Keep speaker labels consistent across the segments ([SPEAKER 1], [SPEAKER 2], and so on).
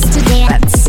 [SPEAKER 1] to dance.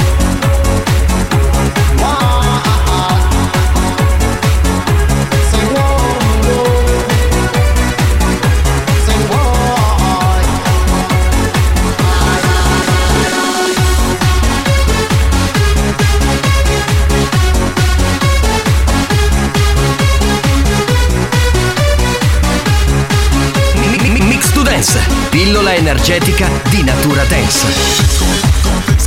[SPEAKER 2] Mi- mi- Mix to Dance, pillola energetica di natura dance.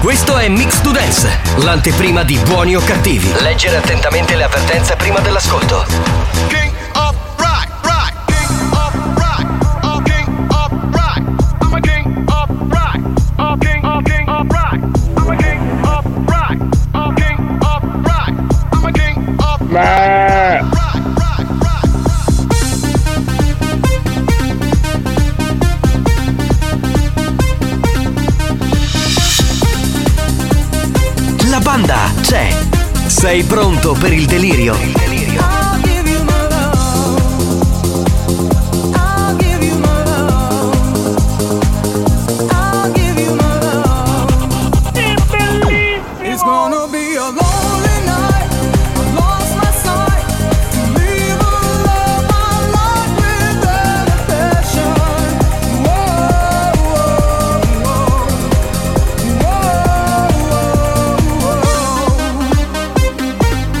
[SPEAKER 2] Questo è Mix to Dance, l'anteprima di buoni o cattivi. Leggere attentamente le avvertenze prima dell'ascolto. La banda c'è. Sei pronto per il delirio?
[SPEAKER 3] It's gonna be a lonely night. I lost my sight. Leave a love I love with an affection. Whoa, whoa, whoa. Whoa, whoa, whoa.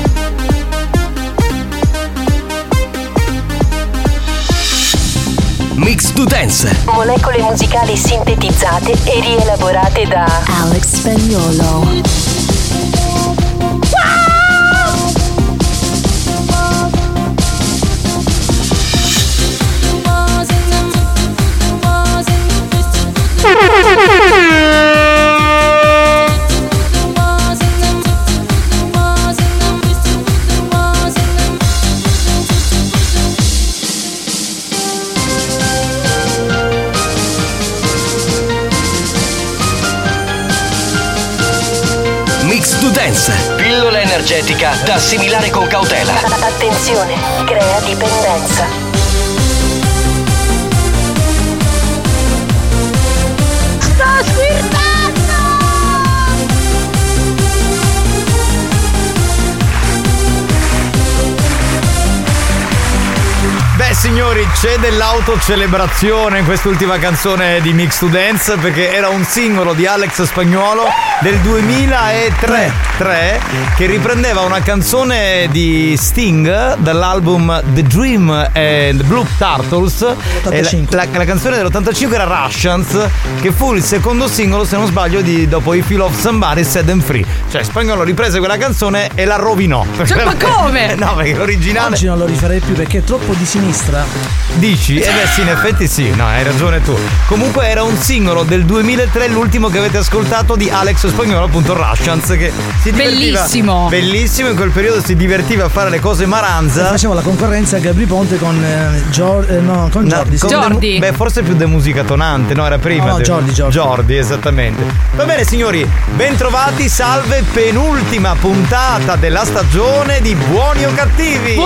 [SPEAKER 2] Mix to Dance,
[SPEAKER 4] molecole musicali sintetizzate e rielaborate da
[SPEAKER 1] Alex Spagnolo.
[SPEAKER 2] Mix to Dance. Pillola energetica da assimilare con cautela.
[SPEAKER 4] Attenzione, crea dipendenza.
[SPEAKER 5] Sto squirtando! signori, c'è dell'autocelebrazione in quest'ultima canzone di Mix to Dance perché era un singolo di Alex Spagnuolo del 2003 3, che riprendeva una canzone di Sting dall'album The Dream and Blue Turtles. E La, la- la canzone dell'85 era Russians che fu il secondo singolo, se non sbaglio, di, dopo I Feel of Somebody Sad and Free. Cioè Spagnuolo riprese quella canzone e la rovinò.
[SPEAKER 6] Cioè, ma come?
[SPEAKER 5] No, perché l'originale
[SPEAKER 7] Oggi non lo rifarei più perché è troppo di sinistra.
[SPEAKER 5] Dici? Eh beh sì, in effetti sì, no, hai ragione tu. Comunque era un singolo del 2003, l'ultimo che avete ascoltato di Alex Spagnolo, appunto Russians, che si divertiva...
[SPEAKER 7] Bellissimo.
[SPEAKER 5] Bellissimo, in quel periodo si divertiva a fare le cose maranza.
[SPEAKER 7] Facevo la concorrenza a Gabri Ponte con eh, Gior- eh, no, con
[SPEAKER 5] No,
[SPEAKER 7] Jordi.
[SPEAKER 5] con
[SPEAKER 7] sì.
[SPEAKER 5] de- beh, forse più de musica tonante, no? Era prima.
[SPEAKER 7] No, no,
[SPEAKER 5] de-
[SPEAKER 7] Jordi, Jordi.
[SPEAKER 5] esattamente. Va bene, signori, bentrovati, salve, penultima puntata della stagione di Buoni o Cattivi.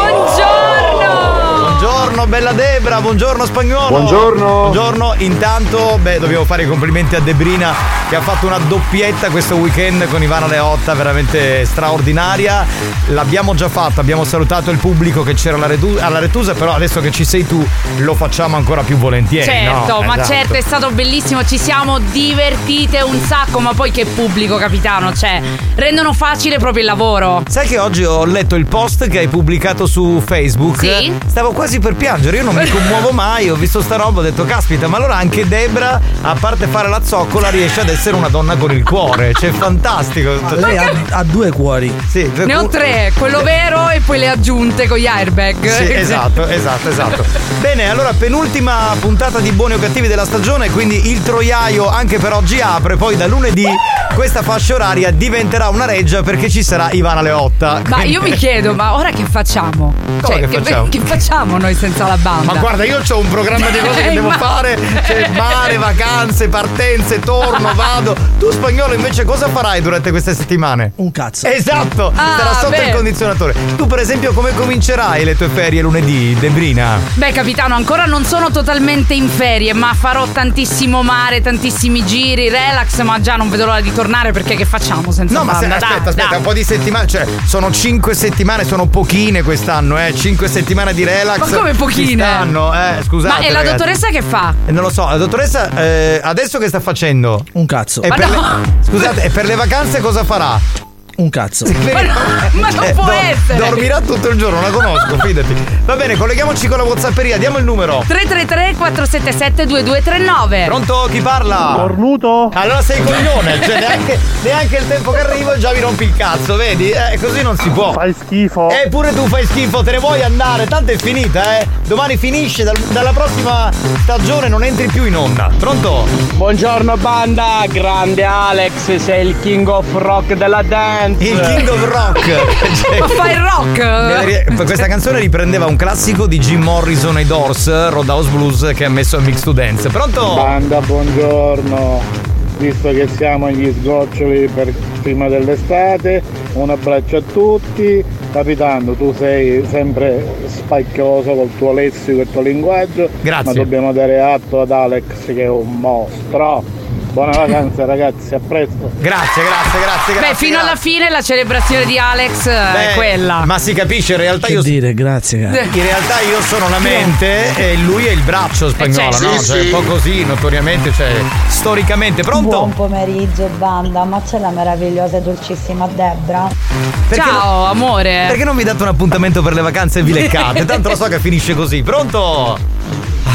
[SPEAKER 6] Buongiorno!
[SPEAKER 5] Buongiorno, bella Debra, buongiorno spagnolo.
[SPEAKER 8] Buongiorno.
[SPEAKER 5] Buongiorno, intanto, beh, dobbiamo fare i complimenti a Debrina che ha fatto una doppietta questo weekend con Ivana Leotta, veramente straordinaria. L'abbiamo già fatta, abbiamo salutato il pubblico che c'era alla, Redu- alla Retusa, però adesso che ci sei tu lo facciamo ancora più volentieri.
[SPEAKER 6] Certo,
[SPEAKER 5] no?
[SPEAKER 6] ma
[SPEAKER 5] Esatto.
[SPEAKER 6] certo è stato bellissimo, ci siamo divertite un sacco, ma poi che pubblico capitano, cioè, rendono facile proprio il lavoro.
[SPEAKER 5] Sai che oggi ho letto il post che hai pubblicato su Facebook?
[SPEAKER 6] Sì.
[SPEAKER 5] Stavo quasi per piangere, io non mi commuovo mai, ho visto sta roba, ho detto caspita, ma allora anche Debra, a parte fare la zoccola, riesce ad essere una donna con il cuore. Cioè, fantastico.
[SPEAKER 7] Lei ha, ha due cuori.
[SPEAKER 5] Sì,
[SPEAKER 6] Ne ho tre, quello vero e poi le aggiunte con gli airbag.
[SPEAKER 5] Sì, esatto, esatto, esatto. Bene, allora penultima puntata di Buoni o Cattivi della stagione, quindi il troiaio anche per oggi apre, poi da lunedì questa fascia oraria diventerà una reggia perché ci sarà Ivana Leotta.
[SPEAKER 6] Ma
[SPEAKER 5] Quindi-
[SPEAKER 6] io mi chiedo, ma ora che facciamo? Cioè,
[SPEAKER 5] Come che facciamo?
[SPEAKER 6] che facciamo noi senza la banda?
[SPEAKER 5] Ma guarda, io ho un programma di cose che
[SPEAKER 6] Eh,
[SPEAKER 5] devo
[SPEAKER 6] ma-
[SPEAKER 5] fare. C'è mare, vacanze, partenze, torno, vado. Tu spagnolo invece cosa farai durante queste settimane?
[SPEAKER 7] Un cazzo.
[SPEAKER 5] Esatto,
[SPEAKER 6] Ah,
[SPEAKER 5] sarà sotto
[SPEAKER 6] beh.
[SPEAKER 5] il condizionatore. Tu per esempio come comincerai le tue ferie lunedì, Debrina?
[SPEAKER 6] Beh, capitano, ancora non sono totalmente in ferie, ma farò tantissimo mare, tantissimi giri, relax, ma già non vedo l'ora di tornare perché che facciamo senza
[SPEAKER 5] No, ma se,
[SPEAKER 6] banda?
[SPEAKER 5] aspetta,
[SPEAKER 6] Dai,
[SPEAKER 5] aspetta,
[SPEAKER 6] dai.
[SPEAKER 5] un po' di settimane, cioè sono cinque settimane, sono pochine quest'anno, eh, cinque settimane di relax.
[SPEAKER 6] Ma come pochine?
[SPEAKER 5] Quest'anno, eh, scusate.
[SPEAKER 6] Ma e la
[SPEAKER 5] ragazzi.
[SPEAKER 6] dottoressa che fa?
[SPEAKER 5] Eh, Non lo so, la dottoressa eh, adesso che sta facendo?
[SPEAKER 7] Un cazzo.
[SPEAKER 5] E
[SPEAKER 6] Ma
[SPEAKER 5] per
[SPEAKER 6] no.
[SPEAKER 5] le- Scusate, e per le vacanze cosa farà?
[SPEAKER 7] Un cazzo.
[SPEAKER 6] Ma, no, ma non
[SPEAKER 5] Eh,
[SPEAKER 6] può
[SPEAKER 5] dor-
[SPEAKER 6] essere!
[SPEAKER 5] Dormirà tutto il giorno, la conosco, fidati. Va bene, colleghiamoci con la Whatsapperia, diamo il numero.
[SPEAKER 6] 333 477 2239
[SPEAKER 5] Pronto? Chi parla?
[SPEAKER 9] Cornuto?
[SPEAKER 5] Allora sei coglione, cioè neanche, neanche il tempo che arrivo già mi rompi il cazzo, vedi? Eh, così non si può.
[SPEAKER 9] Fai schifo.
[SPEAKER 5] Eppure tu fai schifo, te ne vuoi andare, tanto è finita, eh. Domani finisce, dal- dalla prossima stagione non entri più in onda. Pronto?
[SPEAKER 9] Buongiorno banda, grande Alex, sei il king of rock della dance.
[SPEAKER 5] Il King of Rock. Cioè,
[SPEAKER 6] Ma fa il
[SPEAKER 5] Deve
[SPEAKER 6] rock!
[SPEAKER 5] ri- Questa canzone riprendeva un classico di Jim Morrison e Doors, Roadhouse Blues, che ha messo a Mix to Dance. Pronto?
[SPEAKER 9] Banda, buongiorno. Visto che siamo agli sgoccioli per prima dell'estate, un abbraccio a tutti. Capitano, tu sei sempre spacchioso col tuo lessico e il tuo linguaggio.
[SPEAKER 5] Grazie.
[SPEAKER 9] Ma dobbiamo dare atto ad Alex che è un mostro. Buona vacanza ragazzi, a presto.
[SPEAKER 5] Grazie, grazie, grazie, grazie.
[SPEAKER 6] Beh, fino alla
[SPEAKER 5] grazie.
[SPEAKER 6] fine la celebrazione di Alex eh, è
[SPEAKER 5] Beh,
[SPEAKER 6] quella.
[SPEAKER 5] Ma si capisce, in realtà
[SPEAKER 7] Che
[SPEAKER 5] io.
[SPEAKER 7] dire, grazie, cara.
[SPEAKER 5] Eh, In realtà io sono la mente e lui è il braccio spagnolo,
[SPEAKER 6] Eh, certo.
[SPEAKER 5] no?
[SPEAKER 6] Sì,
[SPEAKER 5] cioè, un po' così, notoriamente, cioè, storicamente. Pronto?
[SPEAKER 10] Buon pomeriggio banda, ma c'è la meravigliosa e dolcissima Debra.
[SPEAKER 5] Perché no-
[SPEAKER 6] Ciao, amore.
[SPEAKER 5] Perché non mi date un appuntamento per le vacanze e vi leccate? Tanto lo so che finisce così. Pronto?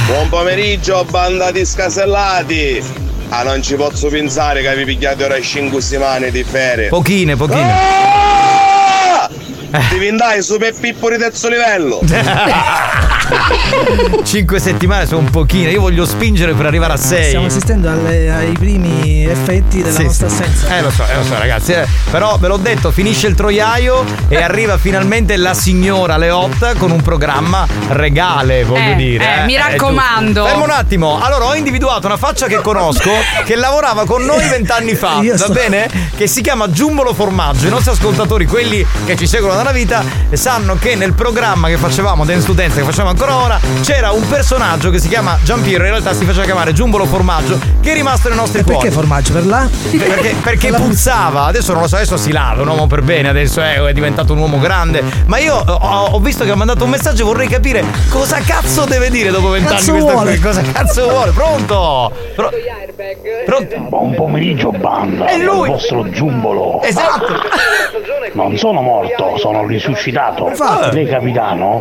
[SPEAKER 11] Buon pomeriggio, banda di scasellati! Ah, non ci posso pensare che avevi pigliato ora 5 settimane di ferie.
[SPEAKER 5] Pochine, pochine. Eh.
[SPEAKER 11] Ah! Diventai super pippo di terzo livello!
[SPEAKER 5] Cinque settimane sono pochine. Io voglio spingere per arrivare a
[SPEAKER 7] Stiamo
[SPEAKER 5] sei.
[SPEAKER 7] assistendo alle- ai primi effetti della
[SPEAKER 5] Sì,
[SPEAKER 7] nostra
[SPEAKER 5] sì.
[SPEAKER 7] assenza.
[SPEAKER 5] Eh lo so, eh, lo so ragazzi, eh. però ve l'ho detto, finisce il troiaio e arriva finalmente la signora Leotta con un programma regale, voglio
[SPEAKER 6] Eh,
[SPEAKER 5] dire.
[SPEAKER 6] eh, mi
[SPEAKER 5] È giusto.
[SPEAKER 6] raccomando.
[SPEAKER 5] Fermo un attimo, allora ho individuato una faccia che conosco, che lavorava con noi vent'anni fa,
[SPEAKER 7] Io
[SPEAKER 5] va
[SPEAKER 7] so-
[SPEAKER 5] bene? Che si chiama Giumbolo Formaggio. I nostri ascoltatori, quelli che ci seguono dalla vita, sanno che nel programma che facevamo, Dance to Dance, che facciamo Però ora c'era un personaggio che si chiama Giampiro, in realtà si faceva chiamare Giumbolo Formaggio, che è rimasto nei nostri cuori.
[SPEAKER 7] Perché formaggio per là?
[SPEAKER 5] Perché, perché puzzava, adesso non lo so, adesso si lava, un uomo per bene, adesso eh, è, è diventato un uomo grande. Ma io ho, ho visto che ha mandato un messaggio e vorrei capire cosa cazzo deve dire dopo vent'anni
[SPEAKER 3] Cazzo
[SPEAKER 5] questa
[SPEAKER 3] vuole.
[SPEAKER 5] qui, Cosa cazzo vuole? Pronto? Pro- pronto?
[SPEAKER 9] Buon pomeriggio banda,
[SPEAKER 5] È lui.
[SPEAKER 9] il vostro giumbolo.
[SPEAKER 5] Esatto.
[SPEAKER 9] Non sono morto, sono risuscitato.
[SPEAKER 3] Infatti.
[SPEAKER 9] Lei capitano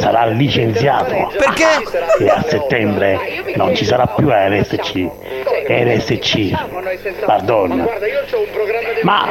[SPEAKER 9] sarà licenziato.
[SPEAKER 5] Perché?
[SPEAKER 9] E a settembre non ci sarà più RSC. RSC. Pardon. Ma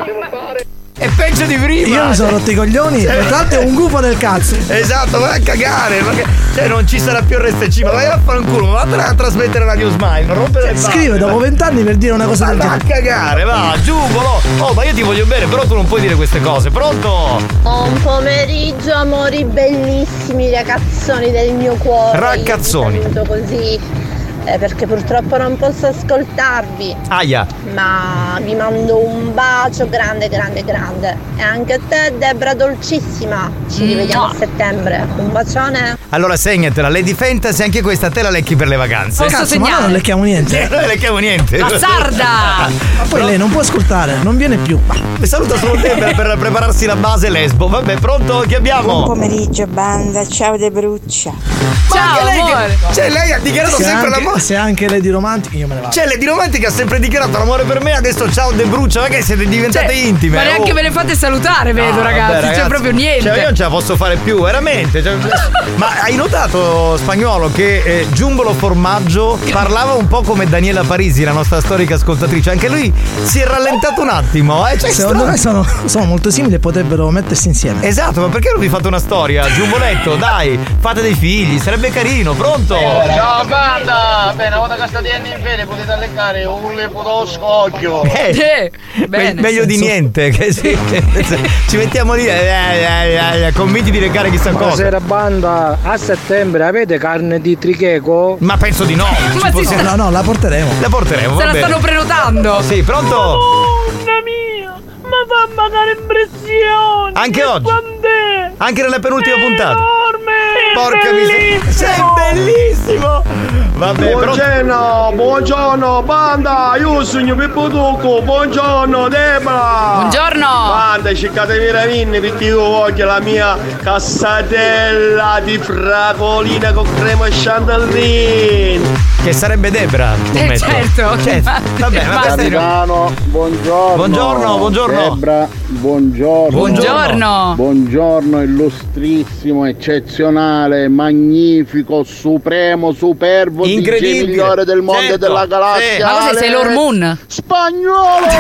[SPEAKER 5] È peggio di prima.
[SPEAKER 7] Io mi sono rotto i coglioni.
[SPEAKER 5] Cioè-
[SPEAKER 7] Tanto è un gufo del cazzo.
[SPEAKER 5] Esatto, vai a cagare, ma che- cioè non ci sarà più RSC, ma vai a fare un culo, ma vattene a trasmettere Radio Smile, non rompere le palle.
[SPEAKER 7] Scrive dopo vent'anni per dire una cosa del
[SPEAKER 5] Va a
[SPEAKER 7] genere.
[SPEAKER 5] cagare, va, giù, volo. Oh, ma io ti voglio bene, però tu non puoi dire queste cose, pronto?
[SPEAKER 10] Buon pomeriggio amori bellissimi ragazzoni del mio cuore.
[SPEAKER 5] Raccazzoni.
[SPEAKER 10] Io vi saluto così eh, perché purtroppo non posso ascoltarvi.
[SPEAKER 12] Ah.
[SPEAKER 5] Aia.
[SPEAKER 10] Ma vi mando un bacio grande grande grande. E anche a te Debra dolcissima.
[SPEAKER 13] Mm,
[SPEAKER 10] Ci rivediamo a settembre. Un bacione.
[SPEAKER 5] Allora segnatela, Lady Fantasy, anche questa te la lecchi per le vacanze.
[SPEAKER 7] Cazzo, ma noi non lecchiamo niente.
[SPEAKER 5] Sì, noi lecchiamo niente.
[SPEAKER 7] La sarda! Ma poi lei non può ascoltare, non viene più.
[SPEAKER 5] Mi saluta solo te per, per prepararsi la base lesbo. Vabbè, pronto? Chi
[SPEAKER 14] Buon
[SPEAKER 5] abbiamo?
[SPEAKER 14] pomeriggio banda, ciao Debruccia.
[SPEAKER 5] Ciao, lei che- amore. cioè, lei ha dichiarato
[SPEAKER 7] se
[SPEAKER 5] sempre
[SPEAKER 7] anche,
[SPEAKER 5] l'amore.
[SPEAKER 7] Se anche lei di romantica, io me ne vado.
[SPEAKER 5] Cioè, Lady Romantica ha sempre dichiarato l'amore per me, adesso ciao De Brucia, ma che siete diventate intime?
[SPEAKER 6] Cioè, Ma neanche
[SPEAKER 5] oh.
[SPEAKER 6] ve le fate salutare, vedo,
[SPEAKER 5] Ah,
[SPEAKER 6] ragazzi.
[SPEAKER 5] vabbè,
[SPEAKER 6] C'è proprio niente.
[SPEAKER 5] Cioè, io non ce la posso fare più, veramente. Cioè, ma hai notato, spagnolo, che eh, Giumbolo Formaggio parlava un po' come Daniela Parisi, la nostra storica ascoltatrice. Anche lui si è rallentato un attimo. Eh? Cioè,
[SPEAKER 7] Secondo
[SPEAKER 5] strano.
[SPEAKER 7] me sono, sono molto simili e potrebbero mettersi insieme.
[SPEAKER 5] Esatto, ma perché non vi fate una storia? Giumboletto, dai, fate dei figli, sarebbe carino, pronto?
[SPEAKER 11] Ciao banda! Bene, una volta che state in fede potete leccare un leputo scocchio.
[SPEAKER 5] Eh, me- meglio di niente, che sì. Ci mettiamo lì, eh, eh, eh, convinti di recare chissà cosa.
[SPEAKER 15] Buonasera banda, a settembre avete carne di tricheco?
[SPEAKER 5] Ma penso di no.
[SPEAKER 7] Ma si sta- No, no, la porteremo.
[SPEAKER 5] La porteremo.
[SPEAKER 6] Se
[SPEAKER 5] va
[SPEAKER 6] la
[SPEAKER 5] bene.
[SPEAKER 6] stanno prenotando.
[SPEAKER 5] Eh, Sì, pronto?
[SPEAKER 3] Mamma mia, ma fa mandare impressione!
[SPEAKER 5] Anche oggi. Anche nella penultima puntata. Porca miseria. Sei bellissimo! Vabbè,
[SPEAKER 11] buongiorno, buongiorno, banda, io sogno Pippo Tucco, buongiorno Debra!
[SPEAKER 6] Buongiorno.
[SPEAKER 11] Banda, cercatevi la vinne perché io voglio la mia cassatella di fracolina con crema e chandellin!
[SPEAKER 5] Che sarebbe Debra, scommetto. Eh, Certo. Vabbè, ma questa è-
[SPEAKER 12] Capitano, buongiorno.
[SPEAKER 5] Buongiorno, buongiorno.
[SPEAKER 12] Debra, buongiorno.
[SPEAKER 6] Buongiorno.
[SPEAKER 12] Buongiorno, illustrissimo, eccezionale, magnifico, supremo, superbo, DJ
[SPEAKER 3] Incredibile.
[SPEAKER 12] migliore del mondo e
[SPEAKER 3] Certo,
[SPEAKER 12] della galassia.
[SPEAKER 3] sì. Ma cos'è, sei Lord Moon?
[SPEAKER 12] Spagnolo!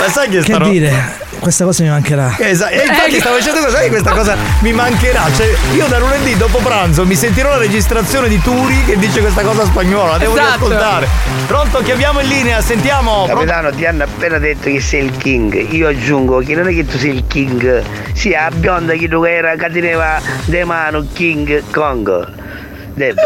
[SPEAKER 5] Ma sai che
[SPEAKER 7] Che
[SPEAKER 5] stanno...
[SPEAKER 7] dire, questa cosa mi mancherà.
[SPEAKER 5] Eh, esa- e infatti stavo dicendo cosa sai che questa cosa mi mancherà. Cioè, io da lunedì dopo pranzo mi sentirò la registrazione di Turi che dice questa cosa spagnola, la devo
[SPEAKER 16] Esatto.
[SPEAKER 5] riascoltare. Pronto, chiamiamo in linea, sentiamo. Pronto?
[SPEAKER 16] Capitano, ti hanno appena detto che sei il king. Io aggiungo che non è che tu sei il king, sia la bionda che tu era che teneva de mano King Kong. Debra.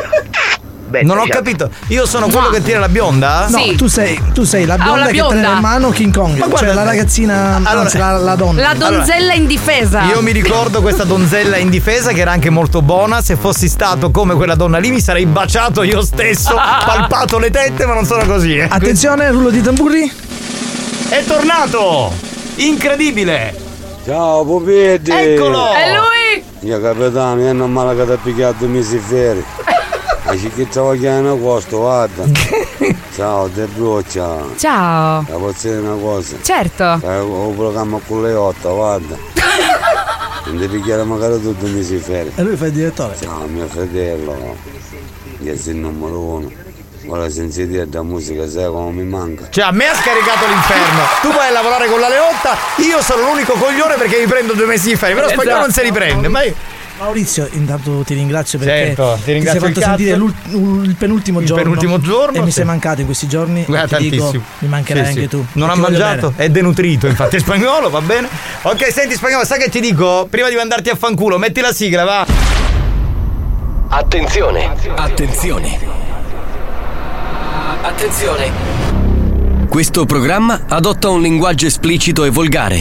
[SPEAKER 16] Bella,
[SPEAKER 5] Non ho
[SPEAKER 16] ciao.
[SPEAKER 5] capito. Io sono quello che tira la bionda?
[SPEAKER 7] No, tu sei, tu sei la
[SPEAKER 5] Ah,
[SPEAKER 7] bionda,
[SPEAKER 5] la
[SPEAKER 7] che
[SPEAKER 5] bionda.
[SPEAKER 7] tiene in mano King Kong.
[SPEAKER 5] Ma
[SPEAKER 7] cioè
[SPEAKER 5] guarda-
[SPEAKER 7] la ragazzina,
[SPEAKER 5] Allora-
[SPEAKER 7] anzi, la, la donna.
[SPEAKER 6] La donzella indifesa.
[SPEAKER 5] Io mi ricordo questa donzella in difesa che era anche molto buona. Se fossi stato come quella donna lì mi sarei baciato io stesso, palpato le tette, ma non sono così. Eh.
[SPEAKER 7] Attenzione, rullo di tamburi.
[SPEAKER 5] È tornato! Incredibile!
[SPEAKER 17] Ciao Pupetti!
[SPEAKER 5] Eccolo! È
[SPEAKER 17] lui! Io capitano, io non male che ti ha picchiato mi si ferri. Ma ci che ti voglio una cosa, guarda. Ciao, De Brucia.
[SPEAKER 6] Ciao.
[SPEAKER 17] La posso dire una cosa?
[SPEAKER 6] Certo.
[SPEAKER 17] Eh, Ho un programma con le otto, guarda. Non devi picchiare magari tutto mi si ferri.
[SPEAKER 7] E lui fa il direttore.
[SPEAKER 17] Ciao mio fratello, che sei il numero uno. Ora sentite da musica, sai come mi manca.
[SPEAKER 5] Cioè, a me ha scaricato l'inferno. Tu vai a lavorare con la Leotta, io sono l'unico coglione perché mi prendo due mesi di ferie. Però spagnolo non se li prende. Ma io-
[SPEAKER 7] Maurizio, intanto ti ringrazio perché
[SPEAKER 5] Certo, ti ringrazio
[SPEAKER 7] sei fatto
[SPEAKER 5] il cazzo.
[SPEAKER 7] sentire l'ult- il penultimo giorno.
[SPEAKER 5] penultimo giorno,
[SPEAKER 7] E mi
[SPEAKER 5] sì.
[SPEAKER 7] sei mancato in questi
[SPEAKER 5] Eh,
[SPEAKER 7] giorni. e ti dico,
[SPEAKER 5] tantissimo.
[SPEAKER 7] mi mancherai
[SPEAKER 5] Sì, sì.
[SPEAKER 7] anche tu.
[SPEAKER 5] Non ha
[SPEAKER 7] Ti voglio
[SPEAKER 5] mangiato,
[SPEAKER 7] bene.
[SPEAKER 5] è denutrito, infatti. È spagnolo, va bene? Ok, senti, spagnolo, sai che ti dico? Prima di mandarti a fanculo, metti la sigla, va.
[SPEAKER 18] Attenzione. Attenzione.
[SPEAKER 2] Attenzione! Questo programma adotta un linguaggio esplicito e volgare,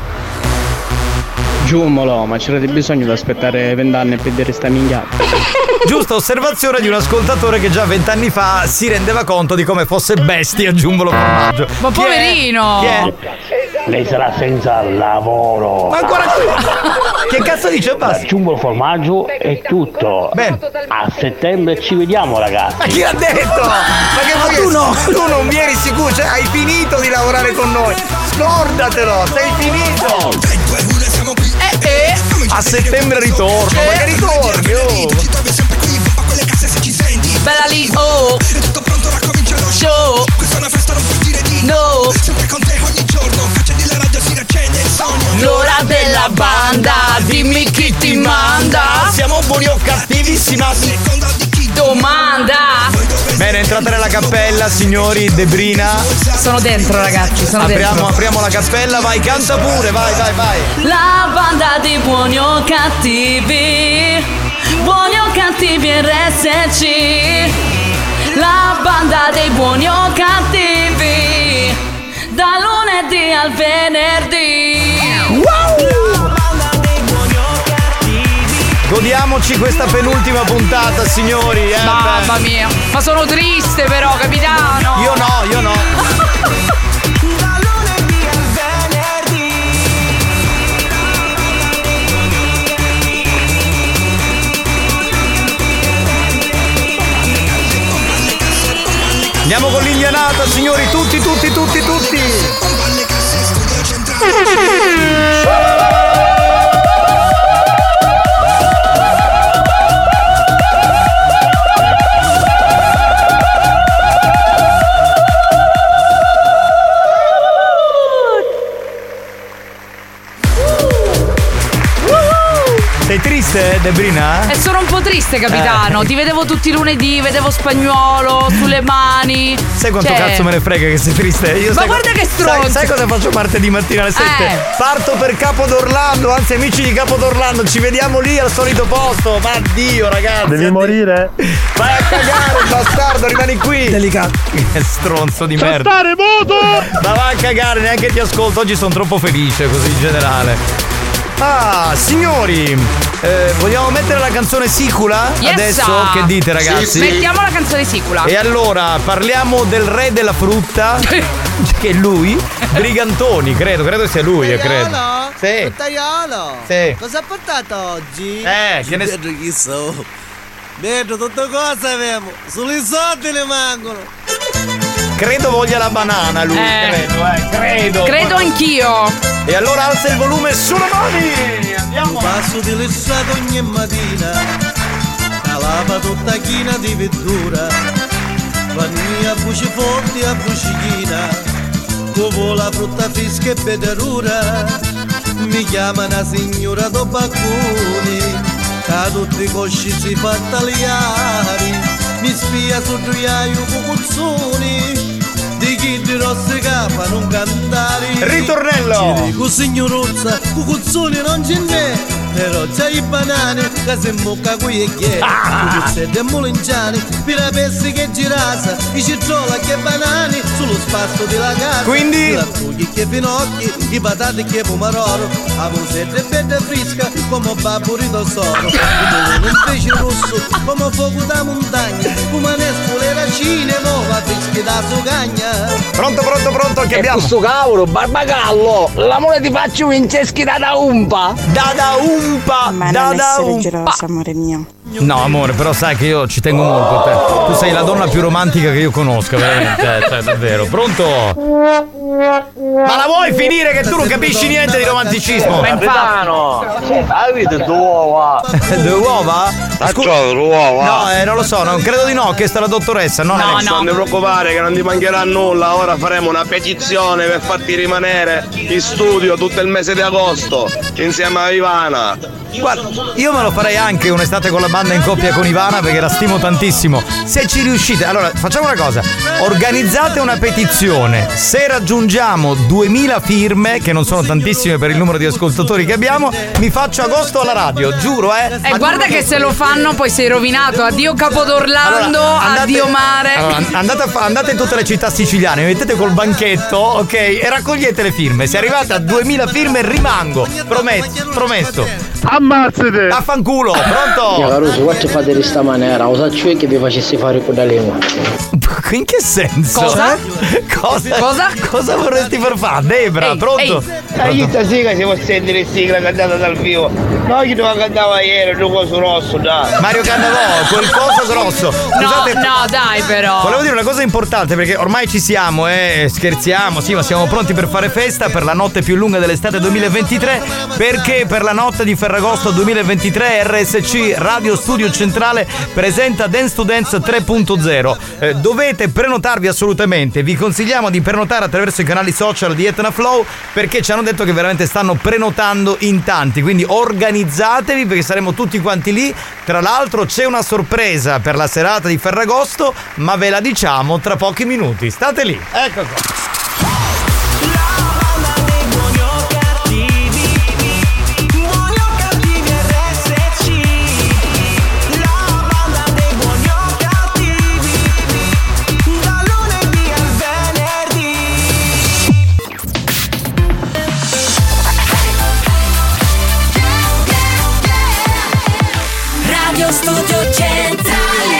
[SPEAKER 13] Giummolo, ma c'era di bisogno di aspettare vent'anni per dire sta minchiata.
[SPEAKER 5] Giusta osservazione di un ascoltatore che già vent'anni fa si rendeva conto di come fosse bestia Giumbolo Formaggio.
[SPEAKER 19] Ma
[SPEAKER 5] Chi è?
[SPEAKER 19] poverino!
[SPEAKER 5] Chi è?
[SPEAKER 20] Lei sarà senza lavoro.
[SPEAKER 5] Ma ancora Che cazzo dice? Basta.
[SPEAKER 20] Aggiungo il formaggio e tutto. A settembre ci vediamo ragazzi.
[SPEAKER 5] Ma chi l'ha detto? Ma che vuoi
[SPEAKER 20] tu
[SPEAKER 5] che-
[SPEAKER 20] no.
[SPEAKER 5] Tu non vieni sicuro, cioè hai finito di lavorare con noi. Scordatelo, sei finito.
[SPEAKER 19] Eh, eh.
[SPEAKER 5] A settembre ritorno, ma che ritorni? oh?
[SPEAKER 19] Bella lì, oh! Tutto pronto, raccomincia lo show! Questa è una festa, non puoi dire di no! Sempre con te ogni giorno, di la radio, si raccende il sogno! L'ora della banda, dimmi chi ti manda! Siamo buoni o cattivissima, a seconda di chi domanda!
[SPEAKER 5] Bene, entrate nella cappella, signori, Debrina.
[SPEAKER 19] Sono dentro, ragazzi, sono
[SPEAKER 5] apriamo,
[SPEAKER 19] dentro.
[SPEAKER 5] apriamo la cappella, vai, canta pure, vai, vai, vai.
[SPEAKER 21] La banda di buoni o cattivi Buoni o cattivi RSC La banda dei buoni o cattivi Da lunedì al venerdì
[SPEAKER 5] Godiamoci questa penultima puntata, signori. Eh,
[SPEAKER 19] Mamma
[SPEAKER 5] beh.
[SPEAKER 19] mia! Ma sono triste però, capitano!
[SPEAKER 5] Io no, io no. Andiamo con l'indianata, signori, tutti, tutti, tutti, tutti. Sei triste, Debrina?
[SPEAKER 6] Eh,
[SPEAKER 19] E sono un po' triste, capitano.
[SPEAKER 5] Eh.
[SPEAKER 19] Ti vedevo tutti i lunedì, vedevo spagnolo, sulle mani.
[SPEAKER 5] Sai
[SPEAKER 6] Cioè,
[SPEAKER 5] quanto cazzo me ne frega che sei triste? Io
[SPEAKER 19] Cioè, Ma
[SPEAKER 5] sai-
[SPEAKER 19] guarda che stronzo.
[SPEAKER 5] Sai, sai cosa faccio martedì mattina alle 7?
[SPEAKER 19] Eh.
[SPEAKER 5] Parto per Capo d'Orlando, anzi amici di Capo d'Orlando, ci vediamo lì al solito posto. Ma Dio ragazzi. Devi morire? Vai a cagare, bastardo, rimani qui. Delicato. Che stronzo di merda.
[SPEAKER 3] Saltare,
[SPEAKER 5] moto! Ma vai a cagare, neanche ti ascolto. Oggi sono troppo felice così in generale. Ah, signori, eh, vogliamo mettere la canzone Sicula?
[SPEAKER 19] Yes,
[SPEAKER 5] Adesso
[SPEAKER 19] ah.
[SPEAKER 5] che dite ragazzi?
[SPEAKER 19] Mettiamo la canzone sicula.
[SPEAKER 5] E allora parliamo del re della frutta, che è lui, Brigantoni, credo, credo sia lui, eh, credo. Sì.
[SPEAKER 22] Taiolo!
[SPEAKER 5] Sì.
[SPEAKER 22] Cosa ha portato oggi?
[SPEAKER 5] Eh, che ne
[SPEAKER 22] Vedo chi so. Vedo tutte cose avevo. Solo i soldi ne mancano.
[SPEAKER 5] Credo voglia la banana lui,
[SPEAKER 22] Eh.
[SPEAKER 5] credo, eh, credo.
[SPEAKER 22] Credo
[SPEAKER 19] anch'io.
[SPEAKER 5] E allora alza il volume sulle mani! Andiamo!
[SPEAKER 22] Passo di lisciato ogni mattina. Calava tutta china di vettura. Vannia a voce forte a voce china. Covo la frutta fresca e pederura. Mi chiama una signora do bacconi. A tutti i cosci si fa tagliare. Mi spia su gioiaio cucuzzoni. Di chi di rosse capa non cantare.
[SPEAKER 5] Ritornello!
[SPEAKER 22] Ci dico signorozza, cucuzzoni non ce n'è. Però c'è i banani, che se mucca qui e che.
[SPEAKER 5] Ah!
[SPEAKER 22] Cucuzzette e mulinciani, pirapessi che girasa. I cicciola che banani, sullo spasso della casa.
[SPEAKER 5] Quindi?
[SPEAKER 22] I lattughi che finocchi, i patate che pomaroro. A musetta e fetta fresca, come babbo solo. Un melone invece rosso, come fuoco da montagna. Come nespolera cinema, va fresca da sugagna.
[SPEAKER 5] Pronto, pronto, pronto, che abbiamo?
[SPEAKER 22] questo
[SPEAKER 5] cavolo, barbagallo!
[SPEAKER 22] l'amore ti faccio vinceschi da da umpa!
[SPEAKER 5] Da da umpa!
[SPEAKER 23] Ma
[SPEAKER 5] da
[SPEAKER 23] non
[SPEAKER 5] da
[SPEAKER 23] essere
[SPEAKER 5] umpa.
[SPEAKER 23] gelosa, amore mio.
[SPEAKER 5] No, amore, però sai che io ci tengo molto a te. Tu sei la donna più romantica che io conosca, veramente, eh, cioè, davvero. Pronto?
[SPEAKER 3] Ma
[SPEAKER 5] la vuoi vuoi finire che tu non capisci niente di romanticismo?
[SPEAKER 19] Capitano, avete due uova?
[SPEAKER 5] Eh, Due uova? Scusa,
[SPEAKER 24] Ah, uova.
[SPEAKER 5] No, eh, non lo so, non credo di no, ho chiesto alla dottoressa, non
[SPEAKER 24] No,
[SPEAKER 5] Alex.
[SPEAKER 24] Non ti preoccupare che non ti mancherà nulla, ora faremo una petizione per farti rimanere in studio tutto il mese di agosto insieme a Ivana.
[SPEAKER 5] Guarda, io me lo farei anche un'estate con la banda in coppia con Ivana perché la stimo tantissimo. Se ci riuscite, allora facciamo una cosa: organizzate una petizione. Se raggiungiamo 2000 firme, che non sono tantissime per il numero di ascoltatori che abbiamo, mi faccio agosto alla radio, giuro, eh.
[SPEAKER 6] E guarda che se lo fanno poi sei rovinato. Addio Capodorlando,
[SPEAKER 5] Allora, andate-
[SPEAKER 6] addio mare.
[SPEAKER 5] Allora, an- andate, a fa- andate in tutte le città siciliane, vi mettete col banchetto, ok? E raccogliete le firme. Se arrivate a 2000 firme, rimango. Promesso, promesso.
[SPEAKER 25] Ammazzate!
[SPEAKER 5] Affanculo, pronto?
[SPEAKER 1] Caruso, qua che fate di sta maniera, cosa c'è che vi facessi fare con la lingua?
[SPEAKER 5] In che senso?
[SPEAKER 1] Cosa?
[SPEAKER 5] Cosa? Cosa? Cosa vorresti far fare? Debra, pronto?
[SPEAKER 19] Ehi, stasera si può sentire sigla cantata dal vivo. No, chi dove cantava ieri, il coso rosso, dai.
[SPEAKER 5] Mario Cannavò, quel coso grosso. Scusate-
[SPEAKER 6] No, no, dai però.
[SPEAKER 5] Volevo dire una cosa importante perché ormai ci siamo, eh, scherziamo, sì, ma siamo pronti per fare festa per la notte più lunga dell'estate 2023 perché per la notte di Ferragosto 2023 RSC Radio Studio Centrale presenta Dance to Dance 3.0. Eh, dovete prenotarvi assolutamente, vi consigliamo di prenotare attraverso i canali social di Etna Flow perché ci hanno detto che veramente stanno prenotando in tanti, quindi organizzatevi perché saremo tutti quanti lì. Tra l'altro c'è una sorpresa per la serata di Ferragosto, ma ve la diciamo tra pochi minuti. State lì. Ecco qua.
[SPEAKER 19] Radio Studio Centrale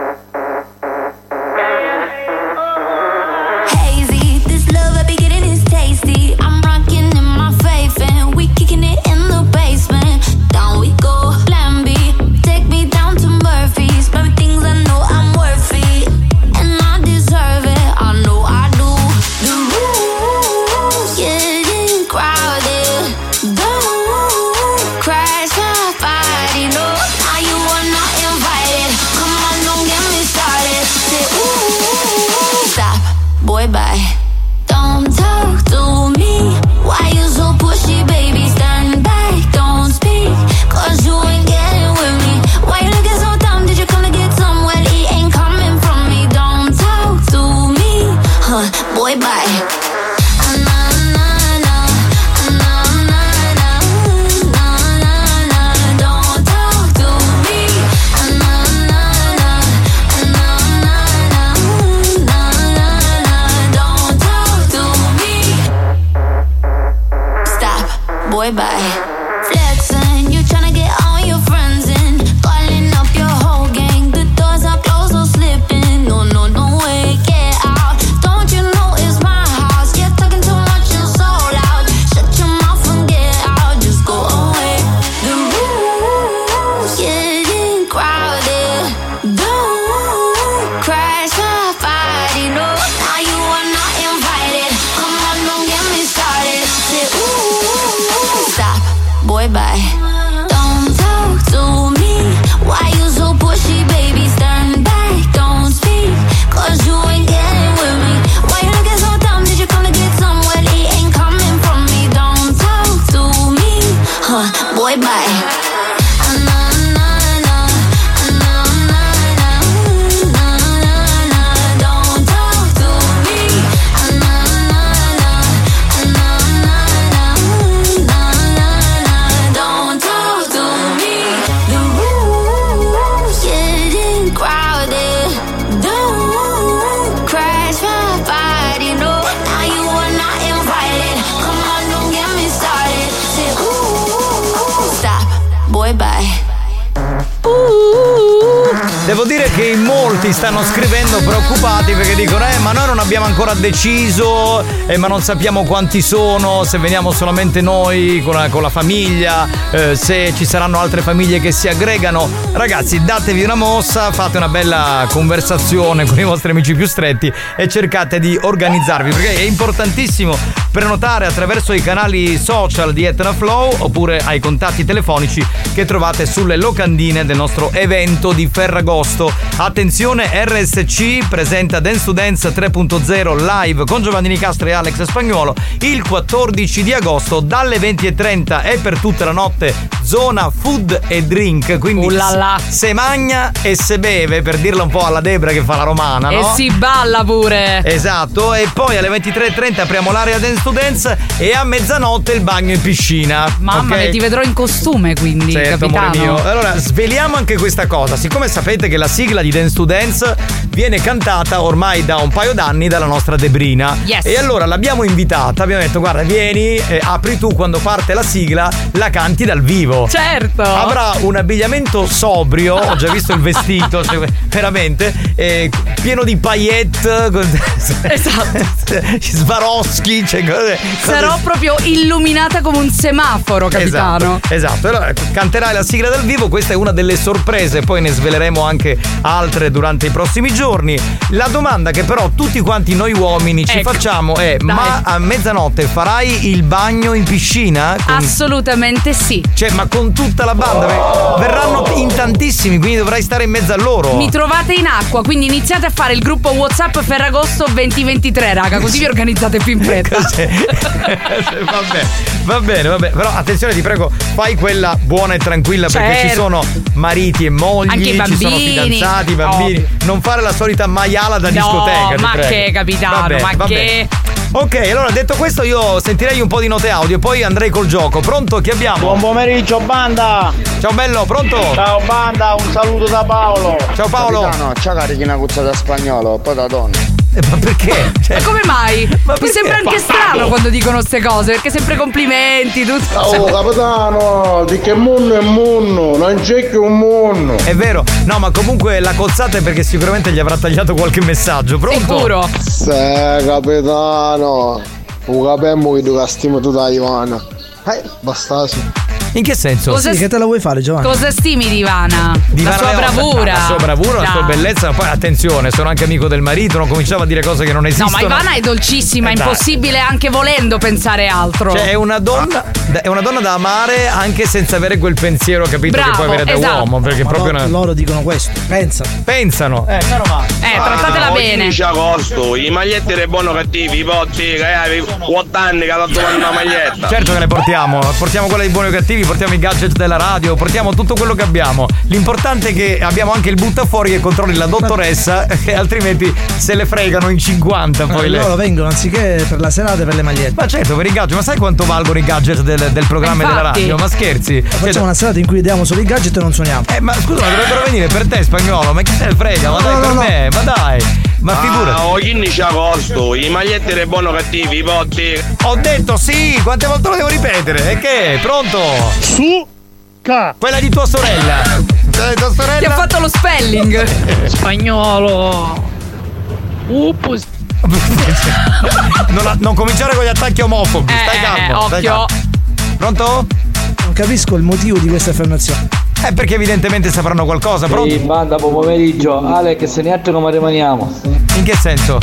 [SPEAKER 26] hazy. This love I be getting is tasty. I'm rocking in my faith and we kicking it in the basement. Down we go, plan B. Take me down to Murphy's. Buy me things I know I'm worthy and I deserve it. I know I do. The rules getting crowded. Don't crash my body. No, now you are not invited. Come on, don't get me started. Say ooh, stop. Boy, bye. Don't talk to me. Why you so pushy, baby? Stand back, don't speak. Cause you ain't getting with me. Why you looking so dumb? Did you come to get some? Well, it ain't coming from me. Don't talk to me. Huh, boy, bye. Don't talk to me. Don't talk to me. Stop, boy, bye. Flexing, you tryna get all your friends in. Calling up your whole gang. The doors are closed, no slipping. No, no, no way, get out. Don't you know it's my house? You're talking too much and so loud. Shut your mouth and get out, just go away. The room's getting crowded. Don't crash my body, no. Now you are not invited. Come on, don't get me started. Say, ooh, stop.
[SPEAKER 5] Devo dire che in molti stanno scrivendo preoccupati perché dicono eh ma noi non abbiamo ancora deciso, eh, ma non sappiamo quanti sono, se veniamo solamente noi con la, con la famiglia, eh, se ci saranno altre famiglie che si aggregano. Ragazzi datevi una mossa, fate una bella conversazione con i vostri amici più stretti e cercate di organizzarvi perché è importantissimo prenotare attraverso i canali social di Etna Flow oppure ai contatti telefonici che trovate sulle locandine del nostro evento di Ferragosto. Attenzione, RSC presenta Dance to Dance 3.0 live con Giovanni Nicastro e Alex Spagnuolo il 14 di agosto dalle 20.30 e per tutta la notte zona food e drink. Quindi
[SPEAKER 6] Ullala.
[SPEAKER 5] se magna e se beve, per dirla un po' alla Debra che fa la romana,
[SPEAKER 6] E
[SPEAKER 5] no?
[SPEAKER 6] si balla pure.
[SPEAKER 5] Esatto, e poi alle 23.30 apriamo l'area Dance to Dance e a mezzanotte il bagno in piscina.
[SPEAKER 6] Mamma
[SPEAKER 5] ok?
[SPEAKER 6] mia, ti vedrò in costume quindi,
[SPEAKER 5] Certo, amore
[SPEAKER 6] capitano.
[SPEAKER 5] mio. Allora, sveliamo anche questa cosa. Siccome sapete che la sigla di Dance to Dance viene cantata ormai da un paio d'anni dalla nostra Debrina.
[SPEAKER 19] Yes.
[SPEAKER 5] E allora l'abbiamo invitata, abbiamo detto guarda vieni, eh, apri tu quando parte la sigla, la canti dal vivo.
[SPEAKER 6] Certo.
[SPEAKER 5] Avrà un abbigliamento sobrio, ho già visto il vestito, cioè, veramente, eh, pieno di paillette. con- Swarovski, cioè, cose-
[SPEAKER 6] Esatto. Sarò
[SPEAKER 5] cose-
[SPEAKER 6] proprio illuminata come un semaforo, capitano.
[SPEAKER 5] Esatto, esatto. Allora, ecco, canterai la sigla dal vivo, questa è una delle sorprese, poi ne sveleremo anche altre durante i prossimi giorni. La domanda che però tutti quanti noi uomini ci
[SPEAKER 6] Ecco.
[SPEAKER 5] facciamo è:
[SPEAKER 6] Dai.
[SPEAKER 5] ma a mezzanotte farai il bagno in piscina? Con-
[SPEAKER 6] Assolutamente sì.
[SPEAKER 5] Cioè, ma con tutta la banda? perché Verranno in tantissimi, quindi dovrai stare in mezzo a loro.
[SPEAKER 6] Mi trovate in acqua, quindi iniziate a fare il gruppo WhatsApp Ferragosto 2023, raga, così vi organizzate più in fretta.
[SPEAKER 5] vabbè, Cioè, va bene, va bene. Però attenzione, ti prego, fai quella buona e tranquilla perché
[SPEAKER 6] Certo.
[SPEAKER 5] ci sono mariti e mogli,
[SPEAKER 6] Anche i
[SPEAKER 5] ci sono
[SPEAKER 6] bambini.
[SPEAKER 5] fidanzati, bambini. Non fare la solita maiala da
[SPEAKER 6] No,
[SPEAKER 5] discoteca. ti
[SPEAKER 6] ma
[SPEAKER 5] prego.
[SPEAKER 6] che, capitano,
[SPEAKER 5] Vabbè,
[SPEAKER 6] ma
[SPEAKER 5] vabbè.
[SPEAKER 6] che-
[SPEAKER 5] Ok, allora detto questo io sentirei un po' di note audio, poi andrei col gioco. Pronto? Chi abbiamo? Buon pomeriggio, banda! Ciao bello, pronto?
[SPEAKER 10] Ciao banda, un saluto da Paolo.
[SPEAKER 5] Ciao Paolo.
[SPEAKER 4] Capitano, ciao cari chi ne ha cuzzata spagnolo, poi da donna.
[SPEAKER 5] ma perché?
[SPEAKER 6] Ma come mai? Mi
[SPEAKER 4] perché?
[SPEAKER 6] sembra anche
[SPEAKER 4] Bastardo.
[SPEAKER 6] strano quando dicono queste cose, perché sempre complimenti, tutto.
[SPEAKER 5] Ah,
[SPEAKER 25] Oh capitano, di che mondo è mondo, non c'è che un mondo.
[SPEAKER 6] Eh,
[SPEAKER 5] È vero, no, ma comunque la cozzata è perché sicuramente gli avrà tagliato qualche messaggio, pronto?
[SPEAKER 25] Se capitano, lo capemmo che tu castimo tu da Ivana. Eh, bastasi.
[SPEAKER 5] In che senso?
[SPEAKER 6] Cosa-
[SPEAKER 7] Sì, che te la vuoi fare, Giovanni?
[SPEAKER 6] Cosa stimi di Ivana?
[SPEAKER 5] Di
[SPEAKER 6] la sua
[SPEAKER 5] Varela-
[SPEAKER 6] bravura.
[SPEAKER 5] La sua bravura, la sua
[SPEAKER 6] Dai.
[SPEAKER 5] bellezza. Poi attenzione, sono anche amico del marito, non cominciava a dire cose che non
[SPEAKER 6] No,
[SPEAKER 5] esistono.
[SPEAKER 6] ma Ivana è dolcissima,
[SPEAKER 5] Eh,
[SPEAKER 6] è
[SPEAKER 5] dai.
[SPEAKER 6] impossibile anche volendo pensare altro.
[SPEAKER 5] Cioè, è una donna.
[SPEAKER 6] Ah.
[SPEAKER 5] È una donna da amare anche senza avere quel pensiero, capito, che
[SPEAKER 6] Bravo,
[SPEAKER 5] puoi avere da
[SPEAKER 6] esatto.
[SPEAKER 5] uomo. Perché
[SPEAKER 7] Ma
[SPEAKER 5] proprio
[SPEAKER 7] loro-
[SPEAKER 5] una-
[SPEAKER 7] loro dicono questo, pensa.
[SPEAKER 5] pensano. Eh, meno
[SPEAKER 6] Eh, trattatela bene.
[SPEAKER 24] Oggi agosto, i maglietti dei buono cattivi, i potti, che avevi 8 anni che ha dato una maglietta.
[SPEAKER 5] Certo che le portiamo, portiamo quella di buoni o cattivi, portiamo i gadget della radio, portiamo tutto quello che abbiamo. L'importante è che abbiamo anche il buttafuori che controlli la dottoressa, e altrimenti se le fregano in 50
[SPEAKER 7] Eh,
[SPEAKER 5] poi le.
[SPEAKER 7] loro vengono anziché per la serata per le magliette.
[SPEAKER 5] Ma certo, per i gadget, ma sai quanto valgono i gadget del, del programma e della
[SPEAKER 7] Infatti.
[SPEAKER 5] radio? Ma scherzi? Cioè,
[SPEAKER 7] Facciamo una serata in cui diamo solo i gadget e non suoniamo.
[SPEAKER 5] Eh, ma scusa, ma dovrebbero venire per te, spagnolo, ma chi se ne frega? Ma
[SPEAKER 7] No,
[SPEAKER 5] dai,
[SPEAKER 7] no,
[SPEAKER 5] per
[SPEAKER 7] no.
[SPEAKER 5] me, ma dai. Ma figurati.
[SPEAKER 24] Ah, oggi inizia agosto, i maglietti dei buono cattivi, i potti.
[SPEAKER 5] Ho detto sì, quante volte lo devo ripetere? E che? Pronto? Su ca. Quella di tua sorella. Quella di tua sorella.
[SPEAKER 6] Ti ha fatto lo spelling.
[SPEAKER 5] Spagnolo. Uppus. non, ha- non cominciare con gli attacchi
[SPEAKER 6] Eh,
[SPEAKER 5] omofobi. stai calmo. stai calmo. Pronto?
[SPEAKER 7] Non capisco il motivo di questa affermazione.
[SPEAKER 5] Eh, perché evidentemente sapranno qualcosa, pronto?
[SPEAKER 27] Sì, banda, buon pomeriggio. Alex, se ne altro come rimaniamo?
[SPEAKER 5] In che senso?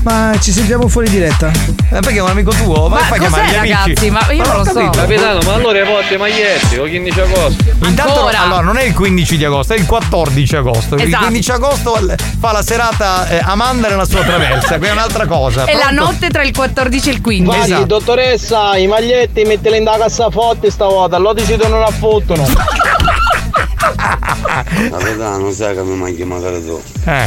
[SPEAKER 7] Ma ci sentiamo fuori diretta.
[SPEAKER 5] Eh, perché è un amico tuo?
[SPEAKER 7] Ma
[SPEAKER 5] fai
[SPEAKER 7] cos'è,
[SPEAKER 5] chiamare gli amici.
[SPEAKER 7] ragazzi? Ma io non
[SPEAKER 5] ho
[SPEAKER 7] lo so.
[SPEAKER 5] capito.
[SPEAKER 27] Capitano, ma allora
[SPEAKER 24] porti i maglietti, o 15 agosto.
[SPEAKER 5] Intanto,
[SPEAKER 24] Ancora?
[SPEAKER 5] allora, non è il 15 di agosto, è il 14 agosto. Il
[SPEAKER 6] Esatto.
[SPEAKER 5] 15 agosto l- fa la serata eh, Amanda nella sua traversa, che è un'altra cosa.
[SPEAKER 6] È la
[SPEAKER 5] Pronto?
[SPEAKER 6] notte tra il 14 e il 15.
[SPEAKER 27] Guardi,
[SPEAKER 7] Esatto.
[SPEAKER 27] dottoressa, i maglietti metteli in da cassaforte stavolta, allora ci non affottono.
[SPEAKER 17] Capitano, non sai che mi manchi magari tu.
[SPEAKER 5] Eh.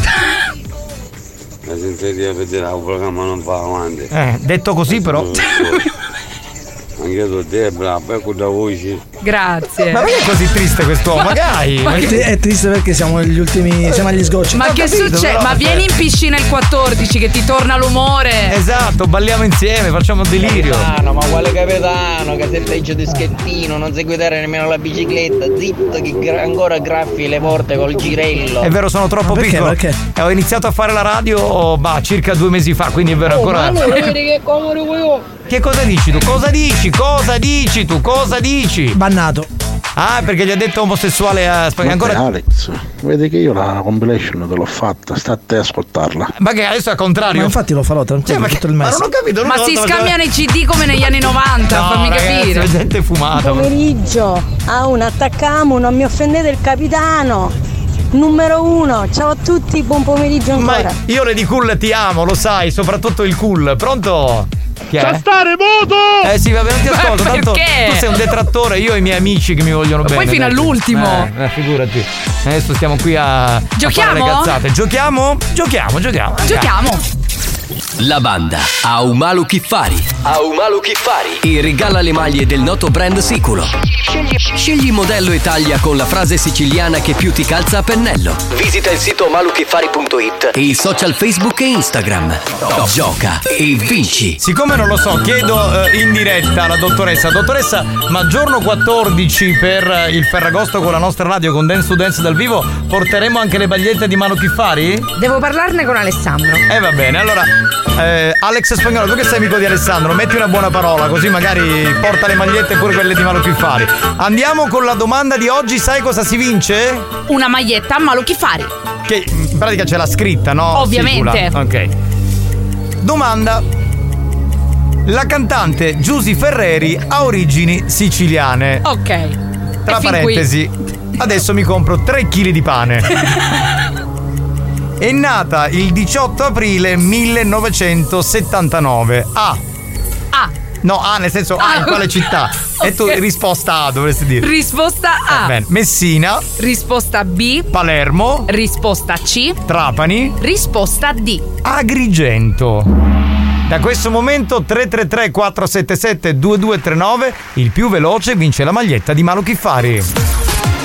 [SPEAKER 17] La sentite a vedere, il programma non va avanti.
[SPEAKER 5] Eh, detto così, però.
[SPEAKER 17] Anche tu, Debra, poi con la voce.
[SPEAKER 6] Grazie.
[SPEAKER 5] Ma perché è così triste
[SPEAKER 7] Oh,
[SPEAKER 5] quest'uomo? Dai!
[SPEAKER 7] È tri- È triste perché siamo gli ultimi, siamo agli sgocci.
[SPEAKER 6] Ma
[SPEAKER 7] Eh. Ho
[SPEAKER 6] che
[SPEAKER 7] capito,
[SPEAKER 6] succede?
[SPEAKER 7] però,
[SPEAKER 6] Ma
[SPEAKER 7] cioè,
[SPEAKER 6] vieni in piscina il 14 che ti torna l'umore.
[SPEAKER 5] Esatto, balliamo insieme, facciamo delirio.
[SPEAKER 28] Capitano, ma quale capitano che se peggio di schettino non sai guidare nemmeno la bicicletta, zitto che gra- ancora graffi le porte col girello.
[SPEAKER 5] È vero, sono troppo piccolo. Eh, ho iniziato a fare la radio oh, bah, circa due mesi fa, quindi è vero ancora.
[SPEAKER 28] che comodo io.
[SPEAKER 5] Che cosa dici tu? Cosa dici? Cosa dici tu? Cosa dici?
[SPEAKER 7] Bannato.
[SPEAKER 5] Ah, perché gli ha detto omosessuale a Spagna.
[SPEAKER 29] Vabbè,
[SPEAKER 5] Ancora.
[SPEAKER 29] Alex, vedi che io la compilation te l'ho fatta, sta a te ascoltarla.
[SPEAKER 5] Ma che adesso è al contrario. Cioè,
[SPEAKER 7] Ma infatti lo farò tranquillo tutto il mese.
[SPEAKER 5] capito,
[SPEAKER 6] Ma si scambiano i CD come negli anni 90,
[SPEAKER 7] No,
[SPEAKER 6] fammi
[SPEAKER 7] ragazzi,
[SPEAKER 6] capire.
[SPEAKER 7] la
[SPEAKER 5] gente fumata.
[SPEAKER 30] pomeriggio a un attaccamo, non mi offendete il capitano. Numero uno, ciao a tutti, buon pomeriggio ancora.
[SPEAKER 5] Io Lady Cool ti amo, lo sai, soprattutto il cool. Pronto? Chi è?
[SPEAKER 29] Sa stare muto!
[SPEAKER 5] Eh sì, vabbè, non ti
[SPEAKER 29] Ma
[SPEAKER 5] ascolto. Tanto
[SPEAKER 29] perché?
[SPEAKER 5] tu sei un detrattore, io e i miei amici che mi vogliono
[SPEAKER 29] poi
[SPEAKER 5] bene.
[SPEAKER 29] fino
[SPEAKER 5] dai.
[SPEAKER 29] all'ultimo.
[SPEAKER 5] Eh, eh, figurati. Adesso stiamo qui a. a
[SPEAKER 29] Giochiamo?
[SPEAKER 5] fare le cazzate. Giochiamo? Giochiamo, giochiamo.
[SPEAKER 2] La banda Aumalu Kiffari. Aumalu Kiffari. E regala le maglie del noto brand Siculo. Scegli, scegli modello e taglia con la frase siciliana che più ti calza a pennello. Visita il sito maluchiffari.it e i social Facebook e Instagram. Gioca e vinci.
[SPEAKER 5] Siccome non lo so, chiedo eh, in diretta alla dottoressa. Dottoressa, ma giorno 14 per eh, il Ferragosto con la nostra radio con Dance to Dance dal vivo porteremo anche le bagliette di Mano Chiffari?
[SPEAKER 9] Devo parlarne con Alessandro.
[SPEAKER 5] Eh va bene, allora eh, Alex Spagnolo, tu che sei amico di Alessandro, metti una buona parola così magari porta le magliette pure quelle di Mano Chiffari. Andiamo con la domanda di oggi, sai cosa si vince?
[SPEAKER 6] Una maglietta a Malo Chifari.
[SPEAKER 5] Che in pratica c'è la scritta, no?
[SPEAKER 6] Ovviamente.
[SPEAKER 5] Sicula. Ok. Domanda. La cantante Giusy Ferreri ha origini siciliane.
[SPEAKER 6] Ok.
[SPEAKER 5] Tra
[SPEAKER 6] E Oh, fin
[SPEAKER 5] parentesi, adesso mi compro 3 kg di pane. È nata il 18 aprile 1979. A.
[SPEAKER 6] qui. Ah,
[SPEAKER 5] No, A nel senso A
[SPEAKER 6] Ah,
[SPEAKER 5] in quale città? E tu
[SPEAKER 6] ok.
[SPEAKER 5] risposta A dovresti dire.
[SPEAKER 6] risposta A.
[SPEAKER 5] Bene. Messina.
[SPEAKER 6] Ah. Risposta B.
[SPEAKER 5] Palermo.
[SPEAKER 6] Risposta C.
[SPEAKER 5] Trapani.
[SPEAKER 6] Risposta D.
[SPEAKER 5] Agrigento. Da questo momento 333 477 2239 il più veloce vince la maglietta di Malu Chiffari.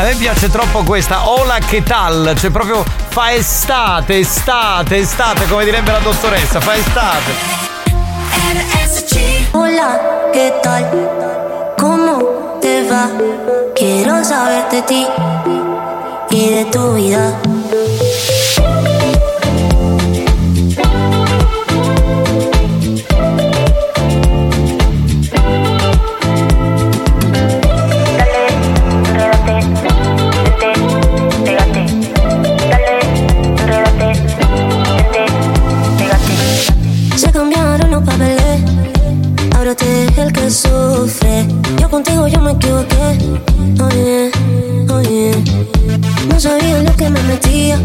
[SPEAKER 5] A me piace troppo questa Ola che tal, cioè proprio fa estate, estate, estate, come direbbe la dottoressa, fa estate.
[SPEAKER 3] Hola, ¿qué tal? ¿Cómo te va? Quiero saber de ti y de tu vida.
[SPEAKER 30] Se cambiaron los papeles, ahora te es el que sufre. Yo contigo yo me equivoqué, oye, oye. No sabía en lo que me metía,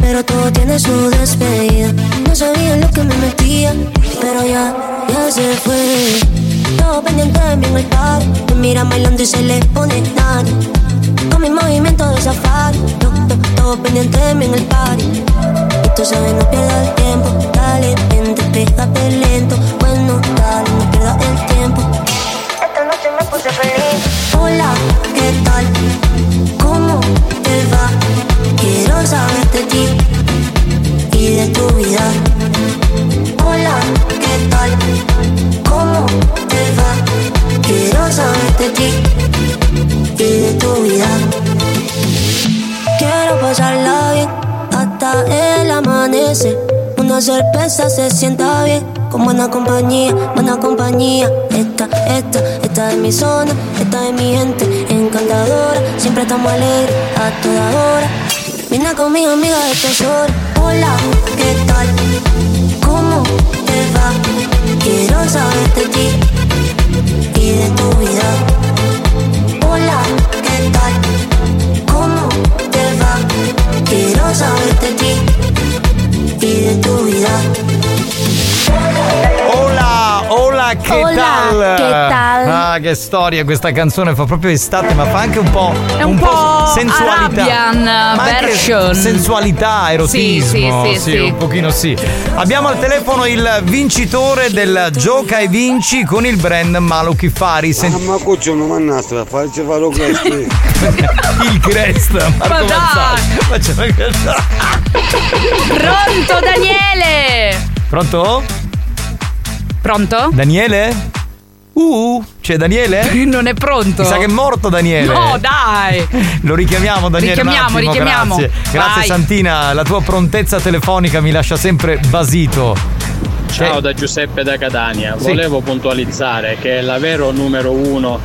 [SPEAKER 30] pero todo tiene su despedida. No sabía en lo que me metía, pero ya, ya se fue. Todo pendiente de mí en el bar, me mira bailando y se le pone tan. Con mis movimientos de safari, yo, yo, todo pendiente de mí en el party. Y tú sabes, no pierdas el tiempo. Dale, vente, pégate lento. Bueno, dale, no pierdas el tiempo. Esta noche me puse feliz. Hola, ¿qué tal? ¿Cómo te va? Quiero saber de ti y de tu vida. Hola, ¿qué tal? ¿Cómo te va? Quiero saber de ti y de tu vida. Quiero pasarla bien hasta el amanecer. Una sorpresa se sienta bien, con buena compañía, buena compañía. Esta, esta, esta es mi zona, esta es mi gente, encantadora. Siempre estamos alegres a toda hora. Viene conmigo, amiga de tesoro. Hola, ¿qué tal? ¿Cómo te va? Quiero saber de ti y de tu vida. Hola, ¿qué tal? ¿Cómo te va? Quiero saber de ti
[SPEAKER 5] Che
[SPEAKER 9] tal?
[SPEAKER 5] Ah, che storia questa canzone, fa proprio estate, ma fa anche un po'.
[SPEAKER 6] È un, po'
[SPEAKER 5] sensualità.
[SPEAKER 6] Arabian eh,
[SPEAKER 5] Ma anche
[SPEAKER 6] version.
[SPEAKER 5] Sensualità, erotismo.
[SPEAKER 6] Sì, sì, sì, sì.
[SPEAKER 5] un pochino sì. Abbiamo al telefono il vincitore del Gioca e Vinci con il brand Malo Kifari.
[SPEAKER 17] Ah, Ma cuccio non mannastra, farci fare questo.
[SPEAKER 5] il crest, Marco
[SPEAKER 17] Ma dai!
[SPEAKER 5] Mazzari. Ma ce la cazzo.
[SPEAKER 6] Pronto Daniele!
[SPEAKER 5] Pronto?
[SPEAKER 6] Pronto?
[SPEAKER 5] Daniele? Uh, c'è Daniele?
[SPEAKER 6] Non è pronto.
[SPEAKER 5] Mi sa che è morto Daniele.
[SPEAKER 6] No, dai!
[SPEAKER 5] Lo richiamiamo Daniele.
[SPEAKER 6] Richiamiamo,
[SPEAKER 5] un attimo,
[SPEAKER 6] richiamiamo.
[SPEAKER 5] Grazie, Grazie,
[SPEAKER 6] Vai.
[SPEAKER 5] Santina, la tua prontezza telefonica mi lascia sempre basito. Eh.
[SPEAKER 20] Ciao da Giuseppe da Catania,
[SPEAKER 5] Sì.
[SPEAKER 20] Eh, volevo puntualizzare che la vero numero uno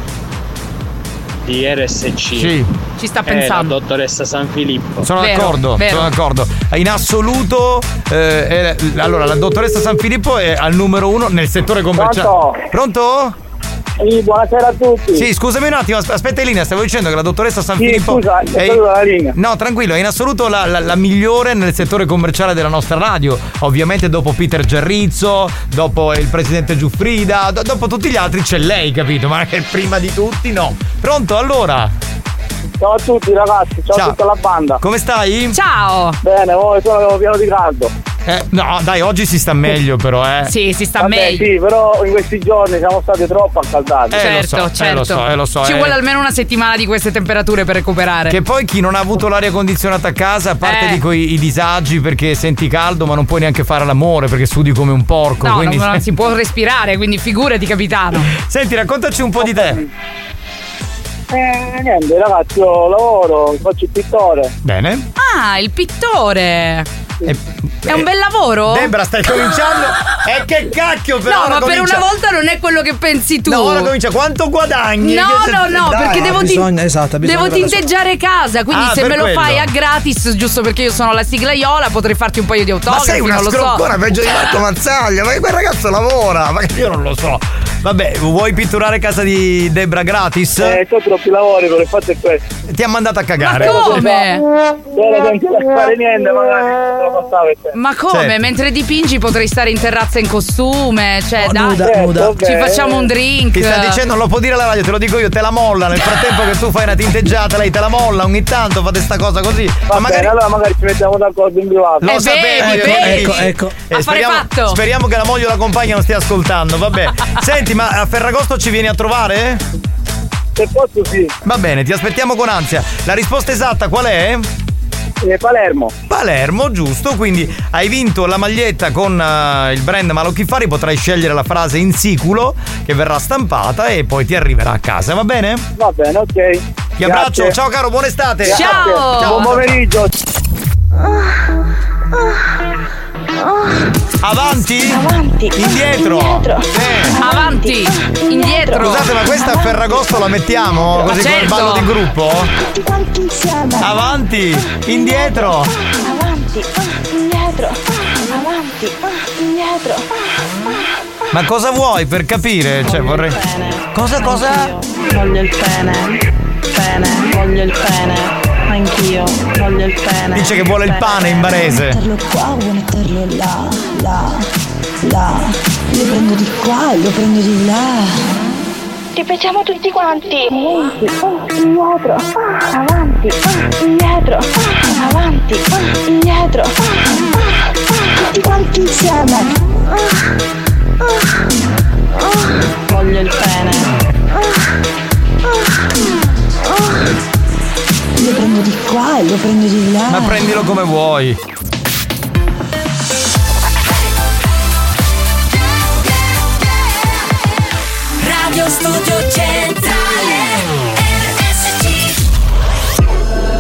[SPEAKER 20] di RSC
[SPEAKER 5] Sì.
[SPEAKER 6] Ci sta
[SPEAKER 20] è
[SPEAKER 6] pensando.
[SPEAKER 20] la dottoressa San Filippo.
[SPEAKER 5] Sono d'accordo, sono d'accordo. In assoluto, eh, è- allora, la dottoressa San Filippo è al numero uno nel settore commerciale. Pronto?
[SPEAKER 31] Sì, buonasera a tutti.
[SPEAKER 5] Sì, scusami un attimo, as- aspetta in linea, stavo dicendo che la dottoressa San
[SPEAKER 31] Sì,
[SPEAKER 5] Filippo.
[SPEAKER 31] scusa,
[SPEAKER 5] è-
[SPEAKER 31] saluto la linea.
[SPEAKER 5] No, tranquillo, è in assoluto la, la- la migliore nel settore commerciale della nostra radio. Ovviamente dopo Peter Gerrizzo, dopo il presidente Giuffrida, do- dopo tutti gli altri c'è lei, capito? Ma che prima di tutti no. Pronto allora?
[SPEAKER 31] Ciao a tutti ragazzi, ciao,
[SPEAKER 5] Ciao.
[SPEAKER 31] a tutta la banda.
[SPEAKER 5] Come stai?
[SPEAKER 6] Ciao!
[SPEAKER 31] Bene, voi sono pieno di caldo.
[SPEAKER 5] Eh, no, dai, oggi si sta meglio però, eh.
[SPEAKER 6] si sta
[SPEAKER 31] Vabbè,
[SPEAKER 6] meglio.
[SPEAKER 31] Sì, però in questi giorni siamo stati troppo accaldati.
[SPEAKER 5] Eh,
[SPEAKER 6] certo,
[SPEAKER 5] lo so, eh,
[SPEAKER 6] certo.
[SPEAKER 5] lo so, eh, lo so,
[SPEAKER 6] Ci
[SPEAKER 5] eh.
[SPEAKER 6] vuole almeno una settimana di queste temperature per recuperare.
[SPEAKER 5] Che poi chi non ha avuto l'aria condizionata a casa, a parte
[SPEAKER 6] Eh.
[SPEAKER 5] dico i, i disagi perché senti caldo, ma non puoi neanche fare l'amore perché sudi come un porco.
[SPEAKER 6] No,
[SPEAKER 5] quindi...
[SPEAKER 6] non, non si può respirare, quindi figurati capitano.
[SPEAKER 5] Senti, raccontaci un po' di te.
[SPEAKER 31] Eh, niente, ragazzi, io lavoro, faccio il pittore.
[SPEAKER 5] Bene.
[SPEAKER 6] Ah, il pittore! È un bel lavoro?
[SPEAKER 5] Debra, stai cominciando. E che cacchio, però!
[SPEAKER 6] No,
[SPEAKER 5] ora
[SPEAKER 6] ma per
[SPEAKER 5] comincia-
[SPEAKER 6] una volta non è quello che pensi tu.
[SPEAKER 5] No, ora comincia. Quanto guadagni?
[SPEAKER 6] No,
[SPEAKER 5] Che-
[SPEAKER 6] no, no,
[SPEAKER 5] Dai,
[SPEAKER 6] perché
[SPEAKER 5] no,
[SPEAKER 6] devo,
[SPEAKER 5] bisogna-
[SPEAKER 6] ti-
[SPEAKER 5] esatto, bisogna
[SPEAKER 6] devo
[SPEAKER 5] guardare
[SPEAKER 6] tinteggiare casa. Quindi,
[SPEAKER 5] Ah,
[SPEAKER 6] se
[SPEAKER 5] per
[SPEAKER 6] me lo
[SPEAKER 5] quello.
[SPEAKER 6] fai a gratis, giusto perché io sono la sigla Iola, potrei farti un paio di
[SPEAKER 5] Ma
[SPEAKER 6] autografi.
[SPEAKER 5] sei una
[SPEAKER 6] non lo so.
[SPEAKER 5] scroccona peggio di Marco Mazzaglia, ma quel ragazzo lavora, ma io non lo so. Vabbè, vuoi pitturare casa di Debra gratis?
[SPEAKER 31] Eh, ho troppi lavori, però il fatto è questo.
[SPEAKER 5] Ti ha mandato a cagare.
[SPEAKER 31] Ora senza fare niente, magari non lo passavo e te.
[SPEAKER 6] Ma come?
[SPEAKER 5] Certo.
[SPEAKER 6] Mentre dipingi potrei stare in terrazza in costume, cioè dai,
[SPEAKER 5] Oh, Nuda, nuda.
[SPEAKER 6] ci facciamo un drink.
[SPEAKER 5] Ti sta dicendo, non lo può dire alla radio, te lo dico io, te la molla. Nel frattempo che tu fai una tinteggiata, lei te la molla. Ogni tanto fate sta cosa così.
[SPEAKER 31] Va
[SPEAKER 5] Ma magari.
[SPEAKER 31] bene, allora magari ci mettiamo d'accordo in privato.
[SPEAKER 5] Lo sapevo, io- Eh, speriamo, speriamo che la moglie o la compagna non stia ascoltando, vabbè. Senti, ma a Ferragosto ci vieni a trovare?
[SPEAKER 31] Se posso sì.
[SPEAKER 5] Va bene, ti aspettiamo con ansia. La risposta esatta qual è?
[SPEAKER 31] Eh, Palermo.
[SPEAKER 5] Palermo, giusto, quindi hai vinto la maglietta con eh, il brand Malocchifari, potrai scegliere la frase in siculo che verrà stampata e poi ti arriverà a casa, va bene?
[SPEAKER 31] Va bene, ok.
[SPEAKER 5] Ti abbraccio, ciao caro, buona estate!
[SPEAKER 31] Grazie. Buon pomeriggio.
[SPEAKER 5] Avanti? Indietro! Eh.
[SPEAKER 6] Avanti, indietro.
[SPEAKER 5] Scusate, ma questa a Ferragosto la mettiamo? Così
[SPEAKER 6] Ma
[SPEAKER 5] come il
[SPEAKER 6] certo.
[SPEAKER 5] ballo di gruppo? Avanti, indietro!
[SPEAKER 30] Avanti, ah, indietro, ah, avanti, ah, indietro.
[SPEAKER 5] Ma cosa vuoi per capire? Cioè, vorrei. Cosa, cosa?
[SPEAKER 13] Voglio il pene, pene, voglio il pene, anch'io, voglio il pene.
[SPEAKER 5] Dice che vuole il pane in barese.
[SPEAKER 13] Metterlo qua, vuoi metterlo là, là, là. Lo prendo di qua, lo prendo di là.
[SPEAKER 30] Ripetiamo tutti quanti. Avanti, ah, indietro, ah, avanti, ah, indietro, ah, avanti, ah, indietro. ah, ah, ah, Tutti quanti insieme. Ah,
[SPEAKER 13] Voglio il pene. Lo prendo di qua, lo prendo di là.
[SPEAKER 5] Ma prendilo come vuoi.
[SPEAKER 3] Radio Studio Centrale RSC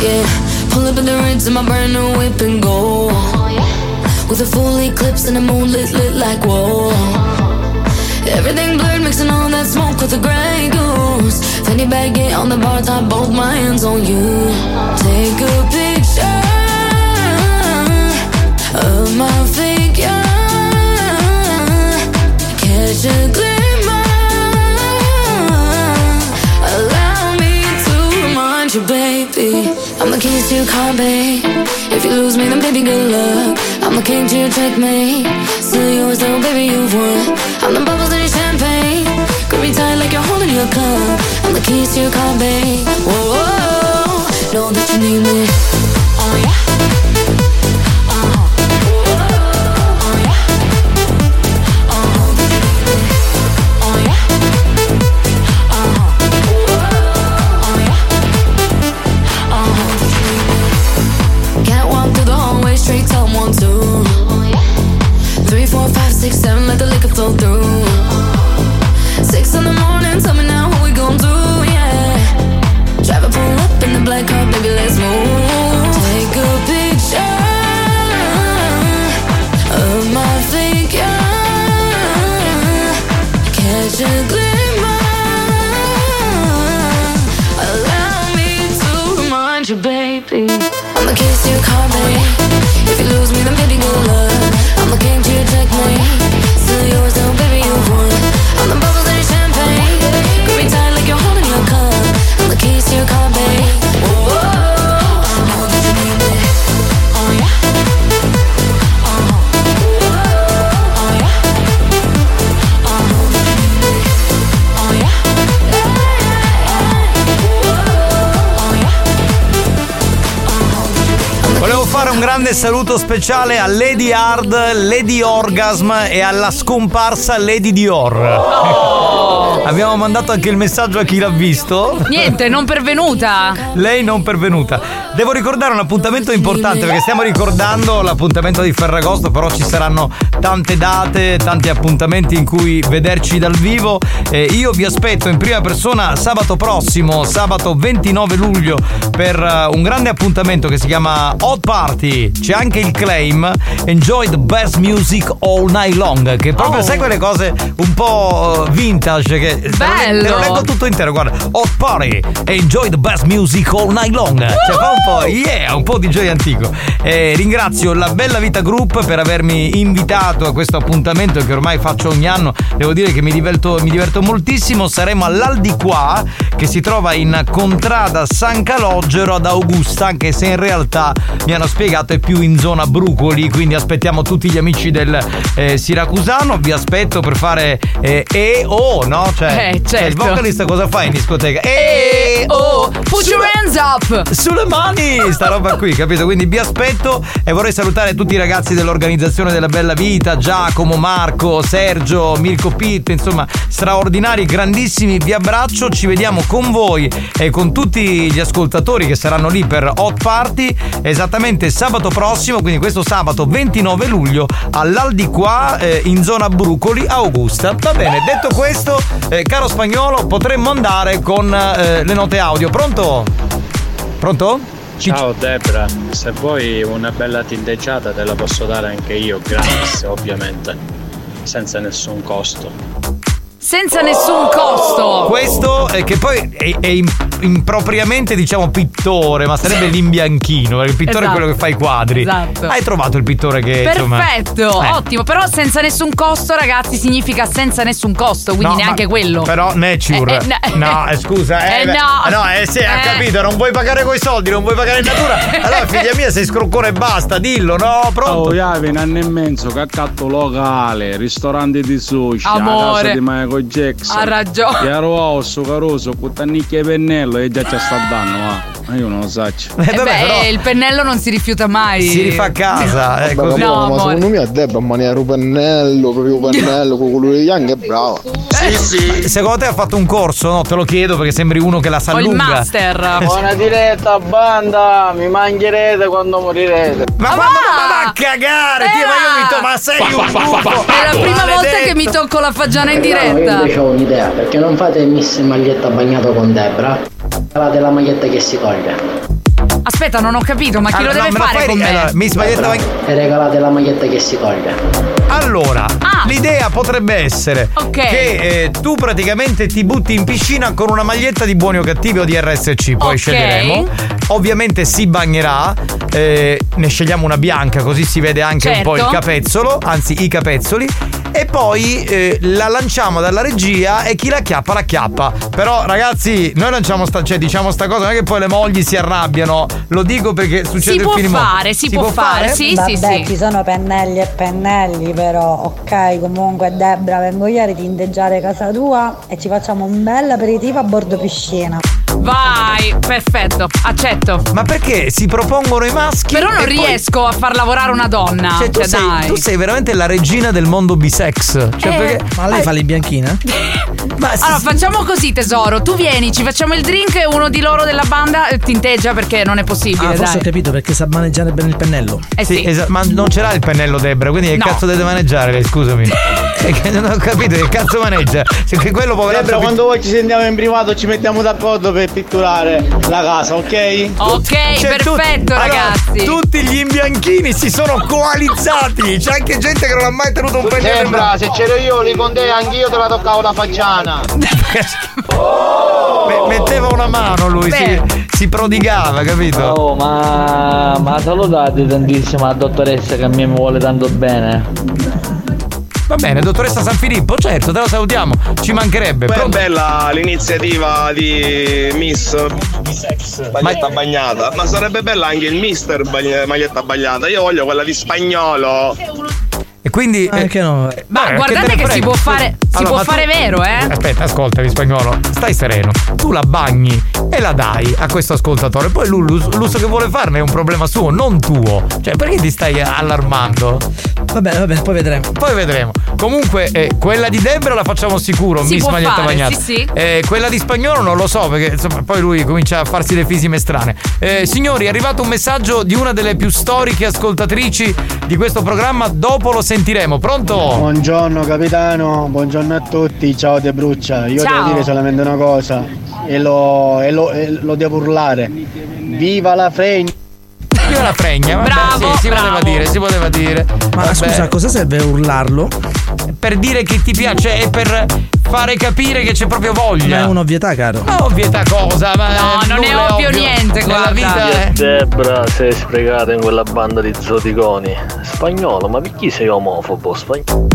[SPEAKER 3] Yeah,
[SPEAKER 1] Pull up in the Ritz in my brand new whip and go. With a full eclipse and the moonlit lit like whoa. Everything blurred, mixing all that smoke with the gray goose. Fanny baggy on the bar top, both my hands on you. Take a picture of my figure. Catch a glimmer. Allow me to remind you, baby. I'm the keys to your car, babe. If you lose me, then baby, good luck. I'm the king to your checkmate. Still yours, though, baby, you've won. I'm the bubbles in your champagne. Grip me tight like you're holding your cup. I'm the keys to your car, babe. Whoa, whoa, whoa. know that you need me. Oh yeah. Can't walk Uh, through the hallway straight till I'm one, two. Three, four, five, six, seven, let the liquor flow through. Six in the morning, tell me now what we gon' do, yeah. Driver pull up in the black car, baby, let's move. Take a picture of my figure. Catch a glimmer. Allow me to remind you, baby. I'm the kiss you call me. If you lose me, then baby, good luck. I'm the king to your checkmate. Still yours, though, baby, you won. I'm the bubbles in your champagne. Grip me tight like you're holding your cup. I'm the keys to your car, babe. Whoa, I know that you need it. Oh yeah.
[SPEAKER 5] Volevo fare un grande saluto speciale a Lady Hard, Lady Orgasm e alla scomparsa Lady Dior. Abbiamo mandato anche il messaggio a chi l'ha visto.
[SPEAKER 6] Niente, non pervenuta.
[SPEAKER 5] Lei non pervenuta. Devo ricordare un appuntamento importante perché stiamo ricordando l'appuntamento di Ferragosto, però ci saranno tante date, tanti appuntamenti in cui vederci dal vivo. Eh, io vi aspetto in prima persona sabato prossimo, sabato 29 luglio, per eh, un grande appuntamento che si chiama Hot Party. C'è anche il claim Enjoy the best music all night long, che proprio
[SPEAKER 6] Oh.
[SPEAKER 5] sai quelle cose un po' eh, vintage che te lo- Te lo
[SPEAKER 6] Bello.
[SPEAKER 5] leggo tutto intero, guarda. Hot Party, enjoy the best music all night long. Cioè, fa un po', yeah, un po' di gioia antico. Eh, ringrazio la Bella Vita Group per avermi invitato a questo appuntamento che ormai faccio ogni anno. Devo dire che mi diverto, mi diverto moltissimo. Saremo all'Aldi Qua, che si trova in Contrada San Calogero ad Augusta, anche se in realtà mi hanno spiegato è più in zona Brucoli, quindi aspettiamo tutti gli amici del eh, Siracusano. Vi aspetto per fare eh, e o, no? Cioè,
[SPEAKER 6] Eh, certo.
[SPEAKER 5] il vocalista cosa fa in discoteca?
[SPEAKER 6] E oh, put your hands up!
[SPEAKER 5] Sulle mani! Sta roba qui, capito? Quindi vi aspetto e vorrei salutare tutti i ragazzi dell'organizzazione della Bella Vita, Giacomo, Marco, Sergio, Mirko Pitt, insomma, straordinari, grandissimi, vi abbraccio, ci vediamo con voi e con tutti gli ascoltatori che saranno lì per Hot Party esattamente sabato prossimo, quindi questo sabato 29 luglio all'Aldi qua eh, in zona Brucoli, Augusta. Va bene, detto questo, eh, caro spagnolo, potremmo andare con eh, le note audio. Pronto? Pronto?
[SPEAKER 20] Ciao Debra, se vuoi una bella tinteggiata te la posso dare anche io, gratis ovviamente, senza nessun costo.
[SPEAKER 6] Senza nessun costo.
[SPEAKER 5] Questo eh, che poi è, è im- impropriamente diciamo pittore, ma sarebbe l'imbianchino, perché il pittore
[SPEAKER 6] Esatto.
[SPEAKER 5] è quello che fa i quadri.
[SPEAKER 6] Esatto.
[SPEAKER 5] Hai trovato il pittore che insomma-
[SPEAKER 6] Perfetto,
[SPEAKER 5] Eh.
[SPEAKER 6] ottimo. Però senza nessun costo, ragazzi, significa senza nessun costo, quindi
[SPEAKER 5] No,
[SPEAKER 6] neanche
[SPEAKER 5] ma-
[SPEAKER 6] quello.
[SPEAKER 5] Però Nature.
[SPEAKER 6] Eh, eh, no.
[SPEAKER 5] no, eh, scusa, eh,
[SPEAKER 6] Eh,
[SPEAKER 5] beh,
[SPEAKER 6] no.
[SPEAKER 5] no, eh sì, ha
[SPEAKER 6] Eh.
[SPEAKER 5] capito, non vuoi pagare coi soldi, non vuoi pagare in natura. Allora, figlia mia, sei scroccone e basta, dillo, no, pronto.
[SPEAKER 23] Oh, Iavi, un anno e mezzo, caccatto locale, ristorante di sushi, a
[SPEAKER 6] Amore.
[SPEAKER 23] casa di Michael Jackson.
[SPEAKER 6] Ha ragione.
[SPEAKER 23] Chiaro osso, caroso, cuttanicchia e pennello e già ci sta dando, ma- ma io non lo saccio.
[SPEAKER 6] Eh beh, il pennello non si rifiuta
[SPEAKER 29] Eh,
[SPEAKER 6] mai.
[SPEAKER 25] Vabbè,
[SPEAKER 6] No,
[SPEAKER 25] capito, ma
[SPEAKER 6] amore.
[SPEAKER 25] secondo me a Debra maniera un pennello, proprio un pennello, con quello di Young è brava.
[SPEAKER 5] Ma Secondo te ha fatto un corso? No, te lo chiedo perché sembri uno che la sa lunga.
[SPEAKER 27] Buona diretta, banda. Mi mancherete quando morirete.
[SPEAKER 6] Ah,
[SPEAKER 5] Ma, ma, ma va a cagare, ti- ma io mi to- ma sei un buffo.
[SPEAKER 6] È la prima volta
[SPEAKER 5] Maledetto.
[SPEAKER 6] che mi tocco la fagiana in
[SPEAKER 21] Io
[SPEAKER 6] diretta.
[SPEAKER 21] invece ho un'idea, perché non fate miss maglietta bagnato con Debra? Fate la maglietta che si coglie.
[SPEAKER 6] Aspetta, non ho capito, ma chi
[SPEAKER 5] Allora,
[SPEAKER 6] lo
[SPEAKER 5] no,
[SPEAKER 6] deve
[SPEAKER 5] me
[SPEAKER 6] fare
[SPEAKER 5] fai
[SPEAKER 6] con
[SPEAKER 5] ri-
[SPEAKER 6] me?
[SPEAKER 5] allora, mi sbagliettavo in-
[SPEAKER 20] E regalate la maglietta che si coglie.
[SPEAKER 5] Allora,
[SPEAKER 6] Ah.
[SPEAKER 5] l'idea potrebbe essere
[SPEAKER 20] Ok.
[SPEAKER 5] che eh, tu praticamente ti butti in piscina con una maglietta di buoni o cattivi o di RSC, poi
[SPEAKER 20] Ok.
[SPEAKER 5] sceglieremo. Ovviamente si bagnerà, eh, ne scegliamo una bianca così si vede anche un po' il
[SPEAKER 20] Certo.
[SPEAKER 5] capezzolo, anzi i capezzoli. E poi eh, la lanciamo dalla regia e chi la chiappa la chiappa. Però ragazzi, noi lanciamo sta, cioè, diciamo sta cosa, non è che poi le mogli si arrabbiano. Lo dico perché succede il
[SPEAKER 6] può
[SPEAKER 5] finimondo.
[SPEAKER 6] fare, si può fare, sì,
[SPEAKER 10] Vabbè,
[SPEAKER 6] sì, sì.
[SPEAKER 10] ci sono pennelli e pennelli, però ok, comunque Debra, vengo ieri di indeggiare casa tua e ci facciamo un bel aperitivo a bordo piscina.
[SPEAKER 6] Vai, perfetto, accetto.
[SPEAKER 5] Ma perché si propongono i maschi?
[SPEAKER 6] Però non
[SPEAKER 5] e poi-
[SPEAKER 6] riesco a far lavorare una donna.
[SPEAKER 5] Cioè, tu,
[SPEAKER 6] Cioè,
[SPEAKER 5] sei,
[SPEAKER 6] dai.
[SPEAKER 5] tu sei veramente la regina del mondo bisex. Cioè,
[SPEAKER 6] Eh.
[SPEAKER 5] perché-
[SPEAKER 17] Ma lei fa l'imbianchina?
[SPEAKER 6] allora, facciamo così, tesoro. Tu vieni, ci facciamo il drink e uno di loro della banda eh, tinteggia perché non è possibile.
[SPEAKER 17] Ah, forse ho
[SPEAKER 6] dai.
[SPEAKER 17] capito perché sa maneggiare bene il pennello.
[SPEAKER 6] Eh sì.
[SPEAKER 5] esa- ma non ce l'ha il pennello Debra, quindi che
[SPEAKER 17] No.
[SPEAKER 5] cazzo deve maneggiare lei? Scusami. È che non ho capito che cazzo maneggia. Se que- quello poveraccio
[SPEAKER 11] Debra,
[SPEAKER 5] pi-
[SPEAKER 11] quando voi ci sentiamo in privato ci mettiamo d'accordo per pitturare la casa, ok?
[SPEAKER 6] Ok, perfetto,
[SPEAKER 5] Allora,
[SPEAKER 6] ragazzi.
[SPEAKER 5] tutti Oh. gli imbianchini si sono coalizzati. C'è anche gente che non ha mai tenuto un pennello in
[SPEAKER 11] Debra,
[SPEAKER 5] mano.
[SPEAKER 11] se c'ero io lì con te anch'io te la toccavo la facciana.
[SPEAKER 5] Me-
[SPEAKER 11] oh.
[SPEAKER 5] metteva una mano lui, si, si prodigava, capito?
[SPEAKER 32] Oh, ma, ma salutate tantissimo la dottoressa che a me mi vuole tanto bene.
[SPEAKER 5] Va bene, dottoressa San Filippo, certo, te la salutiamo. Ci mancherebbe.
[SPEAKER 33] Beh,
[SPEAKER 5] Pronto?
[SPEAKER 33] bella l'iniziativa di Miss Maglietta Bagnata, ma sarebbe bella anche il Mister Bagn- Maglietta Bagnata. Io voglio quella di spagnolo.
[SPEAKER 5] E quindi.
[SPEAKER 17] Anche no.
[SPEAKER 6] Ma
[SPEAKER 5] Beh,
[SPEAKER 6] guardate
[SPEAKER 5] Eh, te ne
[SPEAKER 6] che
[SPEAKER 5] frega?
[SPEAKER 6] si può fare- si può
[SPEAKER 5] ma tu-
[SPEAKER 6] fare vero, eh?
[SPEAKER 5] Aspetta, ascoltami, spagnolo. Stai sereno. Tu la bagni e la dai a questo ascoltatore. Poi lui l'us- l'uso che vuole farne è un problema suo, non tuo. Cioè, perché ti stai allarmando?
[SPEAKER 17] Va bene, va bene, poi vedremo.
[SPEAKER 5] Poi vedremo. Comunque, eh, quella di Debra la facciamo sicuro,
[SPEAKER 17] Si
[SPEAKER 5] Miss
[SPEAKER 17] può
[SPEAKER 5] Maglietta
[SPEAKER 17] fare,
[SPEAKER 5] Bagnata.
[SPEAKER 17] sì, sì.
[SPEAKER 5] Eh, quella di spagnolo non lo so, perché insomma, poi lui comincia a farsi le fisime strane. Eh, signori, è arrivato un messaggio di una delle più storiche ascoltatrici di questo programma. Dopo lo sentiremo. Pronto?
[SPEAKER 11] Oh. Buongiorno capitano, buongiorno a tutti, ciao De Bruccia, io
[SPEAKER 5] Ciao.
[SPEAKER 11] devo dire solamente una cosa e lo, e lo- e lo devo urlare. Viva la fregna!
[SPEAKER 5] Viva la fregna, vabbè,
[SPEAKER 11] Bravo,
[SPEAKER 5] sì, si
[SPEAKER 11] bravo.
[SPEAKER 5] poteva dire, si poteva dire.
[SPEAKER 17] Ma
[SPEAKER 5] Vabbè.
[SPEAKER 17] scusa, a cosa serve urlarlo?
[SPEAKER 5] Per dire che ti piace e per fare capire che c'è proprio voglia.
[SPEAKER 17] Ma è un'ovvietà, caro.
[SPEAKER 5] Ma ovvietà cosa, ma
[SPEAKER 6] No,
[SPEAKER 5] eh,
[SPEAKER 6] non è
[SPEAKER 5] nulla
[SPEAKER 6] ovvio niente,
[SPEAKER 5] Nella
[SPEAKER 6] guarda.
[SPEAKER 5] vita eh,
[SPEAKER 6] Io-
[SPEAKER 5] è...
[SPEAKER 32] Debra sei sfregata in quella banda di zoticoni. Spagnolo, ma perché sei omofobo? Spagnolo.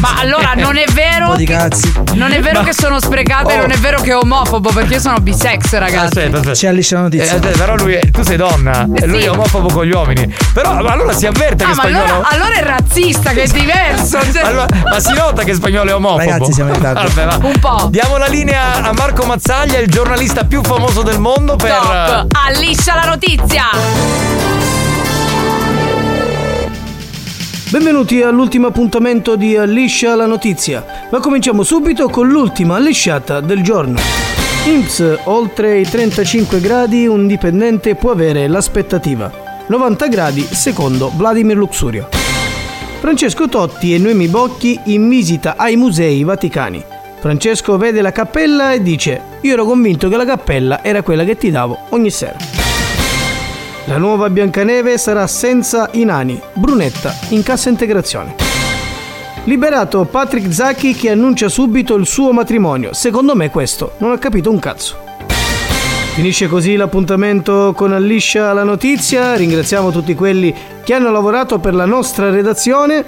[SPEAKER 6] Ma allora non è vero.
[SPEAKER 32] di cazzi.
[SPEAKER 6] Non è vero
[SPEAKER 32] Ma-
[SPEAKER 6] che sono sprecata e
[SPEAKER 32] Oh.
[SPEAKER 6] non è vero che è omofobo perché io sono bisex, ragazzi.
[SPEAKER 5] Aspetta, aspetta.
[SPEAKER 17] C'è Alice la
[SPEAKER 5] Eh,
[SPEAKER 17] notizia.
[SPEAKER 5] aspetta, però lui è- tu sei donna,
[SPEAKER 6] Eh,
[SPEAKER 5] e lui
[SPEAKER 6] sì.
[SPEAKER 5] è omofobo con gli uomini. Però ma allora si avverte
[SPEAKER 6] Ah,
[SPEAKER 5] che
[SPEAKER 6] ma
[SPEAKER 5] spagnolo.
[SPEAKER 6] allora, allora è razzista, che è diverso. cioè-
[SPEAKER 5] Allora- ma si nota che spagnolo è omofobo.
[SPEAKER 17] Ragazzi, siamo in ritardo.
[SPEAKER 5] Vabbè, va.
[SPEAKER 6] Un po'.
[SPEAKER 5] Diamo la linea a Marco Mazzaglia, il giornalista più famoso del mondo per
[SPEAKER 6] Top. Alliscia Ah, la notizia.
[SPEAKER 7] Benvenuti all'ultimo appuntamento di Liscia la notizia, ma cominciamo subito con l'ultima lisciata del giorno. INPS, oltre i 35 gradi un dipendente può avere l'aspettativa. 90 gradi secondo Vladimir Luxuria. Francesco Totti e Noemi Bocchi in visita ai musei vaticani. Francesco vede la cappella e dice: Io ero convinto che la cappella era quella che ti davo ogni sera. La nuova Biancaneve sarà senza i nani, Brunetta in cassa integrazione. Liberato Patrick Zacchi che annuncia subito il suo matrimonio. Secondo me questo non ha capito un cazzo. Finisce così l'appuntamento con Alliscia la notizia. Ringraziamo tutti quelli che hanno lavorato per la nostra redazione.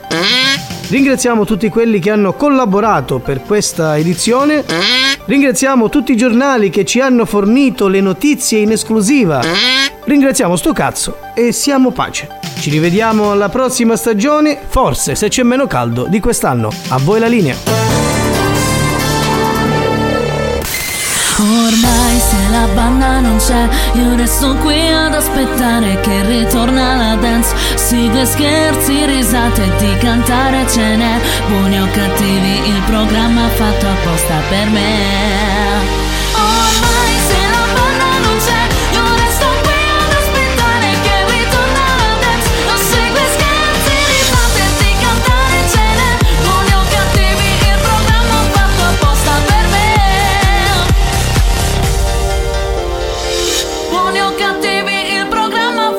[SPEAKER 7] Ringraziamo tutti quelli che hanno collaborato per questa edizione. Ringraziamo tutti i giornali che ci hanno fornito le notizie in esclusiva. Ringraziamo sto cazzo e siamo pace. Ci rivediamo alla prossima stagione, forse se c'è meno caldo di quest'anno. A voi la linea.
[SPEAKER 21] Ormai se la banda non c'è, io resto qui ad aspettare che ritorna la dance. Sigle, scherzi, risate, di cantare ce n'è. Buoni o cattivi, il programma fatto apposta per me. Ormai se la banda non c'è, io resto qui ad aspettare che ritorna la dance. Non segue scherzi, risate, di cantare ce n'è. Buoni o cattivi, il programma fatto apposta per me. Buoni o cattivi il programma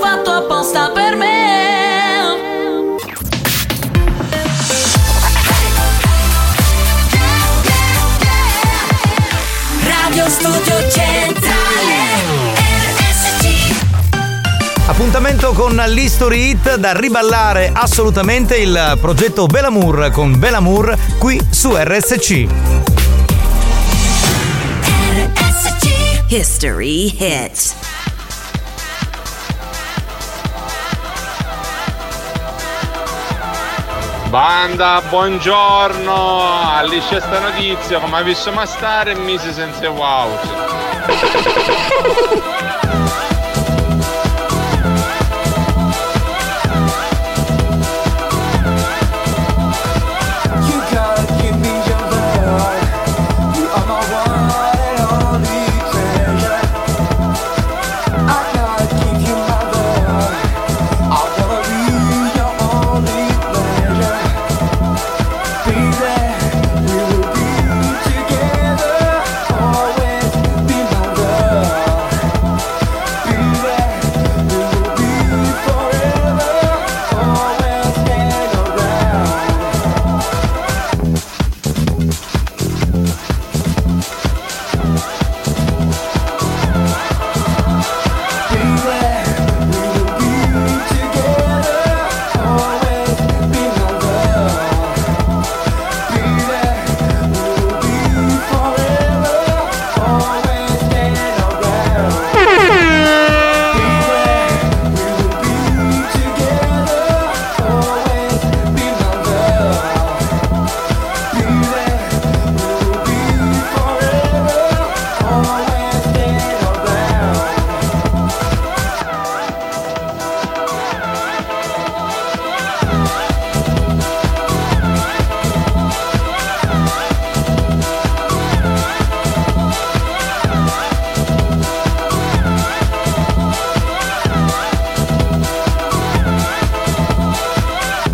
[SPEAKER 5] appuntamento con l'History Hit da riballare assolutamente il progetto Belamour con Belamour qui su RSC.
[SPEAKER 4] History hit.
[SPEAKER 28] Banda, buongiorno! Alice sta notizia, come vi visto mai stare e mise senza wow.
[SPEAKER 3] You gotta give me your love. You are my one and only treasure. I gotta give you my love. I wanna be your only pleasure. Baby, we will be together. Always be my love. Baby, we will be forever. Always stand around.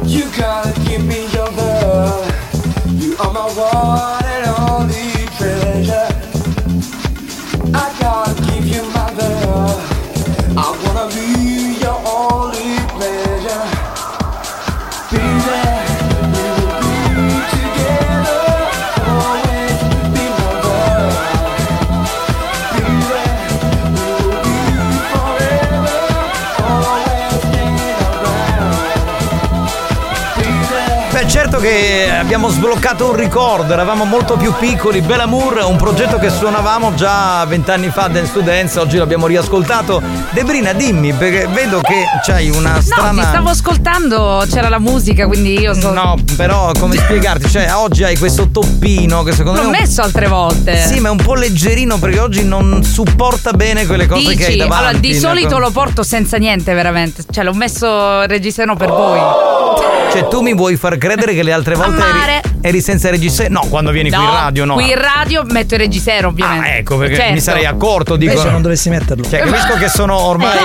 [SPEAKER 3] You gotta give me your love. You are my one and only treasure. I gotta give you my love. I wanna be your only pleasure. Be there, we will be together. Always be my love. Be there, we will be forever. Always stand around.
[SPEAKER 5] Beh, certo che abbiamo sbloccato un ricordo, eravamo molto più piccoli. Belamour, un progetto che suonavamo già vent'anni fa, Dance to Dance, oggi l'abbiamo riascoltato. Debrina, dimmi, perché vedo che c'hai una
[SPEAKER 6] No, ti
[SPEAKER 5] strana.
[SPEAKER 6] stavo ascoltando, c'era la musica, quindi io sono.
[SPEAKER 5] No, però come spiegarti? Cioè, oggi hai questo toppino che secondo
[SPEAKER 6] L'ho
[SPEAKER 5] me. è un-
[SPEAKER 6] messo altre volte.
[SPEAKER 5] Sì, ma è un po' leggerino perché oggi non supporta bene Eh, quelle cose che hai
[SPEAKER 6] Dici,
[SPEAKER 5] davanti.
[SPEAKER 6] allora di
[SPEAKER 5] no?
[SPEAKER 6] solito lo porto senza niente, veramente. Cioè, l'ho messo reggiseno per voi.
[SPEAKER 5] Cioè, tu mi vuoi far credere che le altre volte
[SPEAKER 6] mare.
[SPEAKER 5] eri, eri senza reggiseno? No, quando vieni qui in radio, no.
[SPEAKER 6] Qui in certo. radio metto il reggiseno, ovviamente.
[SPEAKER 5] Ecco, perché mi sarei accorto, dico.
[SPEAKER 7] Invece non dovessi metterlo.
[SPEAKER 5] Cioè, capisco che sono
[SPEAKER 6] Eh.
[SPEAKER 5] ormai.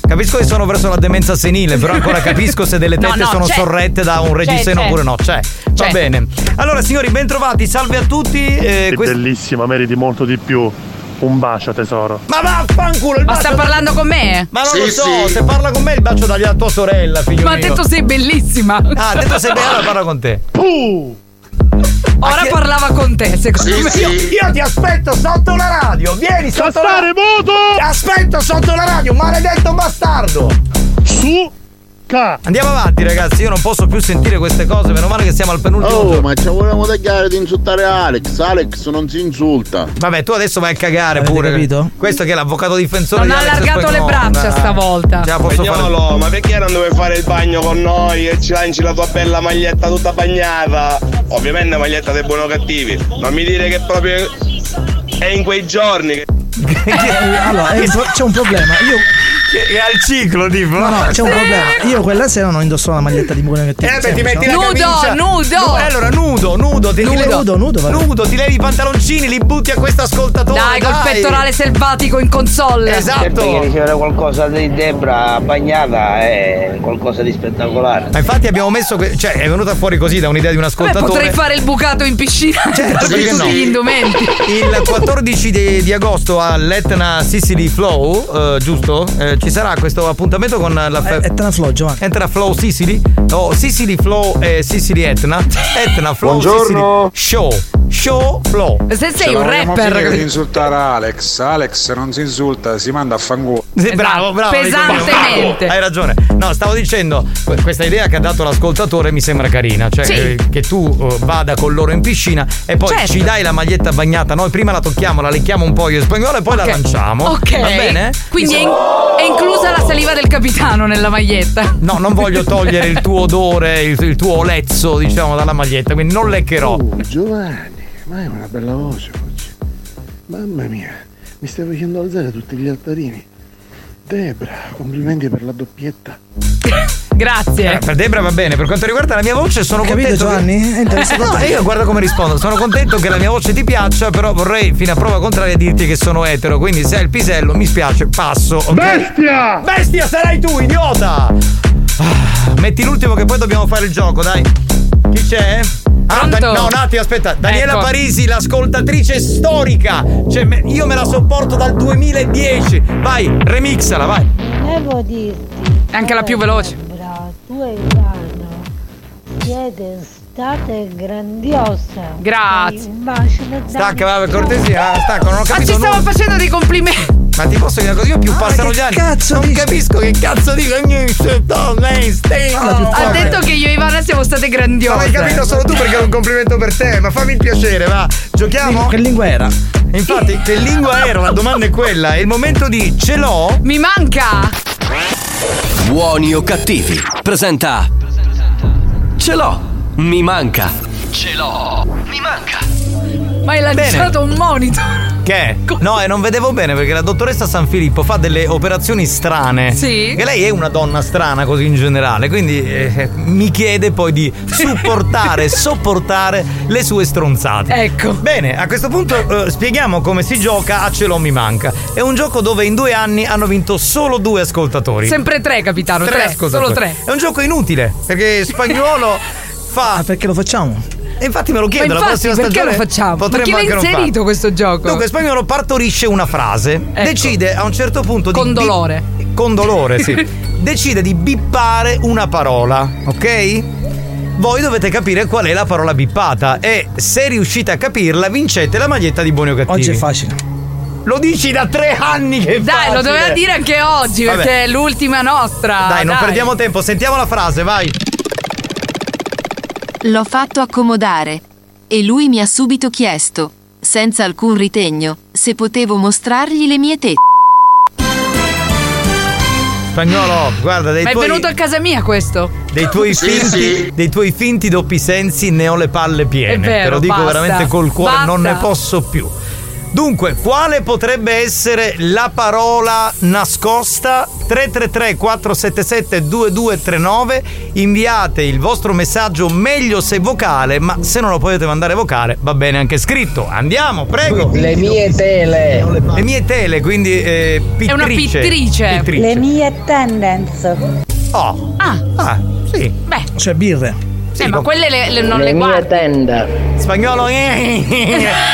[SPEAKER 5] Capisco che sono verso la demenza senile, però ancora capisco se delle
[SPEAKER 2] No,
[SPEAKER 5] tette
[SPEAKER 2] no,
[SPEAKER 5] sono
[SPEAKER 2] c'è.
[SPEAKER 5] sorrette da un
[SPEAKER 2] C'è,
[SPEAKER 5] reggiseno
[SPEAKER 2] c'è.
[SPEAKER 5] oppure no. C'è. Va
[SPEAKER 2] C'è.
[SPEAKER 5] bene. Allora, signori, bentrovati, salve a tutti. eh,
[SPEAKER 29] È
[SPEAKER 5] quest-
[SPEAKER 29] bellissima, meriti molto di più. Un bacio tesoro.
[SPEAKER 5] Ma vaffanculo, il
[SPEAKER 6] Ma
[SPEAKER 5] bacio-
[SPEAKER 6] sta parlando con me?
[SPEAKER 5] Ma non lo so, se parla con me il bacio dagli a tua sorella, figlio
[SPEAKER 6] Ma ha
[SPEAKER 5] mio.
[SPEAKER 6] detto sei bellissima.
[SPEAKER 5] Ah, ha detto sei bella, allora parla con te.
[SPEAKER 6] Ora parlava con te, secondo me.
[SPEAKER 5] Io, io ti aspetto sotto la radio, vieni sotto la radio. Aspetto sotto la radio, maledetto bastardo. Su Andiamo avanti ragazzi, io non posso più sentire queste cose, meno male che siamo al penultimo
[SPEAKER 26] Oh,
[SPEAKER 5] giorno.
[SPEAKER 26] ma ci volevamo tagliare di insultare Alex. Alex non si insulta.
[SPEAKER 5] Vabbè, tu adesso vai a cagare
[SPEAKER 26] Avete
[SPEAKER 5] pure.
[SPEAKER 26] capito?
[SPEAKER 5] Questo che è l'avvocato difensore
[SPEAKER 6] Non
[SPEAKER 5] di
[SPEAKER 6] ha
[SPEAKER 5] Alex
[SPEAKER 6] allargato le
[SPEAKER 5] Spagnolo,
[SPEAKER 6] braccia
[SPEAKER 5] dai.
[SPEAKER 6] stavolta.
[SPEAKER 5] Ce la posso
[SPEAKER 24] Spagnolo, ma perché non dovevi fare il bagno con noi e ci lanci la tua bella maglietta tutta bagnata? Ovviamente maglietta dei buono cattivi. Non mi dire che proprio è in quei giorni che.
[SPEAKER 7] Eh, allora, è un pro- c'è un problema. Io.
[SPEAKER 5] È al ciclo, tipo.
[SPEAKER 7] No, no, c'è un problema. Io quella sera non indossavo la maglietta di Buone Cattive.
[SPEAKER 5] Eh beh, ti metti la
[SPEAKER 7] Nudo,
[SPEAKER 5] camicia.
[SPEAKER 7] nudo.
[SPEAKER 5] Nu- eh, allora, nudo, nudo. Ti ti
[SPEAKER 7] Nudo,
[SPEAKER 5] levi-
[SPEAKER 7] nudo, nudo, va bene.
[SPEAKER 5] nudo, ti levi i pantaloncini, li butti a questo ascoltatore. Esatto.
[SPEAKER 6] Dai, col pettorale selvatico in console.
[SPEAKER 12] Perché Certo ricevere qualcosa di Debra bagnata è qualcosa di spettacolare.
[SPEAKER 5] Ma infatti abbiamo messo. que- cioè, è venuta fuori così da un'idea di un
[SPEAKER 6] Beh,
[SPEAKER 5] ascoltatore.
[SPEAKER 6] potrei fare il bucato in piscina
[SPEAKER 5] Certo,
[SPEAKER 6] per
[SPEAKER 5] perché
[SPEAKER 6] tutti
[SPEAKER 5] no?
[SPEAKER 6] gli indumenti.
[SPEAKER 5] Il 14 di, di agosto all'Etna Sicily Flow, eh, giusto? Eh, ci sarà questo appuntamento con la fe-
[SPEAKER 7] Eh, Etna Flow, Giovanni.
[SPEAKER 5] Etna Flow Sicily? No, Sicily Flow e Sicily Etna. Etna Flow
[SPEAKER 11] Buongiorno.
[SPEAKER 5] Sicily Show. show flow.
[SPEAKER 6] Se
[SPEAKER 4] Ce
[SPEAKER 6] sei
[SPEAKER 4] la
[SPEAKER 6] un
[SPEAKER 4] vogliamo
[SPEAKER 6] rapper.
[SPEAKER 4] finire di
[SPEAKER 6] capito?
[SPEAKER 4] insultare Alex. Alex non si insulta, si manda a fanculo.
[SPEAKER 6] Esatto,
[SPEAKER 5] Sì, Eh, bravo, bravo. Nicola, bravo. Hai ragione. No, stavo dicendo, que- questa idea che ha dato l'ascoltatore mi sembra carina. Cioè,
[SPEAKER 3] Sì.
[SPEAKER 5] eh, che tu eh, vada con loro in piscina e poi
[SPEAKER 3] Certo.
[SPEAKER 5] ci dai la maglietta bagnata. Noi prima la tocchiamo, la lecchiamo un po' io in spagnolo e poi la lanciamo.
[SPEAKER 6] Ok.
[SPEAKER 5] Va bene?
[SPEAKER 6] Quindi è, in-
[SPEAKER 5] Insomma-
[SPEAKER 6] è inclusa la saliva del capitano nella maglietta.
[SPEAKER 5] No, non voglio togliere il tuo odore, il, il tuo olezzo, diciamo, dalla maglietta, quindi non leccherò.
[SPEAKER 6] Uh.
[SPEAKER 26] Giovanni, ma è una bella voce oggi. Mamma mia, mi stai facendo alzare tutti gli altarini. Debra, complimenti per la doppietta.
[SPEAKER 6] Grazie.
[SPEAKER 5] Eh, per Debra va bene, per quanto riguarda la mia voce sono contento.
[SPEAKER 21] Capito, Giovanni? È
[SPEAKER 9] Eh,
[SPEAKER 5] Che...
[SPEAKER 21] interessante.
[SPEAKER 5] Eh, no, io guarda come rispondo. Sono contento che la mia voce ti piaccia, però vorrei fino a prova contraria dirti che sono etero, quindi se hai il pisello mi spiace, passo. ok?
[SPEAKER 3] Bestia!
[SPEAKER 5] Bestia sarai tu, idiota! Ah, Metti l'ultimo che poi dobbiamo fare il gioco, dai. Chi c'è? Ah,
[SPEAKER 3] Pronto?
[SPEAKER 5] Da- no, un attimo, aspetta. Daniela
[SPEAKER 3] Ecco.
[SPEAKER 5] Parisi, l'ascoltatrice storica. Cioè, me- io me la sopporto dal 2010. Vai, remixala, vai.
[SPEAKER 30] Devo dirti,
[SPEAKER 6] È anche la più veloce.
[SPEAKER 30] Debra, tu e Ivano siete state grandiose.
[SPEAKER 6] Grazie.
[SPEAKER 30] Dai, Un bacio da
[SPEAKER 5] Stacca, va per cortesia. Ah, Stacca, non ho
[SPEAKER 30] Ma
[SPEAKER 5] capito.
[SPEAKER 30] ci stavo
[SPEAKER 5] nulla.
[SPEAKER 6] Ah, facendo dei complimenti.
[SPEAKER 5] Ma ti posso dire una cosa? Io più passano gli anni. non capisco che cazzo dico.
[SPEAKER 6] Ha Ah,
[SPEAKER 5] Ha
[SPEAKER 6] detto che io e Ivana siamo state grandiose.
[SPEAKER 5] Non hai capito solo tu perché è un complimento per te, ma fammi il piacere, va. Giochiamo? Che lingua era? Infatti, che lingua era? La domanda è quella. È il momento di ce l'ho?
[SPEAKER 6] Mi manca!
[SPEAKER 2] Buoni o cattivi? Presenta. Ce l'ho, mi manca. Ce l'ho, Oh, mi manca.
[SPEAKER 6] Ma hai lanciato un monitor.
[SPEAKER 5] Che? No, e non vedevo bene perché la dottoressa San Filippo fa delle operazioni strane.
[SPEAKER 6] Sì.
[SPEAKER 5] Che lei è una donna strana così in generale, quindi eh, mi chiede poi di supportare, sopportare le sue stronzate. Ecco. Bene, a questo punto eh, spieghiamo come si gioca a Ce l'ho mi manca. È un gioco dove in due anni hanno vinto solo due ascoltatori.
[SPEAKER 6] Sempre tre, capitano. Tre,
[SPEAKER 5] ascoltatori.
[SPEAKER 6] solo tre.
[SPEAKER 5] È un gioco inutile perché spagnolo
[SPEAKER 7] Ah,
[SPEAKER 5] fa. perché lo facciamo? E infatti me lo chiedo,
[SPEAKER 6] Ma
[SPEAKER 5] la
[SPEAKER 6] infatti,
[SPEAKER 5] prossima
[SPEAKER 6] perché
[SPEAKER 5] stagione
[SPEAKER 6] lo facciamo?
[SPEAKER 5] potremmo
[SPEAKER 6] Ma chi l'ha
[SPEAKER 5] anche non farlo.
[SPEAKER 6] inserito questo gioco?
[SPEAKER 5] Dunque, spagnolo partorisce una frase, decide a un certo punto di.
[SPEAKER 6] Ecco. Con dolore.
[SPEAKER 5] bi- con dolore, sì. decide di bippare una parola, ok? Voi dovete capire qual è la parola bippata e se riuscite a capirla vincete la maglietta di Buoni o Cattivi.
[SPEAKER 21] Oggi è
[SPEAKER 5] facile. Lo dici da tre anni che
[SPEAKER 6] Dai, Eh, lo
[SPEAKER 5] facile.
[SPEAKER 6] doveva dire Ah, anche oggi
[SPEAKER 5] Vabbè.
[SPEAKER 6] perché è l'ultima nostra.
[SPEAKER 5] Dai, non perdiamo tempo, sentiamo la frase, vai.
[SPEAKER 31] L'ho fatto accomodare. E lui mi ha subito chiesto, senza alcun ritegno, se potevo mostrargli le mie tette.
[SPEAKER 5] Spagnolo, guarda, dei
[SPEAKER 6] Ma è
[SPEAKER 5] tuoi,
[SPEAKER 6] venuto a casa mia questo?
[SPEAKER 5] dei tuoi finti, dei tuoi finti doppi sensi ne ho le palle
[SPEAKER 6] È
[SPEAKER 5] piene.
[SPEAKER 6] vero,
[SPEAKER 5] Te lo dico
[SPEAKER 6] basta.
[SPEAKER 5] veramente col cuore, non ne
[SPEAKER 6] Basta.
[SPEAKER 5] posso più. Dunque, quale potrebbe essere la parola nascosta? 333 477 2239 Inviate il vostro messaggio meglio se vocale, ma se non lo potete mandare vocale, va bene anche scritto. Andiamo, prego.
[SPEAKER 27] Le mie tele.
[SPEAKER 5] Le mie tele, quindi eh, pittrice. Pittrice.
[SPEAKER 13] Le mie tendance.
[SPEAKER 5] Oh.
[SPEAKER 6] Ah.
[SPEAKER 5] Ah, sì.
[SPEAKER 6] Beh.
[SPEAKER 21] Cioè birre.
[SPEAKER 6] eh, ma quelle le- le- non le,
[SPEAKER 21] mie
[SPEAKER 6] guardi.
[SPEAKER 5] Spagnolo, eh,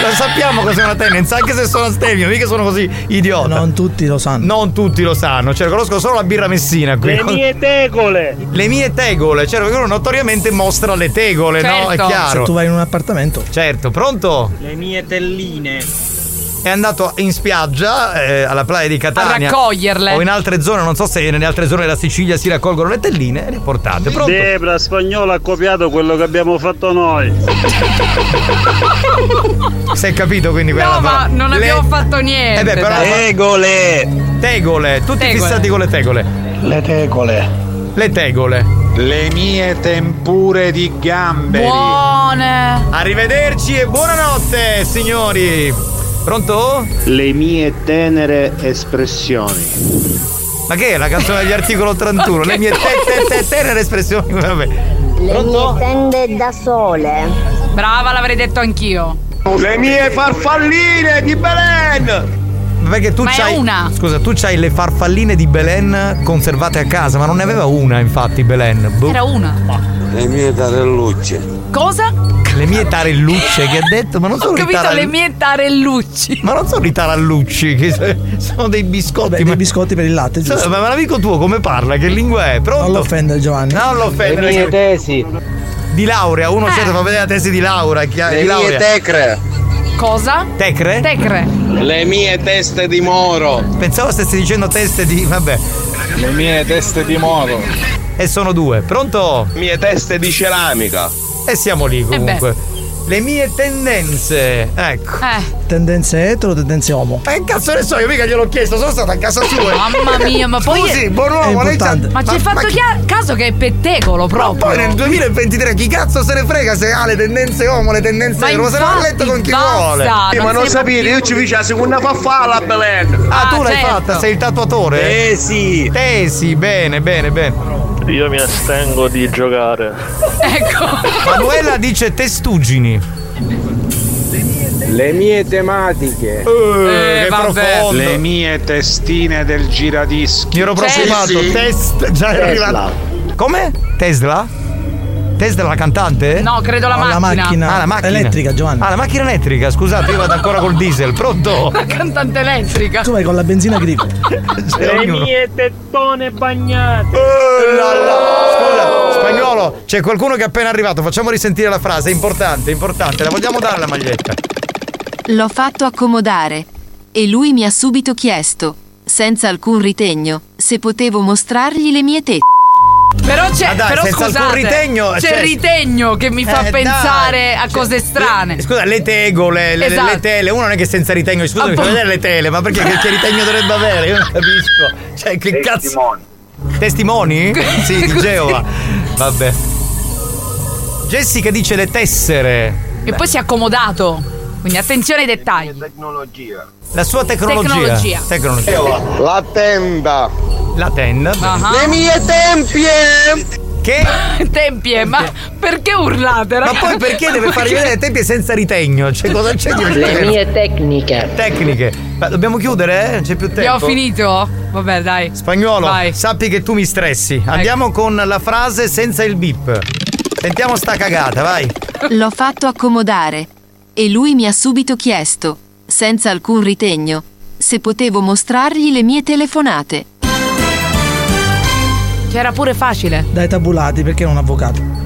[SPEAKER 5] lo sappiamo cos'è una tendenza, anche se sono a stemio, mica sono così idiota. Non tutti lo sanno. Non tutti lo sanno, cioè conosco solo la birra messina qui.
[SPEAKER 3] Le mie
[SPEAKER 5] tegole. Le mie tegole, cioè perché uno notoriamente mostra le tegole, no? È
[SPEAKER 21] Se tu
[SPEAKER 5] chiaro.
[SPEAKER 21] vai in un appartamento.
[SPEAKER 5] Certo, pronto?
[SPEAKER 27] Le mie telline.
[SPEAKER 5] È andato in spiaggia eh, alla playa di Catania.
[SPEAKER 27] A raccoglierle.
[SPEAKER 5] O in altre zone, non so se nelle altre zone della Sicilia si raccolgono le telline e le portate. Pronto?
[SPEAKER 17] Debra spagnolo ha copiato quello che abbiamo fatto noi.
[SPEAKER 5] Sei capito quindi quella
[SPEAKER 6] No, ma
[SPEAKER 5] parola?
[SPEAKER 6] non
[SPEAKER 5] Le-
[SPEAKER 6] abbiamo fatto niente.
[SPEAKER 5] Eh beh, però
[SPEAKER 6] dai.
[SPEAKER 5] tegole! Tegole, tutti
[SPEAKER 6] Tegole.
[SPEAKER 5] fissati con le tegole. Le tegole. Le tegole. Le mie tempure di gamberi.
[SPEAKER 6] Buone.
[SPEAKER 5] Arrivederci e buonanotte, signori. Pronto?
[SPEAKER 17] Le mie tenere espressioni.
[SPEAKER 5] Ma che è la canzone degli articolo 81? Le mie te, te, te, tenere espressioni, vabbè.
[SPEAKER 30] Le mie tende da sole.
[SPEAKER 6] Brava, l'avrei detto anch'io.
[SPEAKER 5] Le mie farfalline di Belen! Perché tu
[SPEAKER 6] Ma è
[SPEAKER 5] c'hai.
[SPEAKER 6] una.
[SPEAKER 5] Scusa, tu c'hai le farfalline di Belen conservate a casa, ma non ne aveva una, infatti, Belen. Boh.
[SPEAKER 6] Era una.
[SPEAKER 5] Le mie tarellucce.
[SPEAKER 6] Cosa?
[SPEAKER 5] Le mie tarellucce che ha detto, ma non
[SPEAKER 6] Ho
[SPEAKER 5] sono i
[SPEAKER 6] capito
[SPEAKER 5] taral-
[SPEAKER 6] le mie tarellucci.
[SPEAKER 5] Ma non sono i tarallucci, che se- sono dei biscotti. dei biscotti per il latte,
[SPEAKER 21] giusto.
[SPEAKER 5] Ma, ma l'amico tuo come parla? Che lingua è? Pronto?
[SPEAKER 21] Non lo offendere Giovanni.
[SPEAKER 5] Non lo
[SPEAKER 27] Le
[SPEAKER 5] offendere.
[SPEAKER 27] mie tesi.
[SPEAKER 5] di laurea,
[SPEAKER 6] Eh.
[SPEAKER 5] uno certo fa vedere la tesi di laurea. Chi ha,
[SPEAKER 24] Le
[SPEAKER 5] di
[SPEAKER 24] mie
[SPEAKER 5] laurea.
[SPEAKER 24] tecre.
[SPEAKER 6] Cosa?
[SPEAKER 5] Tecre?
[SPEAKER 6] Tecre.
[SPEAKER 24] Le mie teste di moro.
[SPEAKER 5] Pensavo stessi dicendo teste di. vabbè.
[SPEAKER 24] Le mie teste di moro.
[SPEAKER 5] E sono due. Pronto?
[SPEAKER 24] Mie teste di ceramica.
[SPEAKER 5] E siamo lì
[SPEAKER 24] Eh beh.
[SPEAKER 5] comunque. Le mie tendenze. Ecco.
[SPEAKER 24] Eh.
[SPEAKER 7] Tendenze etero, tendenze homo.
[SPEAKER 5] Ma che cazzo ne so, io mica gliel'ho chiesto, sono stato a casa sua.
[SPEAKER 6] Mamma mia, ma poi.
[SPEAKER 5] Scusi, buon uomo, lei c'ha-
[SPEAKER 6] Ma ci hai
[SPEAKER 5] ma-
[SPEAKER 6] fatto
[SPEAKER 5] ma chi-
[SPEAKER 6] chia- caso che è pettegolo proprio.
[SPEAKER 5] Poi nel 2023 chi cazzo se ne frega se ha le tendenze uomo, le tendenze
[SPEAKER 6] Ma
[SPEAKER 5] etero, se ne va a
[SPEAKER 6] infatti,
[SPEAKER 5] letto con chi
[SPEAKER 6] basta,
[SPEAKER 5] vuole.
[SPEAKER 6] Sì, ma non non siamo sapete,
[SPEAKER 24] io ci vici la seconda farfalla a Belen.
[SPEAKER 5] Ah, tu
[SPEAKER 24] Ah,
[SPEAKER 5] l'hai
[SPEAKER 24] certo.
[SPEAKER 5] fatta, sei il tatuatore? Eh sì. Eh sì, bene, bene, bene.
[SPEAKER 10] Io mi astengo di giocare.
[SPEAKER 5] Manuela dice testuggini.
[SPEAKER 30] Eh,
[SPEAKER 4] Le mie tematiche.
[SPEAKER 5] che vabbè. profondo.
[SPEAKER 4] Le mie testine del giradischi.
[SPEAKER 5] Mi ero profumato. Test. Già
[SPEAKER 4] Tesla.
[SPEAKER 5] è arrivato. Come? Tesla? Tesla la cantante?
[SPEAKER 6] No, credo la No, la macchina. macchina
[SPEAKER 5] Ah, la macchina.
[SPEAKER 7] elettrica,
[SPEAKER 5] Giovanni. Ah, la macchina elettrica, scusate, io vado ancora col diesel. Pronto?
[SPEAKER 6] La cantante elettrica.
[SPEAKER 7] Tu vai con la benzina grigo.
[SPEAKER 5] Le mie
[SPEAKER 3] tettone bagnate.
[SPEAKER 5] Oh, Scusa, spagnolo, c'è qualcuno che è appena arrivato. Facciamo risentire la frase, è importante, è importante. La vogliamo dare la maglietta?
[SPEAKER 31] L'ho fatto accomodare. E lui mi ha subito chiesto, senza alcun ritegno, se potevo mostrargli le mie tette.
[SPEAKER 6] Però c'è.
[SPEAKER 31] Ah, dai,
[SPEAKER 6] però
[SPEAKER 31] senza alcun
[SPEAKER 6] scusate,
[SPEAKER 31] ritegno,
[SPEAKER 6] C'è
[SPEAKER 31] cioè-
[SPEAKER 6] il ritegno che mi fa
[SPEAKER 5] Eh, dai,
[SPEAKER 6] pensare a cose strane.
[SPEAKER 5] Scusa, le tegole, le,
[SPEAKER 6] Esatto.
[SPEAKER 5] le tele, uno non è che senza ritegno, scusa, mi
[SPEAKER 6] Appunto.
[SPEAKER 5] fa vedere le tele, ma perché che, che ritegno dovrebbe avere? Io non capisco. Cioè, che cazzo. Testimoni? Sì, di Geova. Vabbè. Jessica dice le tessere.
[SPEAKER 6] E poi si è accomodato. Quindi attenzione ai dettagli. Tecnologia.
[SPEAKER 5] La sua tecnologia.
[SPEAKER 6] Tecnologia.
[SPEAKER 5] Tecnologia.
[SPEAKER 24] La tenda.
[SPEAKER 5] La tenda. bene.
[SPEAKER 6] Le
[SPEAKER 24] mie tempie!
[SPEAKER 5] Che?
[SPEAKER 6] tempie, ma perché urlate?
[SPEAKER 5] Ma poi perché deve far vedere le tempie senza ritegno? Cioè, cosa c'è di
[SPEAKER 19] Le mie tecniche.
[SPEAKER 5] Tecniche. Ma dobbiamo chiudere, eh? Non c'è più tempo.
[SPEAKER 6] Abbiamo finito?
[SPEAKER 5] Ah.
[SPEAKER 6] Vabbè, dai.
[SPEAKER 5] Spagnolo, sappi che tu mi stressi. Andiamo con la frase senza il bip. Sentiamo sta cagata, vai.
[SPEAKER 31] L'ho fatto accomodare. E lui mi ha subito chiesto, senza alcun ritegno, se potevo mostrargli le mie telefonate.
[SPEAKER 6] C'era pure facile.
[SPEAKER 7] Dai tabulati, perché non avvocato?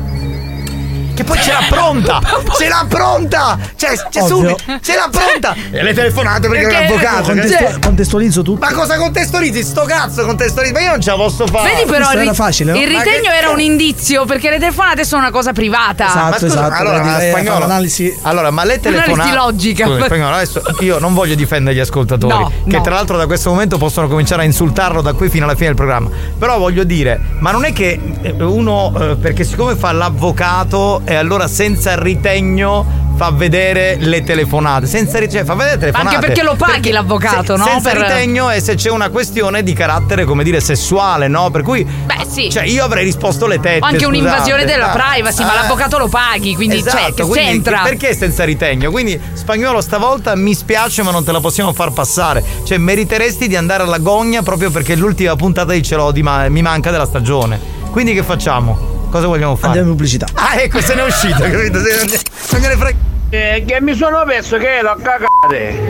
[SPEAKER 5] Che poi ce l'ha pronta! ce l'ha pronta! Cioè, c'è
[SPEAKER 7] Ovvio.
[SPEAKER 5] subito! Ce l'ha pronta! E le telefonate perché,
[SPEAKER 7] Perché
[SPEAKER 5] è un avvocato.
[SPEAKER 7] contestu-
[SPEAKER 5] cioè.
[SPEAKER 7] contestualizzo tutto.
[SPEAKER 5] Ma cosa contestualizzi? Sto cazzo contestualizzi? Ma io non ce la posso fare!
[SPEAKER 6] Vedi però il, ri- il
[SPEAKER 5] Ma che-
[SPEAKER 6] ritegno era un indizio perché le telefonate sono una cosa privata.
[SPEAKER 31] Esatto,
[SPEAKER 5] Ma scusa, Allora, ma spagnolo, allora, ma le
[SPEAKER 6] Un'analisi
[SPEAKER 5] telefonate.
[SPEAKER 6] logica.
[SPEAKER 5] Scusa, spagnolo, adesso io non voglio difendere gli ascoltatori.
[SPEAKER 6] No,
[SPEAKER 5] che
[SPEAKER 6] no.
[SPEAKER 5] tra l'altro da questo momento possono cominciare a insultarlo da qui fino alla fine del programma. Però voglio dire, ma non è che eh, uno, eh, perché siccome fa l'avvocato e allora senza ritegno fa vedere le telefonate. Senza ritegno, fa vedere le
[SPEAKER 6] Ma
[SPEAKER 5] telefonate.
[SPEAKER 6] anche perché lo paghi
[SPEAKER 5] Perché
[SPEAKER 6] l'avvocato,
[SPEAKER 5] se-
[SPEAKER 6] no?
[SPEAKER 5] Senza
[SPEAKER 6] Per-
[SPEAKER 5] ritegno e se c'è una questione di carattere, come dire, sessuale, no? Per cui.
[SPEAKER 6] Beh, sì.
[SPEAKER 5] Cioè, io avrei risposto le tette.
[SPEAKER 6] O anche un'invasione
[SPEAKER 5] scusate.
[SPEAKER 6] della
[SPEAKER 5] Ah,
[SPEAKER 6] privacy, ma
[SPEAKER 5] ah.
[SPEAKER 6] l'avvocato lo paghi, quindi
[SPEAKER 5] Esatto,
[SPEAKER 6] cioè, che
[SPEAKER 5] quindi
[SPEAKER 6] c'entra?
[SPEAKER 5] che- Perché senza ritegno? Quindi, spagnolo, stavolta mi spiace, ma non te la possiamo far passare. Cioè, meriteresti di andare alla gogna proprio perché è l'ultima puntata di Ce l'ho di ma- mi manca della stagione. Quindi, che facciamo? Cosa vogliamo fare? Andiamo
[SPEAKER 7] in pubblicità.
[SPEAKER 5] Ah, ecco, se n'è uscito, capito? Se- Non gliene frega.
[SPEAKER 3] Eh, che mi sono perso che l'ho cagate.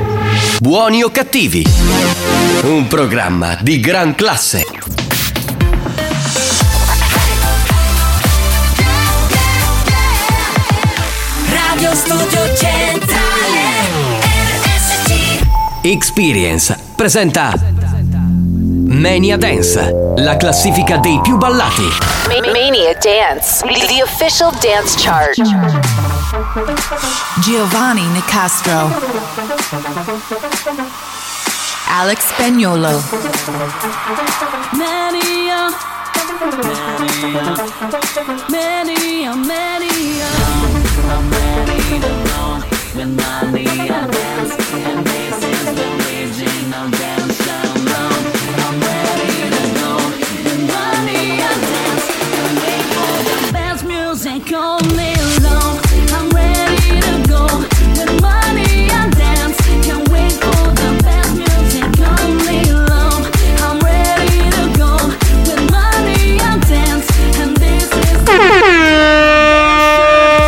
[SPEAKER 2] Buoni o cattivi? Un programma di gran classe.
[SPEAKER 3] Radio Studio Centrale.
[SPEAKER 2] Experience presenta Mania Dance, la classifica dei più ballati.
[SPEAKER 1] Mania Dance, the official dance chart.
[SPEAKER 20] Giovanni Nicastro, Alex Spagnolo,
[SPEAKER 1] Mania. Mania,
[SPEAKER 21] oh,
[SPEAKER 1] mania. Dance music all day long. I'm ready to go. With money I dance. Can't wait for the best music all day long. I'm ready to go. With money I dance. And this is the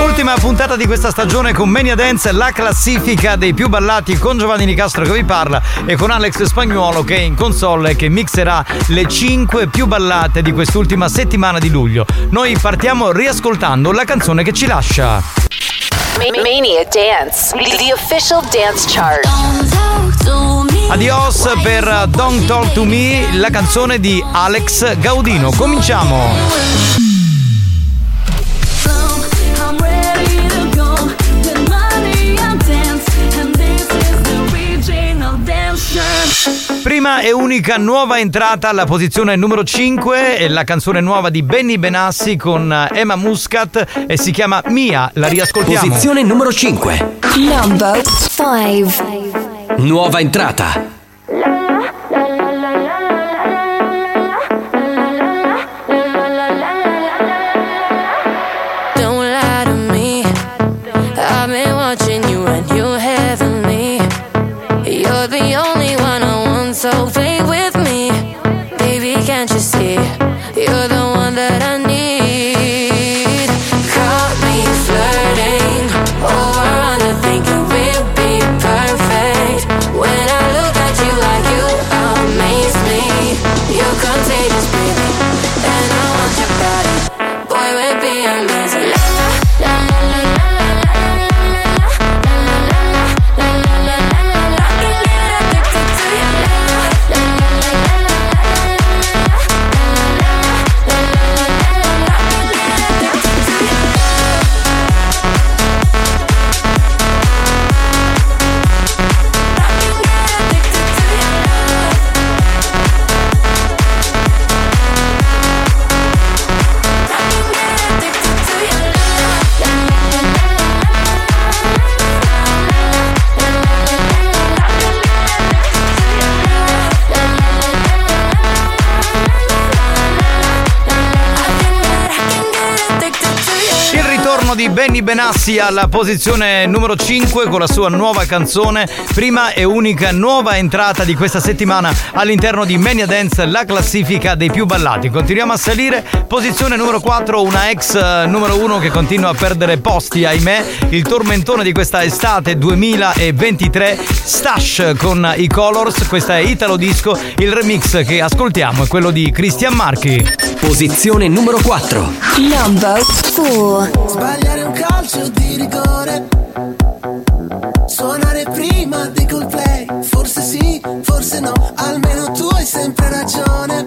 [SPEAKER 5] Ultima puntata puntata di questa stagione con Mania Dance, la classifica dei più ballati con Giovanni Nicastro che vi parla e con Alex Spagnuolo che è in console e che mixerà le 5 più ballate di quest'ultima settimana di luglio. Noi partiamo riascoltando la canzone che ci lascia.
[SPEAKER 28] Mania Dance, the official dance chart.
[SPEAKER 5] Adios per Don't Talk to Me, la canzone di Alex Gaudino. Cominciamo!
[SPEAKER 1] I'm ready to go. With money and dance, and this is the original dance.
[SPEAKER 5] Prima e unica nuova entrata alla posizione numero 5 è la canzone nuova di Benny Benassi con eh, Emma Muscat e si chiama Mia, la riascoltiamo.
[SPEAKER 2] Posizione numero 5.
[SPEAKER 28] Number 5.
[SPEAKER 2] Nuova entrata.
[SPEAKER 23] Don't lie to me. I've been watching you and you having me. You're the only one I want, so play with me. Baby, can't you see? You're the one that I need. Caught me flirting over under thinking we'll be perfect. When I look at you like you amaze me, you're contagious, baby. And I want your body. Boy, we're being amazing. La, la, la, la, la.
[SPEAKER 5] Il ritorno di Benny Benassi alla posizione numero 5 con la sua nuova canzone, prima e unica nuova entrata di questa settimana all'interno di Mania Dance, la classifica dei più ballati. Continuiamo a salire, posizione numero 4, una ex eh, numero 1 che continua a perdere posti, ahimè, il tormentone di questa estate 2023, Stash con i Colors, questa è Italo Disco, il remix che ascoltiamo è quello di Christian Marchi.
[SPEAKER 2] Posizione numero 4.
[SPEAKER 28] Number 4.
[SPEAKER 3] Sbagliare un calcio di rigore. Suonare prima dei play Forse sì, forse no. Almeno tu hai sempre ragione.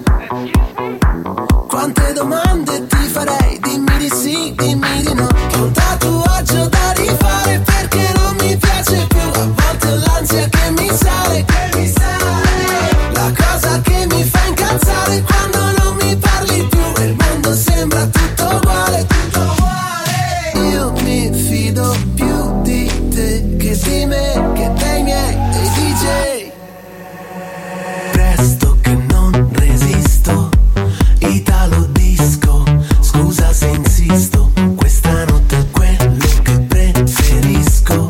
[SPEAKER 3] Quante domande ti farei? Dimmi di sì, dimmi di no. Che un tatuaggio da rifare perché non mi piace più. A volte ho l'ansia che mi sale, che mi sale. La cosa che mi fa incazzare quando non mi parli più. E il mondo sembra tutto uguale, tutto uguale. Io mi fido più di te che di me, che dei miei dei DJ. Presto che non resisto. Italo disco, scusa se insisto, questa notte è quello che preferisco.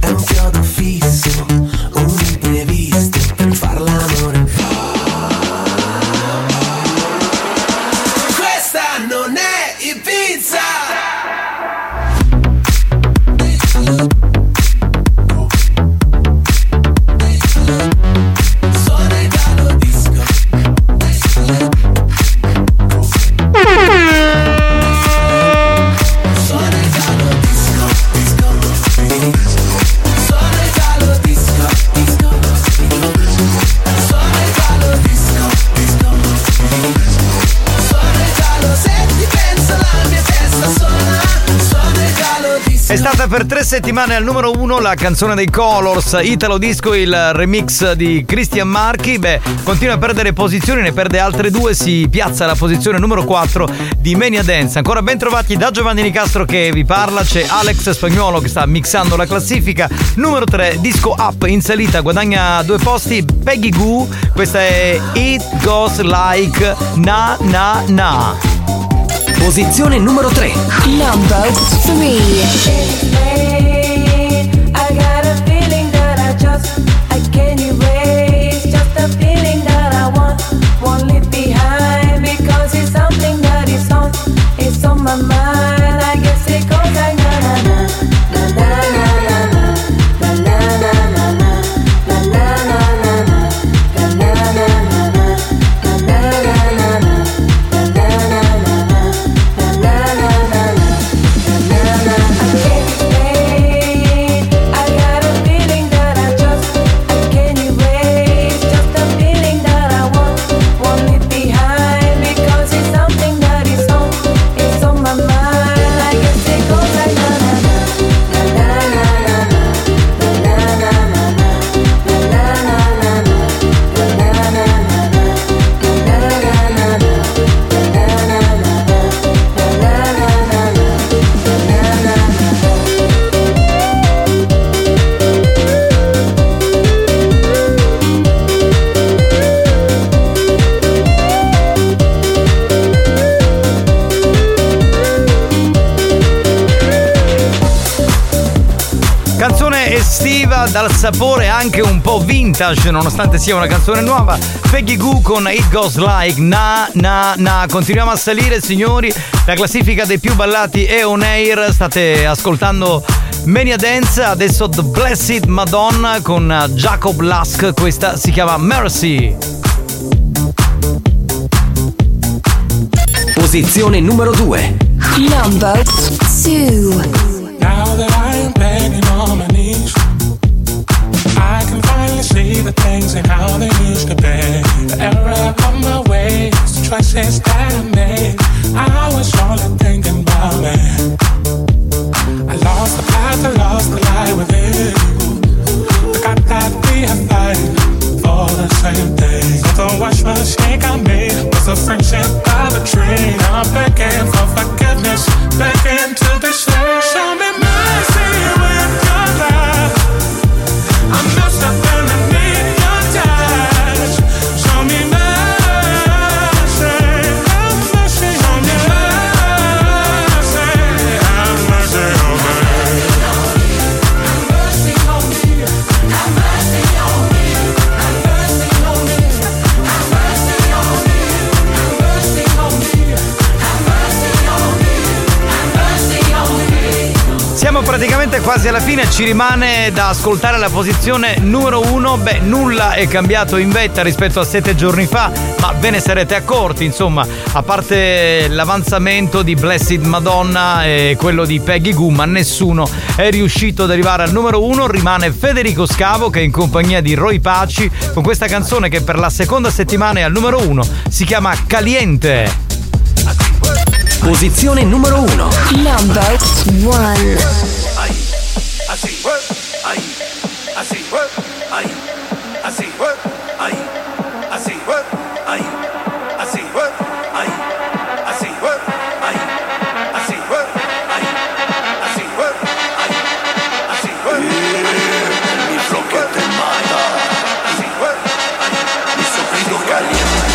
[SPEAKER 3] È un chiodo fisso, un imprevisto per far l'amore. Questa non è Ibiza! Suona Italo disco. Suona Italo disco, disco, Suona Italo disco, disco, Suona Italo disco, disco, Suona Italo se ti penso la mia testa suona, suona Italo disco.
[SPEAKER 5] È stata per tre settimane al numero uno la canzone dei Colors, Italo Disco, il remix di Christian Marchi. Beh, continua a perdere posizioni, ne perde altre due, si piazza alla posizione numero 4 di Mania Dance. Ancora ben trovati da Giovanni Nicastro che vi parla, c'è Alex Spagnolo che sta mixando la classifica. Numero 3, disco up in salita, guadagna due posti, Peggy Goo, questa è It Goes Like Na Na Na.
[SPEAKER 2] Posizione numero 3.
[SPEAKER 28] Number 3.
[SPEAKER 3] I got a feeling that I just I can't erase. Just a feeling that I want won't leave behind because it's something that is on, it's on my mind. I guess it goes like na na na.
[SPEAKER 5] estiva dal sapore anche un po' vintage nonostante sia una canzone nuova. Peggy Goo con It Goes Like Na Na Na. Continuiamo a salire signori, la classifica dei più ballati è on air, state ascoltando Mania Dance, adesso The Blessed Madonna con eh, Jacob Lusk, questa si chiama Mercy.
[SPEAKER 2] Posizione numero 2.
[SPEAKER 28] Number two.
[SPEAKER 3] Now that I am begging on my knees, I can finally see the things and how they used to be. The error of my ways, the choices that I made. I was only thinking about me. I lost the path, I lost the light within. I got that we have fight for the same thing. So the wash mistake I made was a friendship by the train. I'm begging for forgiveness, begging to be saved. Show me mercy with your love. I messed up and I need your touch. Show me mercy, have mercy on me. Mercy, have mercy on me. Have mercy on me. Have mercy on me. Have mercy on me. Have mercy on me. Have mercy on me. Have mercy on me. Have mercy on me.
[SPEAKER 5] Siamo praticamente quasi alla fine, ci rimane da ascoltare la posizione numero 1. Beh, nulla è cambiato in vetta rispetto a sette giorni fa, ma ve ne sarete accorti, insomma, a parte l'avanzamento di Blessed Madonna e quello di Peggy Goo, ma nessuno è riuscito ad arrivare al numero 1. Rimane Federico Scavo che è in compagnia di Roy Paci con questa canzone che per la seconda settimana è al numero 1. Si chiama Caliente.
[SPEAKER 2] Posizione numero 1.
[SPEAKER 28] Number one.
[SPEAKER 3] Mi floquete mata, mi soplido caliente.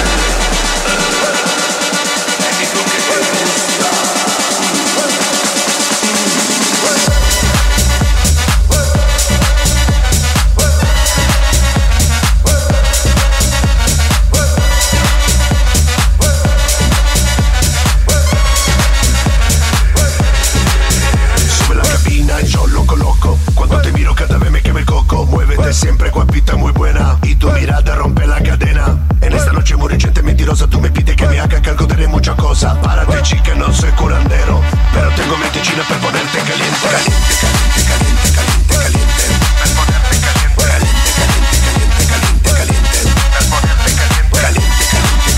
[SPEAKER 29] Sube la cabina, yo loco loco. Cuando te miro cada vez me quema el coco. Muévete siempre, guapita muy buena. Y tu mirada rompe la cadena. En esta noche muy reciente mentirosa, tú me pides que me haga cargo de muchas cosas. Párate chica, no soy curandero. Pero tengo medicina para ponerte caliente. Caliente, caliente, caliente, caliente, caliente. Per ponerte caliente. Caliente, caliente,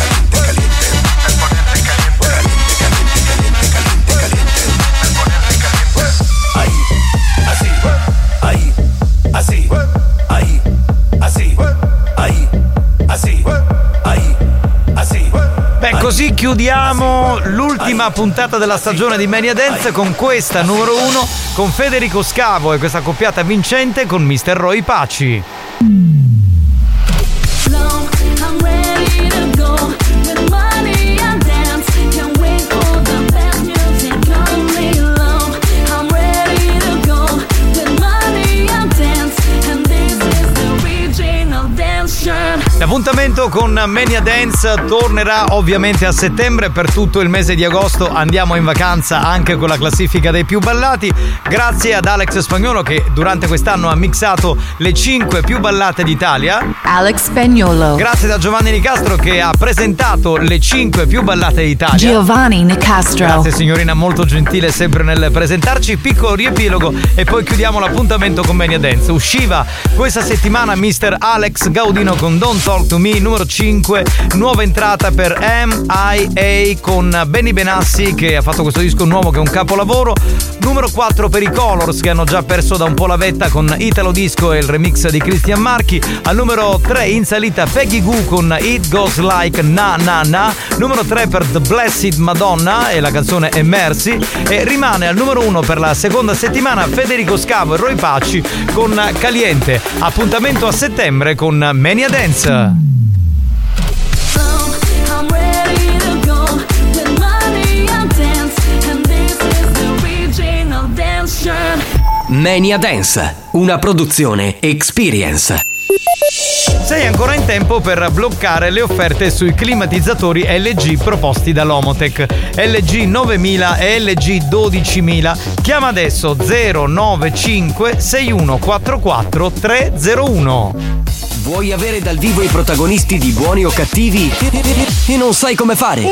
[SPEAKER 29] caliente, caliente, caliente. Per ponerte caliente. Caliente, caliente, caliente, caliente, caliente. Per ponerte caliente. Caliente, caliente, caliente, caliente, caliente. Per ponerte caliente. Ahí, así, ahí, así, ahí, así, ahí, así, ahí, así.
[SPEAKER 5] Beh, così chiudiamo l'ultima puntata della stagione di Mania Dance con questa numero 1 con Federico Scavo e questa coppiata vincente con Mr. Roy Paci.
[SPEAKER 1] Long, I'm ready to go. With money I dance, can't wait for the best music only long. I'm ready to go. With money I dance, and this is the original dance shirt.
[SPEAKER 5] L'appuntamento con Mania Dance tornerà ovviamente a settembre per tutto il mese di agosto andiamo in vacanza anche con la classifica dei più ballati grazie ad Alex Spagnolo che durante quest'anno ha mixato le 5 più ballate d'Italia
[SPEAKER 20] Alex Spagnolo.
[SPEAKER 5] grazie da Giovanni Nicastro che ha presentato le 5 più ballate d'Italia
[SPEAKER 20] Giovanni Nicastro.
[SPEAKER 5] Grazie signorina, molto gentile sempre nel presentarci. Piccolo riepilogo e poi chiudiamo l'appuntamento con Mania Dance. Usciva questa settimana Mr. Alex Gaudino con Don't Talk to Me numero 5, nuova entrata per MIA con Benny Benassi che ha fatto questo disco nuovo che è un capolavoro. Numero 4 per i Colors che hanno già perso da un po' la vetta con Italo Disco e il remix di Cristian Marchi. Al numero 3 in salita Peggy Goo con It Goes Like Na Na Na. Numero 3 per The Blessed Madonna e la canzone è Mercy. E rimane al numero 1 per la seconda settimana Federico Scavo e Roy Pacci con Caliente. Appuntamento a settembre con Mania Dance.
[SPEAKER 1] I'm ready to go. With money I dance, and this is the original dance shirt.
[SPEAKER 2] Mania Dance, una produzione Experience.
[SPEAKER 5] Sei ancora in tempo per bloccare le offerte sui climatizzatori LG proposti dall'Omotech. LG 9000 e LG 12000. Chiama adesso 095 6144 301.
[SPEAKER 2] Vuoi avere dal vivo i protagonisti di buoni o cattivi? E non sai come fare?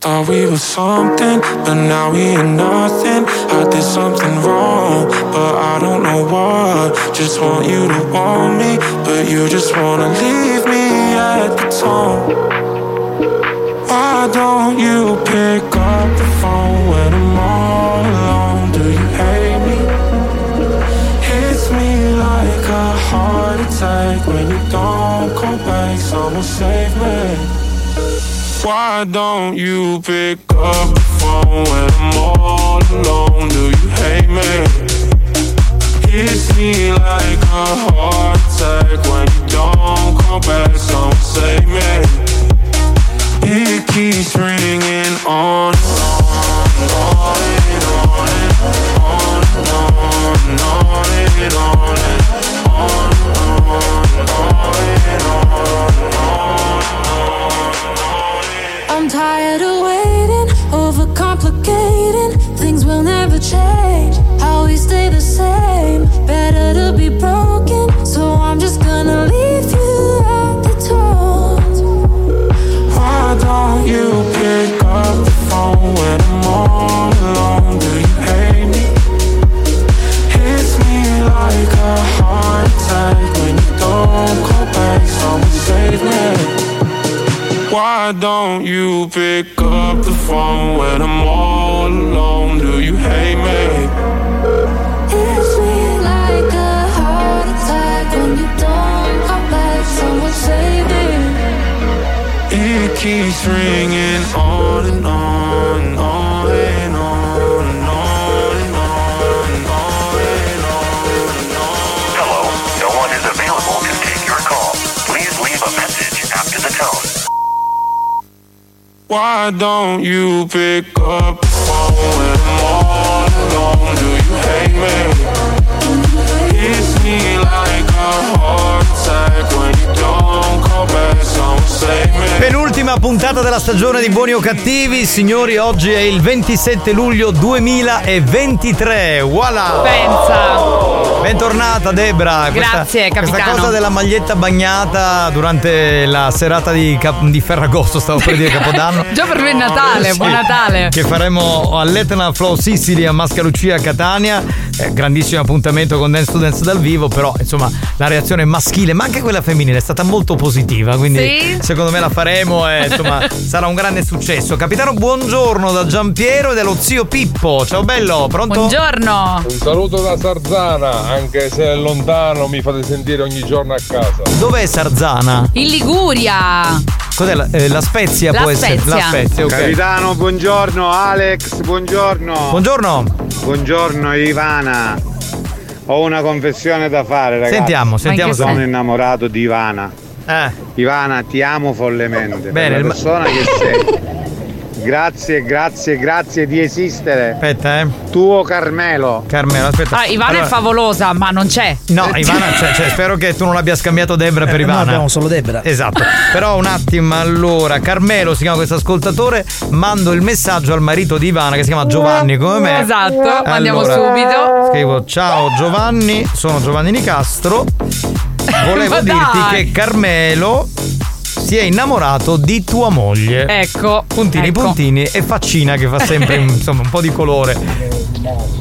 [SPEAKER 3] Thought we were something, but now we are nothing. I did something wrong, but I don't know what. Just want you to want me, but you just wanna leave me at the tone. Why don't you pick up the phone when I'm all alone? Do you hate me? Hits me like a heart attack when you don't call back. Someone save me. Why don't you pick up the phone when I'm all alone? Do you hate me? Hits me like a heart attack when you don't call back. Someone save me. It keeps ringing on and on, on and on and on and on and on and on and on and on and on and on.
[SPEAKER 28] I'm tired of waiting, overcomplicating. Things will never change. How we stay the same. Better to be broken, so I'm just gonna leave you at the door.
[SPEAKER 3] Why don't you pick up the phone when I'm all alone? Do you hate me? Hits me like a heart attack when you don't call back. Someone save me. Why don't you pick up the phone when I'm all alone? Do you hate me?
[SPEAKER 28] Hits me like a heart attack when you don't come back. Someone save me.
[SPEAKER 3] It keeps ringing on and on and on and on and on and on and on and on.
[SPEAKER 1] Hello, no one is available to take your call. Please leave a message after the tone.
[SPEAKER 3] Why don't you pick up the phone when I'm all alone? Do you hate me? Hits me like a heart attack when you don't call back. Someone save me.
[SPEAKER 5] Penultima puntata della stagione di Buoni o Cattivi, signori, oggi è il 27 luglio 2023. Voilà!
[SPEAKER 6] Pensa!
[SPEAKER 5] Bentornata Debra!
[SPEAKER 6] Grazie,
[SPEAKER 5] questa, questa
[SPEAKER 6] capitano.
[SPEAKER 5] cosa della maglietta bagnata durante la serata di, Cap- di Ferragosto, stavo per Oh, dire Capodanno.
[SPEAKER 6] Già per me è Natale,
[SPEAKER 5] Sì.
[SPEAKER 6] buon Natale.
[SPEAKER 5] Che faremo all'Etna Flow Sicily a Mascalucia a Catania. Eh, grandissimo appuntamento con Dance to Dance dal vivo, però insomma la reazione maschile, ma anche quella femminile, è stata molto positiva. Quindi
[SPEAKER 25] Sì.
[SPEAKER 5] secondo me la faremo e insomma sarà un grande successo. Capitano, buongiorno da Giampiero e dallo zio Pippo. Ciao bello, pronto?
[SPEAKER 6] Buongiorno.
[SPEAKER 22] Un saluto da Sarzana, anche se è lontano mi fate sentire ogni giorno a casa.
[SPEAKER 5] Dov'è Sarzana?
[SPEAKER 6] In Liguria.
[SPEAKER 5] Cos'è la, eh, la spezia
[SPEAKER 6] La
[SPEAKER 5] può essere?
[SPEAKER 6] Spezia.
[SPEAKER 5] La spezia, ok.
[SPEAKER 26] Capitano, buongiorno Alex, buongiorno.
[SPEAKER 5] Buongiorno.
[SPEAKER 26] Buongiorno Ivana. Ho una confessione da fare, ragazzi.
[SPEAKER 5] Sentiamo, Ma in sentiamo. che
[SPEAKER 26] Sono
[SPEAKER 5] senso?
[SPEAKER 26] innamorato di Ivana.
[SPEAKER 5] Eh.
[SPEAKER 26] Ivana, ti amo follemente.
[SPEAKER 5] Bene,
[SPEAKER 26] Bene, la
[SPEAKER 5] ma-
[SPEAKER 26] persona che sei. Grazie, grazie, grazie di esistere.
[SPEAKER 5] Aspetta, eh.
[SPEAKER 26] Tuo Carmelo.
[SPEAKER 5] Carmelo, aspetta.
[SPEAKER 6] Allora, Ah, Ivana è
[SPEAKER 5] Allora-
[SPEAKER 6] favolosa, ma non c'è.
[SPEAKER 5] No, Ivana, cioè, cioè, spero che tu non abbia scambiato Debra per
[SPEAKER 7] no,
[SPEAKER 5] Ivana.
[SPEAKER 7] Eh, abbiamo solo Debra.
[SPEAKER 5] Esatto. Però un attimo, allora, Carmelo si chiama questo ascoltatore, mando il messaggio al marito di Ivana che si chiama Giovanni come me.
[SPEAKER 6] Esatto, mandiamo
[SPEAKER 5] Allora,
[SPEAKER 6] subito.
[SPEAKER 5] Scrivo "Ciao Giovanni, sono Giovanni Nicastro. Volevo
[SPEAKER 6] Ma
[SPEAKER 5] dirti
[SPEAKER 6] dai.
[SPEAKER 5] che Carmelo si è innamorato di tua moglie.
[SPEAKER 6] Ecco.
[SPEAKER 5] Puntini,
[SPEAKER 6] ecco.
[SPEAKER 5] puntini e faccina che fa sempre insomma un po' di colore.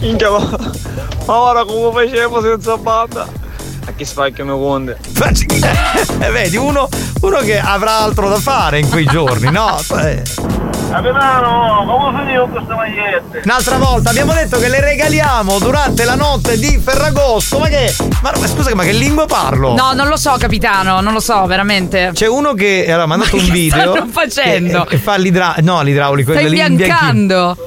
[SPEAKER 30] Minchia, ma ma ora come facevo senza banda? A chi spacchia mio conte?
[SPEAKER 5] E Eh, vedi, uno, uno che avrà altro da fare in quei giorni, no? Eh,
[SPEAKER 30] Capitano, come sono io con queste magliette?
[SPEAKER 5] Un'altra volta abbiamo detto che le regaliamo durante la notte di Ferragosto. Ma che. Ma, ma scusa, ma che lingua parlo?
[SPEAKER 6] No, non lo so, capitano, non lo so, veramente.
[SPEAKER 5] C'è uno che allora, ha mandato un
[SPEAKER 6] che
[SPEAKER 5] video.
[SPEAKER 6] stanno facendo?
[SPEAKER 5] Che, che fa l'idra- no, l'idraulico.
[SPEAKER 6] Stai
[SPEAKER 5] il- l'im-
[SPEAKER 6] biancando.